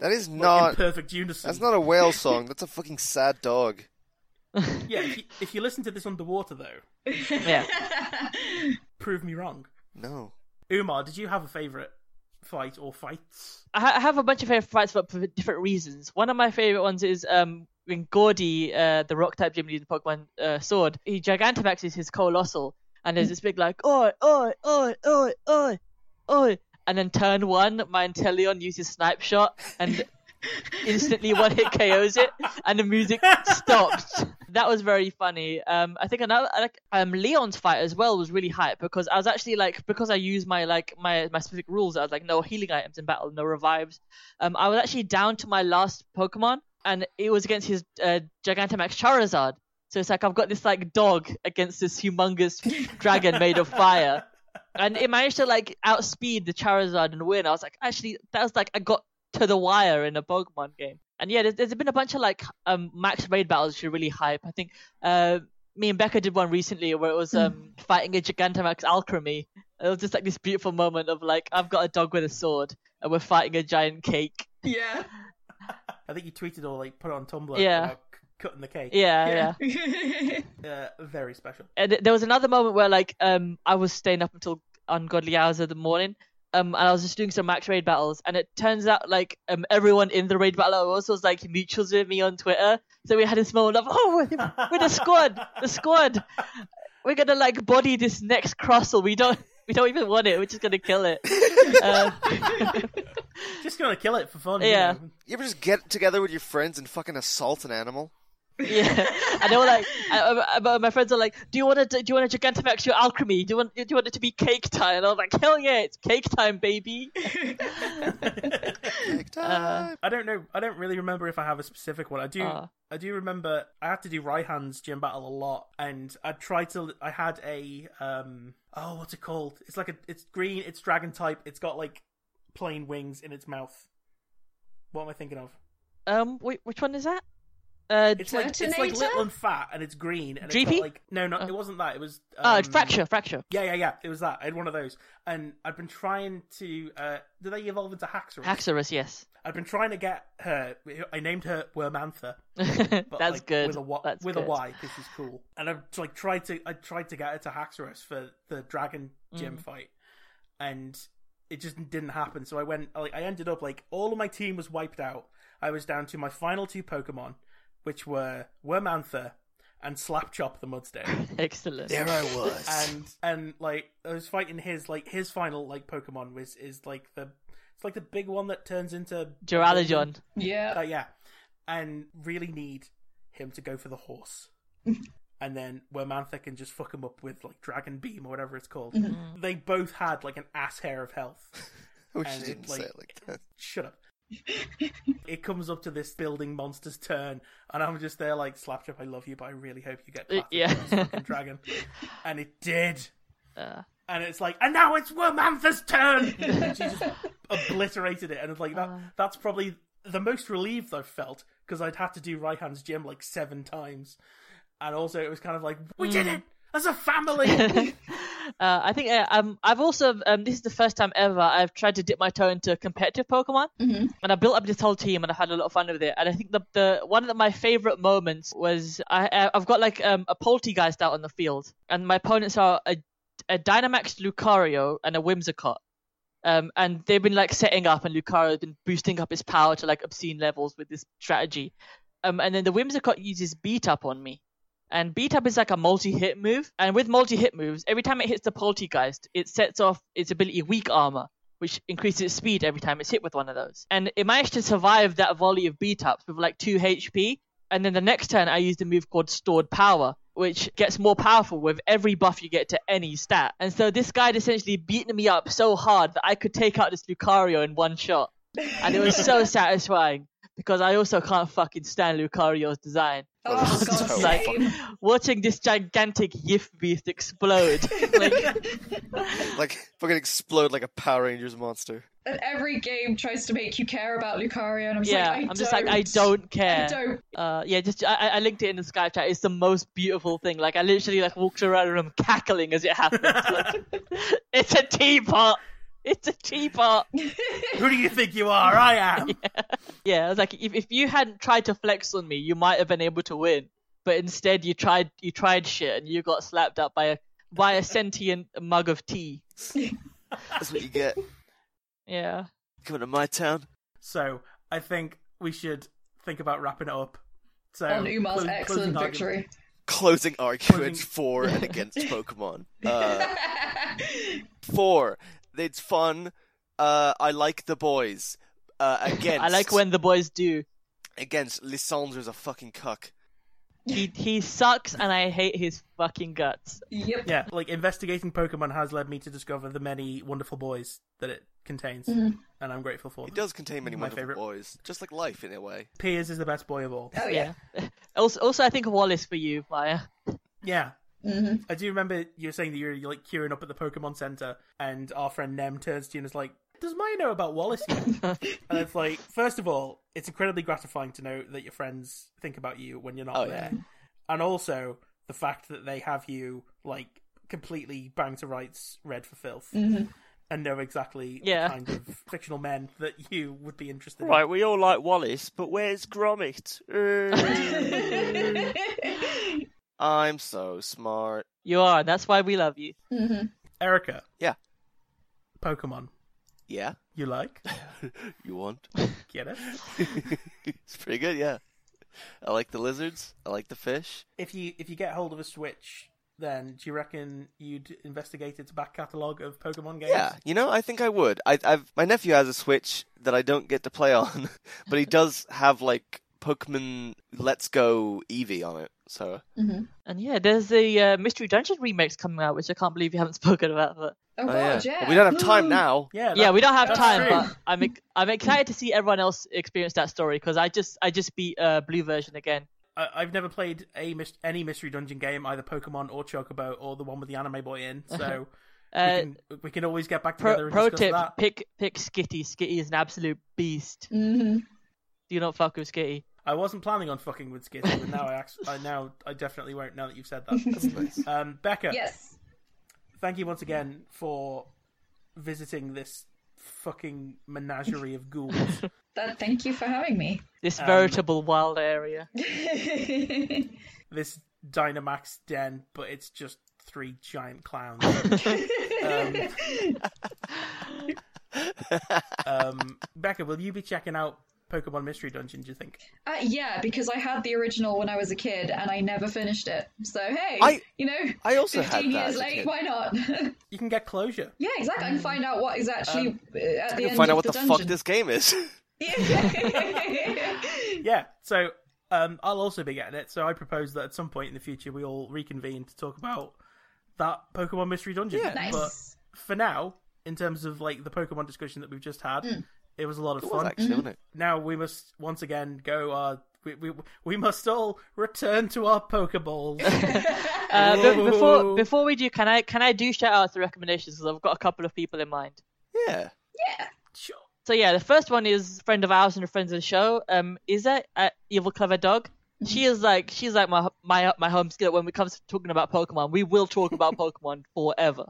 Speaker 2: That is
Speaker 1: in
Speaker 2: not.
Speaker 1: perfect unison.
Speaker 2: That's not a whale song. That's a fucking sad dog.
Speaker 1: Yeah, if you, if you listen to this underwater though,
Speaker 4: Yeah.
Speaker 1: prove me wrong.
Speaker 2: No.
Speaker 1: Umar, did you have a favourite fight or fights?
Speaker 4: I ha- I have a bunch of favorite fights, but for different reasons. One of my favorite ones is um when Gordy, uh, the Rock type gym leader in Pokemon uh, Sword, he Gigantamaxes his Colossal, and there's this big like oi oi oi oi oi oi, and then turn one, my Inteleon uses snipe shot and instantly one hit KOs it, and the music stops. That was very funny. Um, I think another like um Leon's fight as well was really hype because I was actually like because I use my like my my specific rules. I was like no healing items in battle, no revives. Um, I was actually down to my last Pokemon, and it was against his uh, Gigantamax Charizard. So it's like I've got this like dog against this humongous dragon made of fire. And it managed to like outspeed the Charizard and win. I was like, actually, that was like I got to the wire in a Pokemon game. And yeah, there's, there's been a bunch of like um, max raid battles which are really hype. I think uh, me and Becca did one recently where it was um, fighting a Gigantamax Alchemy. It was just like this beautiful moment of like I've got a dog with a sword and we're fighting a giant cake.
Speaker 3: Yeah.
Speaker 1: I think you tweeted or like put it on Tumblr.
Speaker 4: Yeah.
Speaker 1: about c- cutting the cake.
Speaker 4: Yeah, Oh, yeah.
Speaker 1: Uh, very special.
Speaker 4: And th- there was another moment where like um I was staying up until ungodly hours of the morning. Um, and I was just doing some max raid battles, and it turns out like um everyone in the raid battle also was like mutuals with me on Twitter. So we had this moment of oh we're, we're the squad, the squad. We're gonna like body this next crossel. We don't we don't even want it. We're just gonna kill it. um,
Speaker 1: Just gonna kill it for fun.
Speaker 4: Yeah.
Speaker 1: You know?
Speaker 2: You ever just get together with your friends and fucking assault an animal?
Speaker 4: yeah, and they were like, I, I, I- my friends are like, do you want to do you want to Gigantamax your alchemy? Do you want do you want it to be cake time? And I was like, hell yeah, it's cake time, baby.
Speaker 2: Big time.
Speaker 1: I don't know. I don't really remember if I have a specific one. I do.
Speaker 4: Ah.
Speaker 1: I do remember I had to do Raihan's gym battle a lot, and I tried to. I had a um. Oh, what's it called? It's like a. It's green. It's dragon type. It's got like plain wings in its mouth. What am I thinking of?
Speaker 4: Um, wait, which one is that? Uh,
Speaker 1: It's like it's like
Speaker 3: Turtonator?
Speaker 1: little and fat, and it's green. And it's
Speaker 4: Dreepy?
Speaker 1: got like no, no, it wasn't that. It was
Speaker 4: oh,
Speaker 1: um,
Speaker 4: fracture, fracture.
Speaker 1: Yeah, yeah, yeah. It was that. I had one of those, and I'd been trying to. uh Did they evolve into Haxorus?
Speaker 4: Haxorus, yes.
Speaker 1: I'd been trying to get her. I named her Wormantha.
Speaker 4: That's
Speaker 1: but like,
Speaker 4: good.
Speaker 1: With a y,
Speaker 4: That's
Speaker 1: with a
Speaker 4: good.
Speaker 1: Y because she's cool. And I've like tried to I tried to get her to Haxorus for the dragon
Speaker 4: Mm.
Speaker 1: gym fight, and it just didn't happen. So I went like I ended up like all of my team was wiped out. I was down to my final two Pokemon, which were Wormantha and Slapchop the Mudsdale.
Speaker 4: Excellent.
Speaker 2: There I was.
Speaker 1: and and like I was fighting his like his final like Pokemon was is like the it's like the big one that turns into
Speaker 4: Duralajon.
Speaker 1: uh,
Speaker 3: yeah.
Speaker 1: yeah, and really need him to go for the horse. and then Wormantha can just fuck him up with like Dragon Beam or whatever it's called. They both had like an ass hair of health.
Speaker 2: I wish
Speaker 1: and
Speaker 2: you
Speaker 1: it,
Speaker 2: didn't
Speaker 1: like-
Speaker 2: say it like that.
Speaker 1: Shut up. it comes up to this building monster's turn, and I'm just there like Slapchop, I love you, but I really hope you get
Speaker 4: Uh,
Speaker 1: platted
Speaker 4: yeah.
Speaker 1: by this fucking dragon. And it did.
Speaker 4: Uh,
Speaker 1: And it's like, and now it's Wormantha's turn. and she just obliterated it, and it's like that.
Speaker 3: Uh.
Speaker 1: That's probably the most relieved I've felt because I'd had to do Raihan's gym like seven times, and also it was kind of like, we did
Speaker 3: Mm.
Speaker 1: it as a family.
Speaker 4: uh, I think uh, um, I've also um, this is the first time ever I've tried to dip my toe into competitive Pokemon, mm-hmm. and I built up this whole team and I had a lot of fun with it. And I think the the one of my favorite moments was I- I I've got like um, a poltergeist out on the field, and my opponents are a a Dynamax Lucario and a Whimsicott. Um, and they've been like setting up, and Lucario's been boosting up his power to like obscene levels with this strategy. Um, and then the Whimsicott uses beat up on me. And beat up is like a multi-hit move, and with multi-hit moves, every time it hits the poltergeist, it sets off its ability weak armor, which increases its speed every time it's hit with one of those. And it managed to survive that volley of beat ups with like two HP. And then the next turn, I used a move called stored power, which gets more powerful with every buff you get to any stat. And so this guy had essentially beaten me up so hard that I could take out this Lucario in one shot, and it was so satisfying because I also can't fucking stand Lucario's design
Speaker 3: Oh,
Speaker 2: It's
Speaker 3: God,
Speaker 2: so
Speaker 4: like
Speaker 3: same.
Speaker 4: watching this gigantic yiff beast explode. like,
Speaker 2: Like fucking explode like a Power Rangers monster.
Speaker 3: And every game tries to make you care about Lucario, and I'm just
Speaker 4: yeah,
Speaker 3: like, I
Speaker 4: I'm
Speaker 3: don't,
Speaker 4: just like I don't
Speaker 3: I
Speaker 4: care.
Speaker 3: don't.
Speaker 4: Uh, yeah, just I, I- I linked it in the Skype chat. It's the most beautiful thing. Like I literally like walked around the room cackling as it happened. Like, it's a teapot. It's a teapot.
Speaker 1: Who do you think you are? I am.
Speaker 4: Yeah, I was like, if if you hadn't tried to flex on me, you might have been able to win. But instead, you tried you tried shit, and you got slapped up by a by a sentient mug of tea.
Speaker 2: That's what you get.
Speaker 4: Yeah.
Speaker 2: Coming to my town.
Speaker 1: So I think we should think about wrapping it up. So
Speaker 3: On Umar's
Speaker 1: Um, closing-
Speaker 3: excellent
Speaker 1: closing argument.
Speaker 3: victory.
Speaker 2: Closing arguments
Speaker 1: Closing-
Speaker 2: for and against Pokemon. Uh, four. It's fun. uh, I like the boys. Uh, against
Speaker 4: I like when the boys do.
Speaker 2: against Lissandre's a fucking cuck.
Speaker 4: He he sucks, and I hate his fucking guts.
Speaker 3: Yep.
Speaker 1: Yeah, like investigating Pokemon has led me to discover the many wonderful boys that it contains,
Speaker 3: Mm-hmm.
Speaker 1: and I'm grateful for.
Speaker 2: It does contain many
Speaker 1: My
Speaker 2: wonderful
Speaker 1: favorite.
Speaker 2: boys, just like life in a way.
Speaker 1: Piers is the best boy of all.
Speaker 3: Oh yeah.
Speaker 4: Yeah. also, also, I think Wallace for you, Maya.
Speaker 1: Yeah. Mm-hmm. I do remember you were saying that you were like queuing up at the Pokemon Center, and our friend Nem turns to you and is like, "Does Maya know about Wallace?" Yet? and it's like, first of all, it's incredibly gratifying to know that your friends think about you when you're not
Speaker 2: Oh,
Speaker 1: there, and also the fact that they have you like completely bang to rights, red for filth.
Speaker 2: Mm.
Speaker 3: Mm-hmm.
Speaker 1: And know exactly
Speaker 4: Yeah.
Speaker 1: the kind of fictional men that you would be interested
Speaker 6: Right, we all like Wallace, but where's Gromit? Uh,
Speaker 2: I'm so smart.
Speaker 4: You are. That's why we love you.
Speaker 3: Mm-hmm.
Speaker 1: in. Erica.
Speaker 2: Yeah.
Speaker 1: Pokemon.
Speaker 2: Yeah,
Speaker 1: You like?
Speaker 2: you want?
Speaker 1: Get it?
Speaker 2: it's pretty good. Yeah, I like the lizards. I like the fish.
Speaker 1: if you if you get hold of a Switch, then do you reckon you'd investigate its back catalogue of Pokemon games?
Speaker 2: Yeah, you know, I think I would. I, I've my nephew has a Switch that I don't get to play on, but he does have like Pokemon Let's Go Eevee on it. So
Speaker 4: And yeah, there's the uh, Mystery Dungeon remakes coming out, which I can't believe you haven't spoken about. But
Speaker 3: Oh,
Speaker 2: Oh,
Speaker 3: god, yeah.
Speaker 2: Well, we don't have time now.
Speaker 1: Yeah,
Speaker 4: yeah,
Speaker 1: that-
Speaker 4: we don't have
Speaker 1: that's
Speaker 4: time,
Speaker 1: true.
Speaker 4: but I'm ex- I'm excited to see everyone else experience that story because I just I just beat uh, Blue version again.
Speaker 1: I, I've never played a mys- any mystery dungeon game, either Pokemon or Chocobo or the one with the anime boy in. So
Speaker 4: Uh,
Speaker 1: we, can, we can always get back together
Speaker 4: pro
Speaker 1: and
Speaker 4: pro
Speaker 1: discuss
Speaker 4: tip:
Speaker 1: that.
Speaker 4: pick pick Skitty. Skitty is an absolute beast.
Speaker 3: hmm
Speaker 4: Do not fuck with Skitty.
Speaker 1: I wasn't planning on fucking with Skitty, but now I, act- I now I definitely won't. Now that you've said that, that's nice. Um, Becca,
Speaker 3: Yes.
Speaker 1: thank you once again for visiting this fucking menagerie of ghouls.
Speaker 3: That, thank you for having me.
Speaker 4: This
Speaker 1: Um,
Speaker 4: veritable wild area.
Speaker 1: this Dynamax den, but it's just three giant clowns. um, um, Becca, will you be checking out Pokemon Mystery Dungeon? Do you think?
Speaker 3: Uh, yeah, because I had the original when I was a kid and I never finished it. So hey,
Speaker 2: I-
Speaker 3: you know,
Speaker 2: I also had
Speaker 3: 15
Speaker 2: that
Speaker 3: years
Speaker 2: as a
Speaker 3: late,
Speaker 2: kid.
Speaker 3: why not? yeah,
Speaker 1: You can get closure.
Speaker 3: exactly. I can find out what is actually uh, at the
Speaker 2: You
Speaker 3: end
Speaker 2: Um, find
Speaker 3: of
Speaker 2: out what
Speaker 3: the,
Speaker 2: the,
Speaker 3: dungeon.
Speaker 2: fuck this game is.
Speaker 1: Yeah. So um, I'll also be getting it. So I propose that at some point in the future we all reconvene to talk about that Pokemon Mystery Dungeon.
Speaker 2: Yeah.
Speaker 3: nice.
Speaker 1: But for now, in terms of like the Pokemon discussion that we've just had, it was a lot of
Speaker 2: it was
Speaker 1: fun.
Speaker 2: actually, wasn't it?
Speaker 1: now we must once again go uh we, we, we must all return to our pokeballs
Speaker 4: Uh, be- before
Speaker 1: Ooh.
Speaker 4: before we do, can I can I do shout out the recommendations because I've got a couple of people in mind.
Speaker 2: Yeah.
Speaker 1: sure.
Speaker 4: So yeah, the first one is friend of ours and a friend of the show. Um, Isa at Evil Clever Dog. She is like she's like my my my home skillet when it comes to talking about Pokemon. We will talk about Pokemon forever.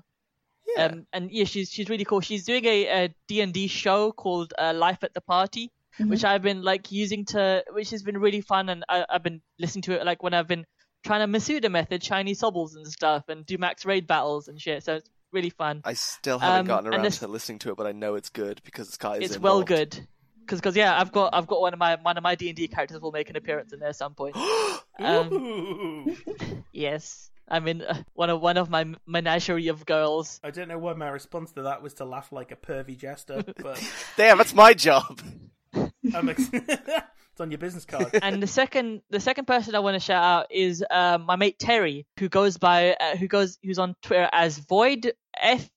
Speaker 2: Yeah.
Speaker 4: Um, and yeah, she's she's really cool. She's doing a D and D show called uh, Life at the Party, which I've been like using to, which has been really fun, and I, I've been listening to it like when I've been trying to Masuda method, Chinese sobbles and stuff, and do max raid battles and shit. So it's really fun.
Speaker 2: I still haven't
Speaker 4: Um,
Speaker 2: gotten
Speaker 4: and
Speaker 2: around
Speaker 4: this-
Speaker 2: to listening to it, but I know it's good because it's got.
Speaker 4: it's well good because yeah i've got i've got one of my one of my d&d characters will make an appearance in there at some point um,
Speaker 1: Ooh.
Speaker 4: yes i mean uh, one of one of my menagerie of girls
Speaker 1: i don't know why my response to that was to laugh like a pervy jester but
Speaker 2: Damn, that's my job.
Speaker 1: I'm ex- it's on your business card
Speaker 4: and the second the second person i want to shout out is uh, my mate terry who goes by uh, who goes who's on twitter as void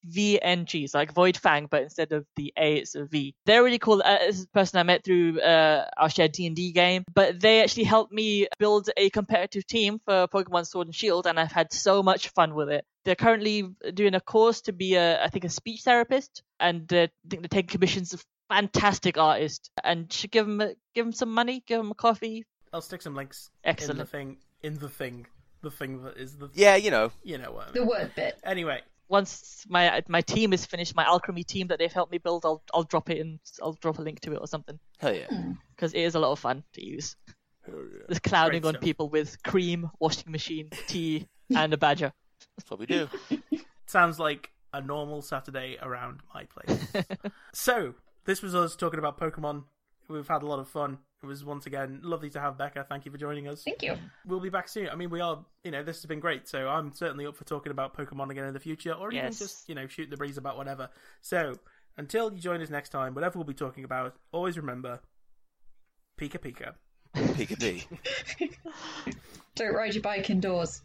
Speaker 4: FVNG, so like Void Fang, but instead of the A, it's a V. They're really cool. Uh, this is a person I met through uh, our shared D&D game, but they actually helped me build a competitive team for Pokemon Sword and Shield, and I've had so much fun with it. They're currently doing a course to be a, I think, a speech therapist, and uh, I think they're taking commissions of fantastic artists. And should give them give them some money, give them a coffee,
Speaker 1: i'll stick some links in the
Speaker 4: Excellent.
Speaker 1: thing in the thing the thing that is the
Speaker 2: Yeah, you know.
Speaker 1: you know what I
Speaker 3: the
Speaker 1: mean.
Speaker 3: word bit.
Speaker 1: anyway
Speaker 4: once my my team is finished, my alchemy team that they've helped me build, I'll I'll drop it in, I'll drop a link to it or something
Speaker 2: Hell yeah.
Speaker 4: because it is a lot of fun to use. Just clowning
Speaker 1: Great
Speaker 4: on
Speaker 1: stuff.
Speaker 4: people with cream, washing machine, tea, and a badger.
Speaker 2: That's what we do.
Speaker 1: sounds like a normal Saturday around my place. so, this was us talking about Pokemon. We've had a lot of fun. It was once again lovely to have Becca. Thank you for joining us.
Speaker 3: Thank you.
Speaker 1: We'll be back soon. I mean, we are, you know, this has been great. So, I'm certainly up for talking about Pokemon again in the future or even
Speaker 4: Yes.
Speaker 1: just, you know, shooting the breeze about whatever. So, Until you join us next time, whatever we'll be talking about, always remember Pika Pika.
Speaker 2: Pika Pig.
Speaker 3: Don't ride your bike indoors.